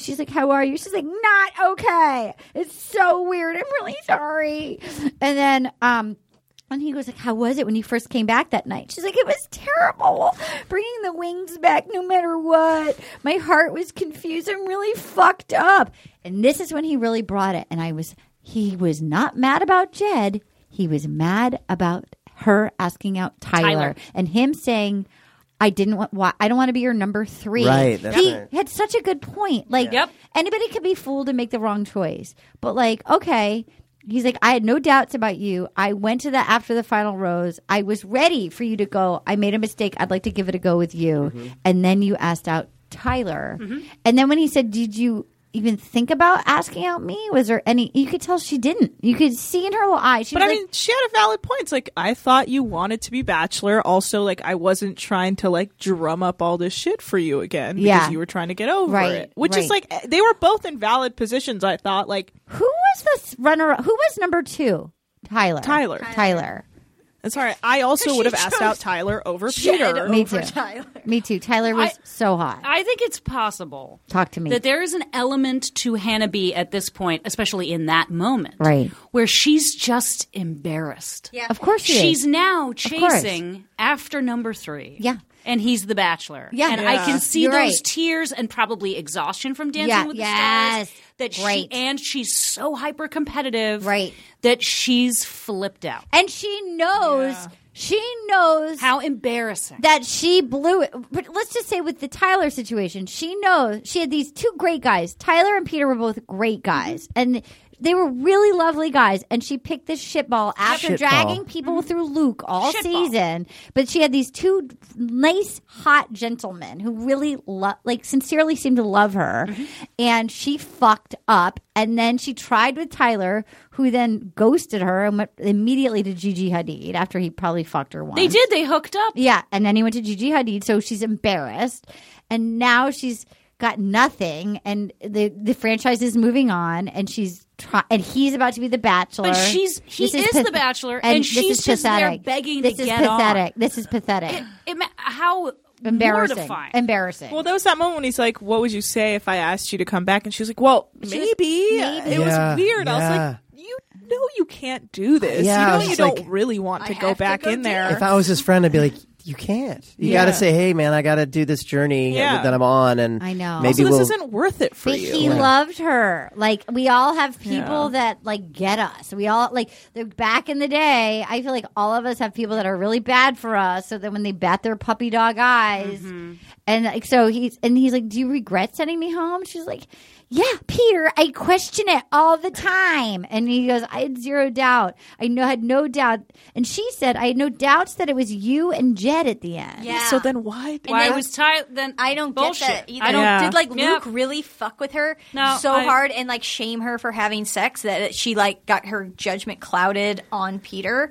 She's like, How are you? She's like, Not okay. It's so weird. I'm really sorry. And then, um, and he goes like, "How was it when you first came back that night?" She's like, "It was terrible. Bringing the wings back, no matter what. My heart was confused. I'm really fucked up." And this is when he really brought it. And I was, he was not mad about Jed. He was mad about her asking out Tyler, Tyler. and him saying, "I didn't want. Why, I don't want to be your number three. Right, that's he right. had such a good point. Like, Yep. anybody could be fooled and make the wrong choice. But like, okay, he's like, I had no doubts about you. I went to that after the final rose. I was ready for you to go. I made a mistake. I'd like to give it a go with you. Mm-hmm. And then you asked out Tyler. And then when he said, Did you even think about asking out me? Was there any? You could tell she didn't. You could see in her little eye. She But was I like, mean, she had a valid point. It's like I thought you wanted to be bachelor. Also, like I wasn't trying to like drum up all this shit for you again because Yeah. you were trying to get over Right, it. Which is right. like eh, they were both in valid positions. I thought like Who was this runner? Who was number two? Tyler. Tyler. Tyler. I'm sorry. I also would have asked out Tyler over Peter. Me too. Me too. Tyler was so hot. I think it's possible. Talk to me. That there is an element to Hannah B at this point, especially in that moment. Right. Where she's just embarrassed. Yeah. of course she is. She's now course. chasing after number three. Yeah. And he's the bachelor. Yeah. And Yeah. I can see You're those right. tears and probably exhaustion from dancing Yeah. with the Yes. stars. That Great. she and she's so hyper competitive Right. that she's flipped out. and she knows she knows How embarrassing. that she blew it but let's just say with the tyler situation she knows she had these two great guys tyler and peter were both great guys and they were really lovely guys and she picked this shitball after Shitball. dragging people through luke all Shitball. season but she had these two nice hot gentlemen who really lo- like sincerely seemed to love her and she fucked up and then she tried with tyler who then ghosted her and went immediately to Gigi Hadid after he probably fucked her once. they did, they hooked up. Yeah, and then he went to Gigi Hadid, so she's embarrassed, and now she's got nothing, and the the franchise is moving on, and she's try- and he's about to be the Bachelor. But she's- he This is path- the Bachelor, and this she's is just there pathetic. begging to this is get on. pathetic. This is pathetic. It ma- how Embarrassing. mortifying. Embarrassing. Well, there was that moment when he's like, "What would you say if I asked you to come back?" And she was like, "Well, maybe." It Yeah, was weird. I was yeah. like, "You know, you can't do this. Yeah, I you was know, you just don't like, really want to go have to back go in do there." this. If I was his friend, I'd be like, "You can't. You Yeah. got to say, hey, man, I got to do this journey Yeah. that I'm on.'" And I know. Maybe so this we'll. isn't worth it for But you. he loved her. Like we all have people that like get us. We all like the- back in the day. I feel like all of us have people that are really bad for us. So that when they bat their puppy dog eyes, Mm-hmm. and like so he's and he's like, "Do you regret sending me home?" She's like, "Yeah, Peter. I question it all the time." And he goes, "I had zero doubt. I no had no doubt." And she said, "I had no doubts that it was you and Jed at the end." Yeah. So then why? Why then- was Ty? Then I don't bullshit. get that either. I don't. Yeah. Did like Yeah. Luke really fuck with her No, so I- hard and like shame her for having sex that she like got her judgment clouded on Peter?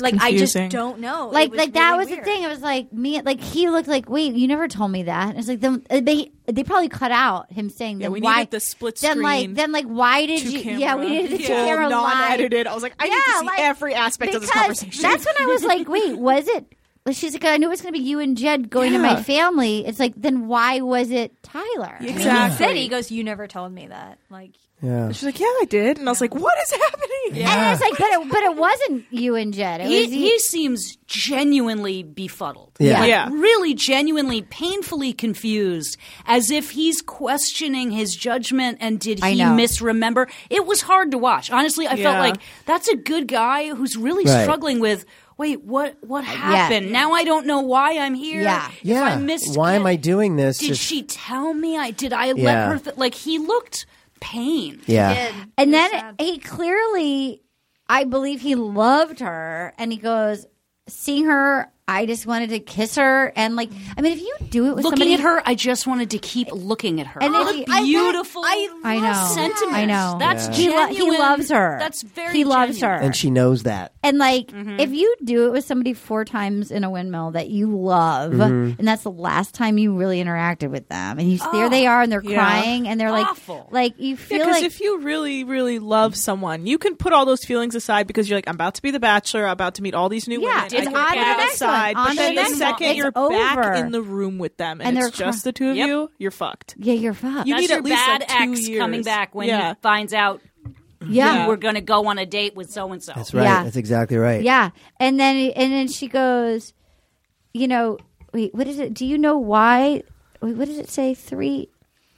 like I confusing. just don't know. It like was like that really was weird. the thing. It was like me, like he looked like wait, you never told me that. And it's like then uh, they they probably cut out him saying Yeah, then we why needed the split Then like screen, then like why did two you? camera, Yeah, we needed the two full camera line. non-edited. I was like, I need to see every aspect of this because conversation. That's when I was like, wait, was it? well, She's like, I knew it was going to be you and Jed going to my Yeah. family. It's like, then why was it Tyler? He exactly. said he goes, "You never told me that." Like yeah. She's like, yeah, I did, and I was like, what is happening? And it's like, but it, but it wasn't you and Jed. It he, was he seems genuinely befuddled. Yeah. Like, Yeah. Really genuinely, painfully confused, as if he's questioning his judgment and did I he know. misremember? It was hard to watch. Honestly, I felt Yeah. like that's a good guy who's really Right. struggling with wait, what what Uh, happened? Now I don't know why I'm here. Yeah. If Yeah. I missed Why am I doing this? Did Just- she tell me I did I let Yeah. her th- like he looked pain. Yeah. And then he clearly, I believe he loved her, and he goes, seeing her, I just wanted to kiss her, and like, I mean, if you do it with Looking somebody, at her, I just wanted to keep looking at her. And then what he- a I- beautiful I- I know, sentiment. I know, That's he, lo- he genuine. loves her. That's very he loves genuine. her, And she knows that. and like, if you do it with somebody four times in a windmill that you love, Mm-hmm. and that's the last time you really interacted with them, and you there they are, and they're crying, and they're like, Awful. like you feel Because like if you really, really love someone, you can put all those feelings aside because you're like, I'm about to be the bachelor, I'm about to meet all these new Yeah, women. it's I on to can put the it next one, aside. on But to then the the next second one. you're It's over. back in the room with them and, And it's they're just the two of Yep. you, you're fucked. yeah, you're fucked. You That's need your at least bad like two ex years. coming back when yeah. he finds out yeah. you were going to go on a date with so and so. That's right. Yeah. That's exactly right. Yeah. And then and then she goes, you know, wait, what is it? Do you know why? Wait, what does it say? Three.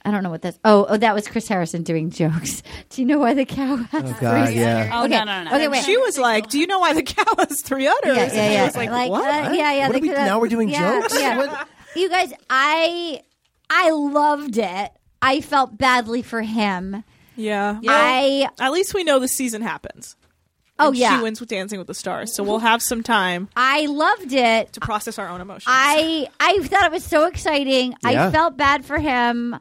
I don't know what that's. Oh, oh, that was Chris Harrison doing jokes. Do you know why the cow has Oh, God, three? yeah. Oh Okay. no no no! Okay, wait. She was like, Do you know why the cow has three udders? yeah, And yeah, he yeah. was like, What? uh, yeah, yeah. What they are we- could've- now we're doing yeah, jokes? yeah. What- You guys, I, I loved it. I felt badly for him. yeah. I At least we know the season happens. oh And yeah, She wins with Dancing with the Stars. So we'll have some time I loved it. to process our own emotions. I I thought it was so exciting. I Yeah. felt bad for him.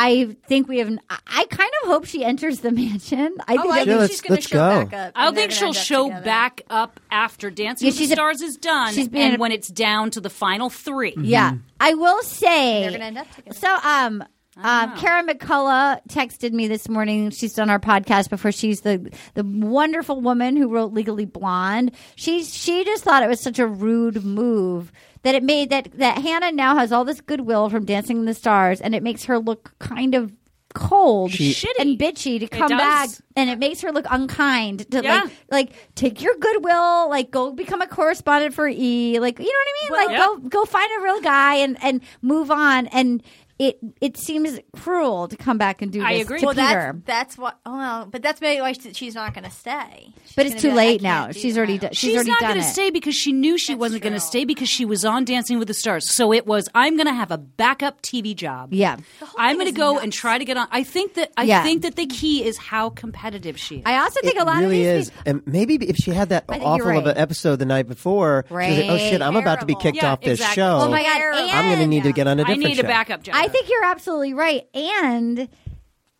I think we have. I- I kind of hope she enters the mansion. I think oh, I that'd be- think let's- she's going to let's show go. back up. I don't and they're think she'll gonna end up show together. back up after Dancing Yeah, with the she's a- Stars is done, she's being and a- when it's down to the final 3 yeah. I will say They're gonna end up together. Ah. So um. Um, Karen McCullough texted me this morning. She's done our podcast before. She's the the wonderful woman who wrote Legally Blonde. She she just thought it was such a rude move that it made that that Hannah now has all this goodwill from Dancing in the Stars, and it makes her look kind of cold Shitty. and bitchy to come does. back and it makes her look unkind to Yeah. like like take your goodwill like go become a correspondent for e like you know what i mean like go go find a real guy and and move on and it it seems cruel to come back and do this I agree. to Well, Peter. that's that's what. Oh well, but that's maybe why she- she's not going to stay. She's but gonna it's be too like, I late can't now do she's that. already do, she's, already not done gonna it stay because she knew she wasn't going to true. stay because she was on Dancing with the Stars. So it was, I'm going to have a backup TV job. yeah I'm going to go and try to get on. I think that I Yeah. think that the key is how competitive she is. i also think a lot it really of these is. And maybe if she had that think you're awful of right. an episode the night before, she'd be like, oh Right. shit, I'm about to be kicked Yeah, off this exactly. show. Oh my god! Terrible. and- I'm going to need to get on a I different need show. a backup job. I think you're absolutely right. And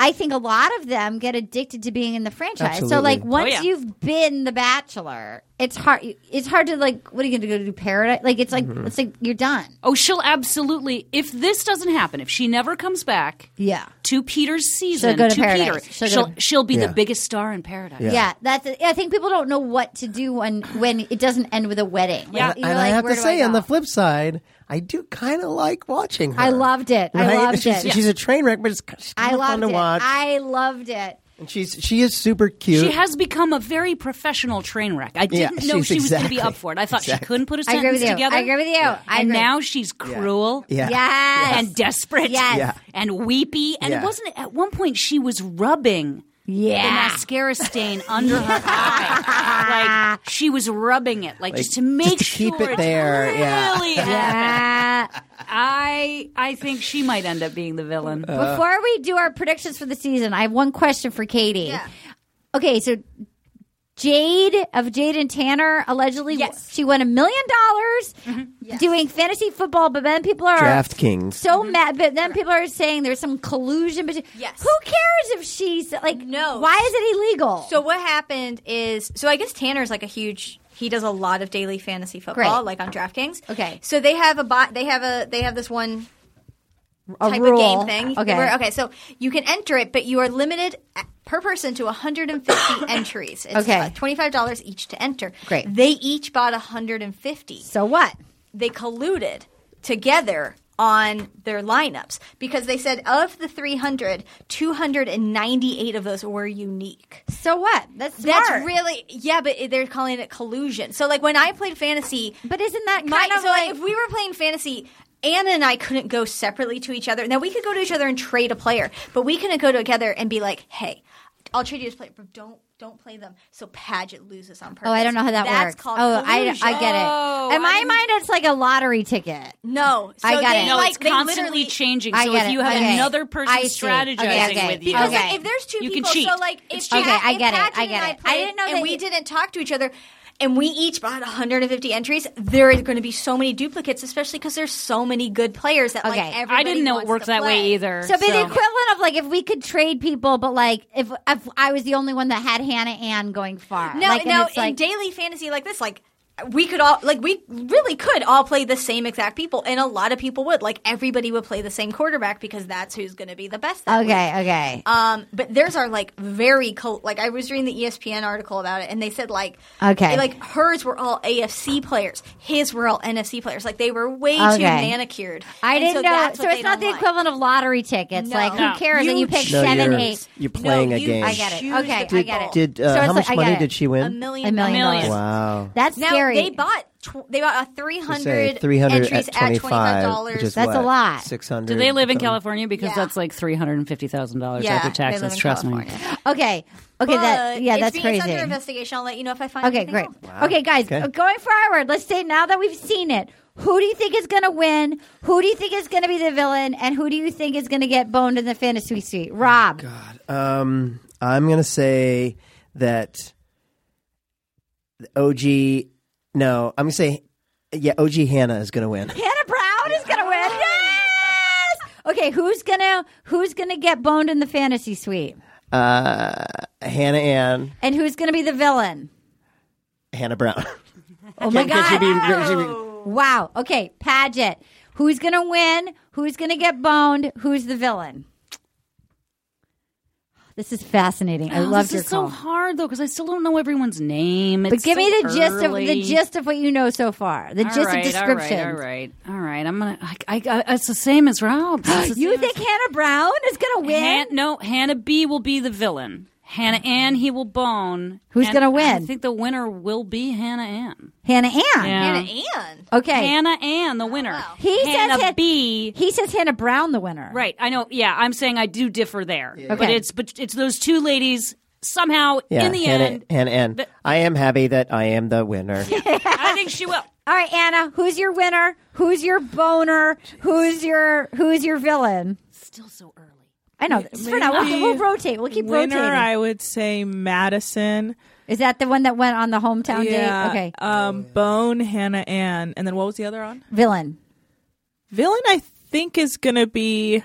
I think a lot of them get addicted to being in the franchise. So Absolutely. like once Oh, yeah. you've been the bachelor, it's hard it's hard to like what are you going to go do paradise? Like it's like Mm-hmm. it's like you're done. Oh, she'll absolutely. If this doesn't happen, if she never comes back Yeah. to Peter's season, go to to Paradise. Peter, She'll she'll go she'll, to- be Yeah. the biggest star in Paradise. Yeah. that's. it. I think people don't know what to do when when it doesn't end with a wedding. Like, Yeah. you're and I like, have where to do say, on go? the flip side, I do kind of like watching her. I loved it. I Right? loved she's, it. She's a train wreck, but it's she's I kind of fun loved to it. watch. I loved it. and she's she is super cute. She has become a very professional train wreck. I Yeah, didn't know she's she was going to be exactly- up for it. I thought she exactly. couldn't put a I sentence agree with you. together. I agree with you. I and agree. now she's cruel yeah. yes, and desperate Yes. Yeah. and weepy. And Yeah. wasn't it at one point she was rubbing the yeah. mascara stain under her eye? Like she was rubbing it, like, just to make to sure keep it there, It's yeah. really Uh. happened. I I think she might end up being the villain. Before we do our predictions for the season, I have one question for Katie. Okay, so Jade of Jade and Tanner allegedly Yes. she won a million Mm-hmm. dollars doing fantasy football, but then people are DraftKings. so mad. But then people are saying there's some collusion between. Mm-hmm. Yes. Who cares if she's like? No. Why is it illegal? So what happened is, so I guess Tanner's like a huge. He does a lot of daily fantasy football, Great. like on DraftKings. Okay. So they have a bot. They have a. They have this one a type rule. of game thing. Okay. Where- okay. So you can enter it, but you are limited a- per person to 150 entries. It's Okay. uh, $25 each to enter. Great. They each bought 150. So what? They colluded together on their lineups because they said of the 300, 298 of those were unique. So what? That's smart. That's really yeah, but they're calling it collusion. So like when I played fantasy, But isn't that kind my, of so like? if we were playing fantasy, Anna and I couldn't go separately to each other. Now we could go to each other and trade a player, but we couldn't go together and be like, "Hey, I'll trade you this player, but don't don't play them." So Paget loses on purpose. Oh, I don't know how that That's works. Called oh, I, collusion. Oh, I get it. In my mind, it's like a lottery ticket. No, so I got they, it. No, like, it's they constantly literally- changing. I So get if it. you have Okay. another person I see. Okay, strategizing okay. with you, Because Okay. like, if there's two You can people, so cheat. like if It's cheating. Pat- Okay, I if get it, Patrick I and get it. I played didn't know and that we you- didn't talk to each other. And we each bought 150 entries. There is going to be so many duplicates, especially because there's so many good players that Okay. I like didn't everybody I didn't know it wants worked to that way play. either. So, but the equivalent of like if we could trade people, but like if, if I was the only one that had Hannah Ann going far. No, like, and no, it's like- in daily fantasy like this, like we could all like we really could all play the same exact people, and a lot of people would. Like everybody would play the same quarterback because that's who's going to be the best. That okay, week. okay. Um, but theirs are like very col- like I was reading the E ESPN article about it, and they said like Okay. like hers were all AFC players, his were all NFC players. Like they were way Okay. too manicured. I And didn't know. that's So what it's they not don't the like. equivalent of lottery tickets. No. Like No. who cares that You you pick No, 7 you're, 8 you're playing No, a you- game. I get it. Choose Okay, I the get it. Did uh, So it's how like- much I get money it. did she A win? million, A million Million. dollars. Wow. That's Now scary. they bought tw- they bought a three To say hundred 300 entries at 25 dollars. which is That's what, a lot. 600 do they live in something? California? Because Yeah. that's like three hundred and fifty thousand dollars yeah, after they live taxes. in Trust me. California. Okay, okay. That But yeah, it's that's being- crazy. It's under investigation. I'll let you know if I find. Okay, anything great. else. Okay, guys, Okay. uh, going forward, let's say now that we've seen it, who do you think is going to win? Who do you think is going to be the villain? And who do you think is going to get boned in the fantasy suite? Rob. Um, I'm gonna say that the OG. No, I'm gonna say yeah. OG Hannah is gonna win. Hannah Brown is going to win. Yes! Okay, who's going to who's going to get boned in the fantasy suite? Uh, Hannah Ann, And who's going to be the villain? Hannah Brown. Oh my Because god. she'd be- she'd be- Wow. Okay, Paget. Who's going to win? Who's going to get boned? Who's the villain? This is fascinating. I Oh, love this your is so call. hard though because I still don't know everyone's name. But It's give me so the gist of the early. gist of what you know so far. The All gist right, of description. All right, all right, all right. I'm gonna. I, I, I, it's the same as Rob. It's the You same think Hannah Brown is going to as- win? Han- no, Hannah B will be the villain. Hannah Ann, he will bone. Who's And gonna win? I think the winner will be Hannah Ann. Hannah Ann. Yeah. Um, Hannah Ann. Okay. Hannah Ann, the winner. He says Hannah Han- B. He says Hannah Brown the winner. Right. I know. Yeah, I'm saying I do differ there. But Okay. it's but it's those two ladies somehow Yeah, in the Hannah, end. Hannah Ann. But- I am happy that I am the winner. I think she will. All right, Anna, who's your winner? Who's your boner? Who's your who's your villain? Still so early. I know. For now, we'll, maybe we'll rotate. We'll keep Winner, rotating. I would say Madison. Is that the one that went on the hometown date? yeah. Okay. Um, Bone, Hannah Ann, and then what was the other on? Villain. Villain, I think is gonna be.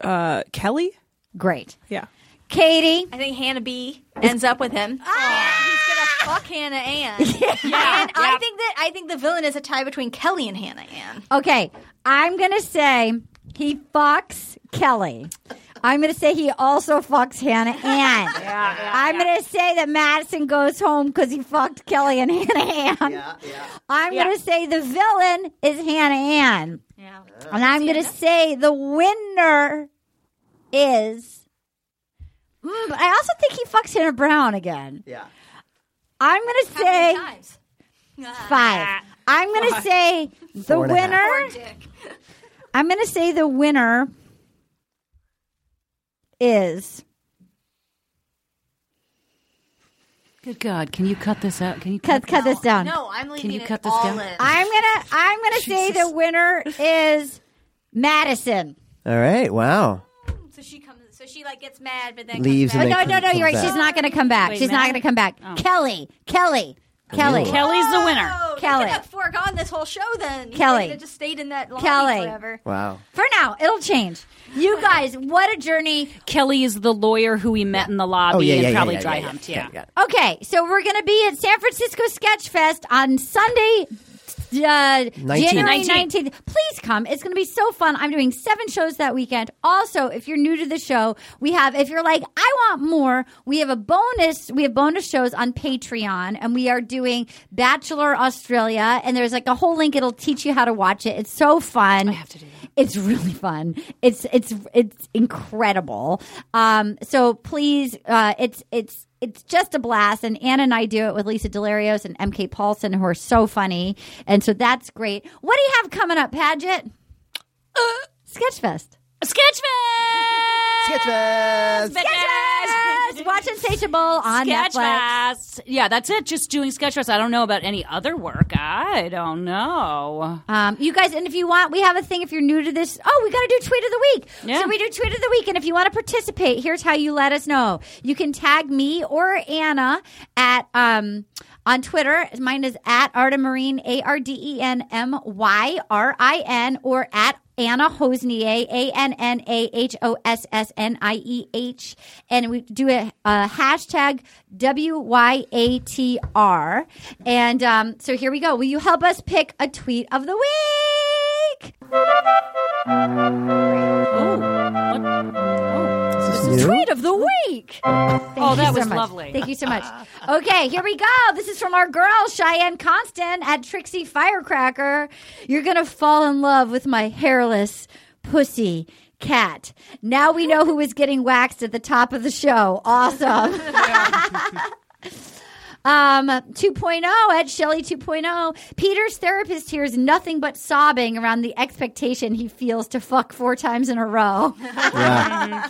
uh, Kelly. Great. Yeah. Katie. I think Hannah B ends up with him. He's gonna fuck Hannah Ann. and I think that I think the villain is a tie between Kelly and Hannah Ann. Okay, I'm gonna say he fucks Kelly. I'm gonna say he also fucks Hannah Ann. I'm gonna say that Madison goes home because he fucked Kelly and Hannah Ann. I'm gonna say the villain is Hannah Ann, Yeah. and I'm gonna say the winner is. Mm, but I also think he fucks Hannah Brown again. Yeah. I'm gonna How say many times? five. I'm gonna say the Four and a half. winner. Dick. I'm going to say the winner is Good God, can you cut this out? Can you cut cut this down. No, I'm leaving you it cut this all down? in. I'm going to I'm going to say the winner is Madison. All right. Wow. so she comes. So she like gets mad, but then comes Leaves back. and Oh, No, then no, no, comes you're right. back. She's not going to come back. Wait, She's not Mad- going to come back. Kelly, Kelly, Kelly. Kelly's the winner. Oh, Kelly. You could have foregone this whole show then. You Kelly. could have just stayed in that line Kelly. forever. Wow. For now, it'll change. You guys, what a journey. Kelly is the lawyer who he met in the lobby Oh yeah, yeah, and yeah, probably yeah, dry yeah, humped. yeah. Yeah. Got it, got it. Okay, so we're going to be at San Francisco Sketch Fest on Sunday, uh, January 19th. 19th. Please come. It's going to be so fun. I'm doing seven shows that weekend. Also, if you're new to the show, we have, if you're like, I want more, we have a bonus, we have bonus shows on Patreon, and we are doing Bachelor Australia, and there's like a whole link. It'll teach you how to watch it. It's so fun. I have to do that. It's really fun. It's, it's, it's incredible. Um, so please, uh, it's, it's, it's just a blast. And Anna and I do it with Lisa Delarios and MK Paulson, who are so funny. And so that's great. What do you have coming up, Paget? Sketchfest. Sketchfest! Sketchfest. Sketchfest! Watch Insatiable on Netflix. Sketchfest! Yeah, that's it. Just doing Sketchfest. I don't know about any other work. I don't know. Um, you guys, and if you want, we have a thing. If you're new to this, oh, we got to do tweet of the week. Yeah. So we do tweet of the week, and if you want to participate, here's how you let us know. You can tag me or Anna at um on Twitter. Mine is at Artemarine A R D E N M Y R I N or at Anna Hosnier, A N N A H O S S N I E H. And we do a, a hashtag W Y A T R. And um, so here we go. Will you help us pick a tweet of the week? Oh, what? Oh, Is this new? Tweet of the week. Thank Oh, you that so was much. lovely. Thank you so much. Okay, here we go. This is from our girl, Cheyenne Constant at Trixie Firecracker. You're going to fall in love with my hairless pussy cat. Now we know who is getting waxed at the top of the show. Awesome. Um, oh, 2.0 at Shelly 2.0. oh. Peter's therapist hears nothing but sobbing around the expectation he feels to fuck four times in a row. Yeah.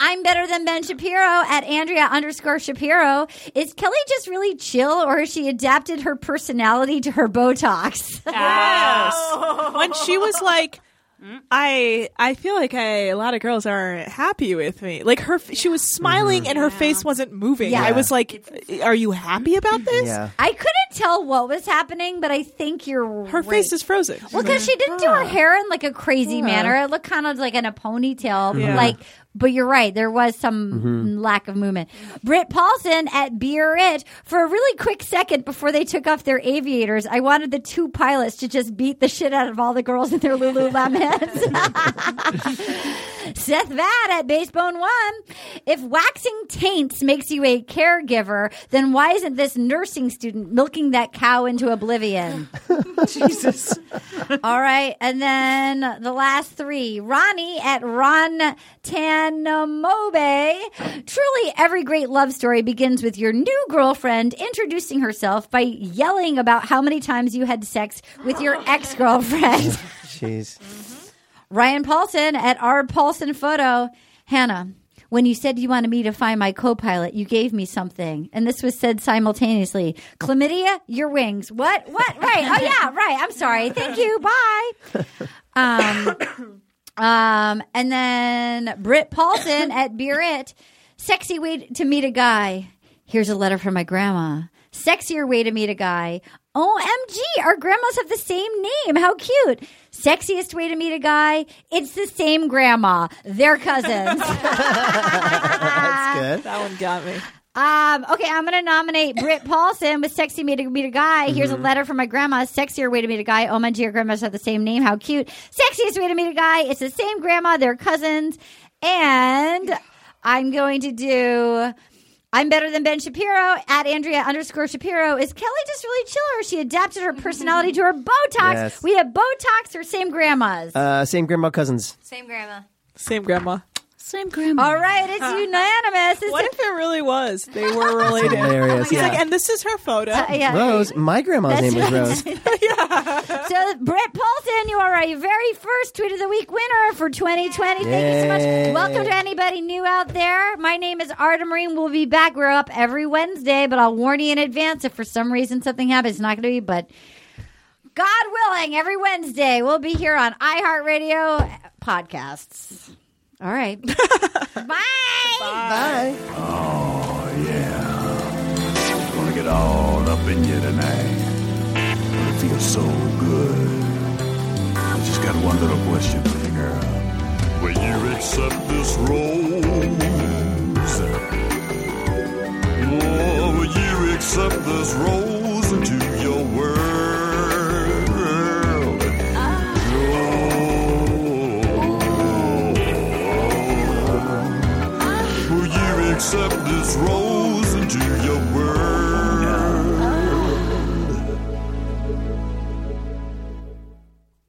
I'm better than Ben Shapiro at Andrea underscore Shapiro. Is Kelly just really chill or has she adapted her personality to her Botox? Ah. Yes. When she was like, I I feel like I a lot of girls aren't happy with me. Like her, she was smiling and her face wasn't moving. Yeah. I was like, are you happy about this? Yeah. I couldn't tell what was happening, but I think you're Her right. face is frozen. Well, because she didn't do her hair in like a crazy manner. It looked kind of like in a ponytail. but Yeah. Like, but you're right. There was some lack of movement. Britt Paulson at Beer It for a really quick second before they took off their aviators. I wanted the two pilots to just beat the shit out of all the girls in their Lululemons. Seth Vad at Basebone One. If waxing taints makes you a caregiver, then why isn't this nursing student milking that cow into oblivion? All right, and then the last three: Ronnie at Ron Tanamobe. Truly, every great love story begins with your new girlfriend introducing herself by yelling about how many times you had sex with your ex-girlfriend. Jeez. Ryan Paulson at R Paulson Photo. Hannah, when you said you wanted me to find my co-pilot, you gave me something, and this was said simultaneously. Chlamydia, your wings. What? What? Right? Oh yeah, right. I'm sorry. Thank you. Bye. Um, um, and then Britt Paulson at Beer It. Sexy way to meet a guy. Here's a letter from my grandma. Sexier way to meet a guy. OMG, our grandmas have the same name. How cute. Sexiest way to meet a guy, it's the same grandma. They're cousins. Ah. That's good. That one got me. Um, okay, I'm going to nominate Britt Paulson with Sexy Way to Meet a Guy. Here's Mm-hmm. a letter from my grandma. Sexier way to meet a guy. Oh, my dear grandmas have the same name. How cute. Sexiest way to meet a guy. It's the same grandma. They're cousins. And I'm going to do. I'm better than Ben Shapiro at Andrea underscore Shapiro. Is Kelly just really chiller? She adapted her personality to her Botox. Yes. We have Botox or same grandmas. Uh, same grandma cousins. Same grandma. Same grandma. Same grandma. All right, it's unanimous. It's What if it really was? They were That's related. hilarious. He's yeah. like, and this is her photo. uh, yeah. Rose. My grandma's Oh That's name is right. Rose. So, Brett Paulson, you are our very first Tweet of the Week winner for 2020. Thank you so Yay. much. Welcome to anybody new out there. My name is Arta Marine. We'll be back. We're up every Wednesday, but I'll warn you in advance if for some reason something happens. It's not going to be, but God willing, every Wednesday we'll be here on iHeartRadio podcasts. All right. Bye. Bye. Oh, yeah. Gonna get all up in you tonight. It feels so good. I just got one little question for you, girl. Will you accept this rose? Oh, will you accept this rose into your world? Oh. Will you accept this rose into your world?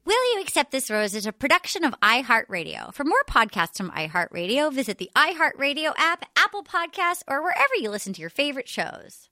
Will You Accept This Rose is a production of iHeartRadio. For more podcasts from iHeartRadio, visit the iHeartRadio app, Apple Podcasts, or wherever you listen to your favorite shows.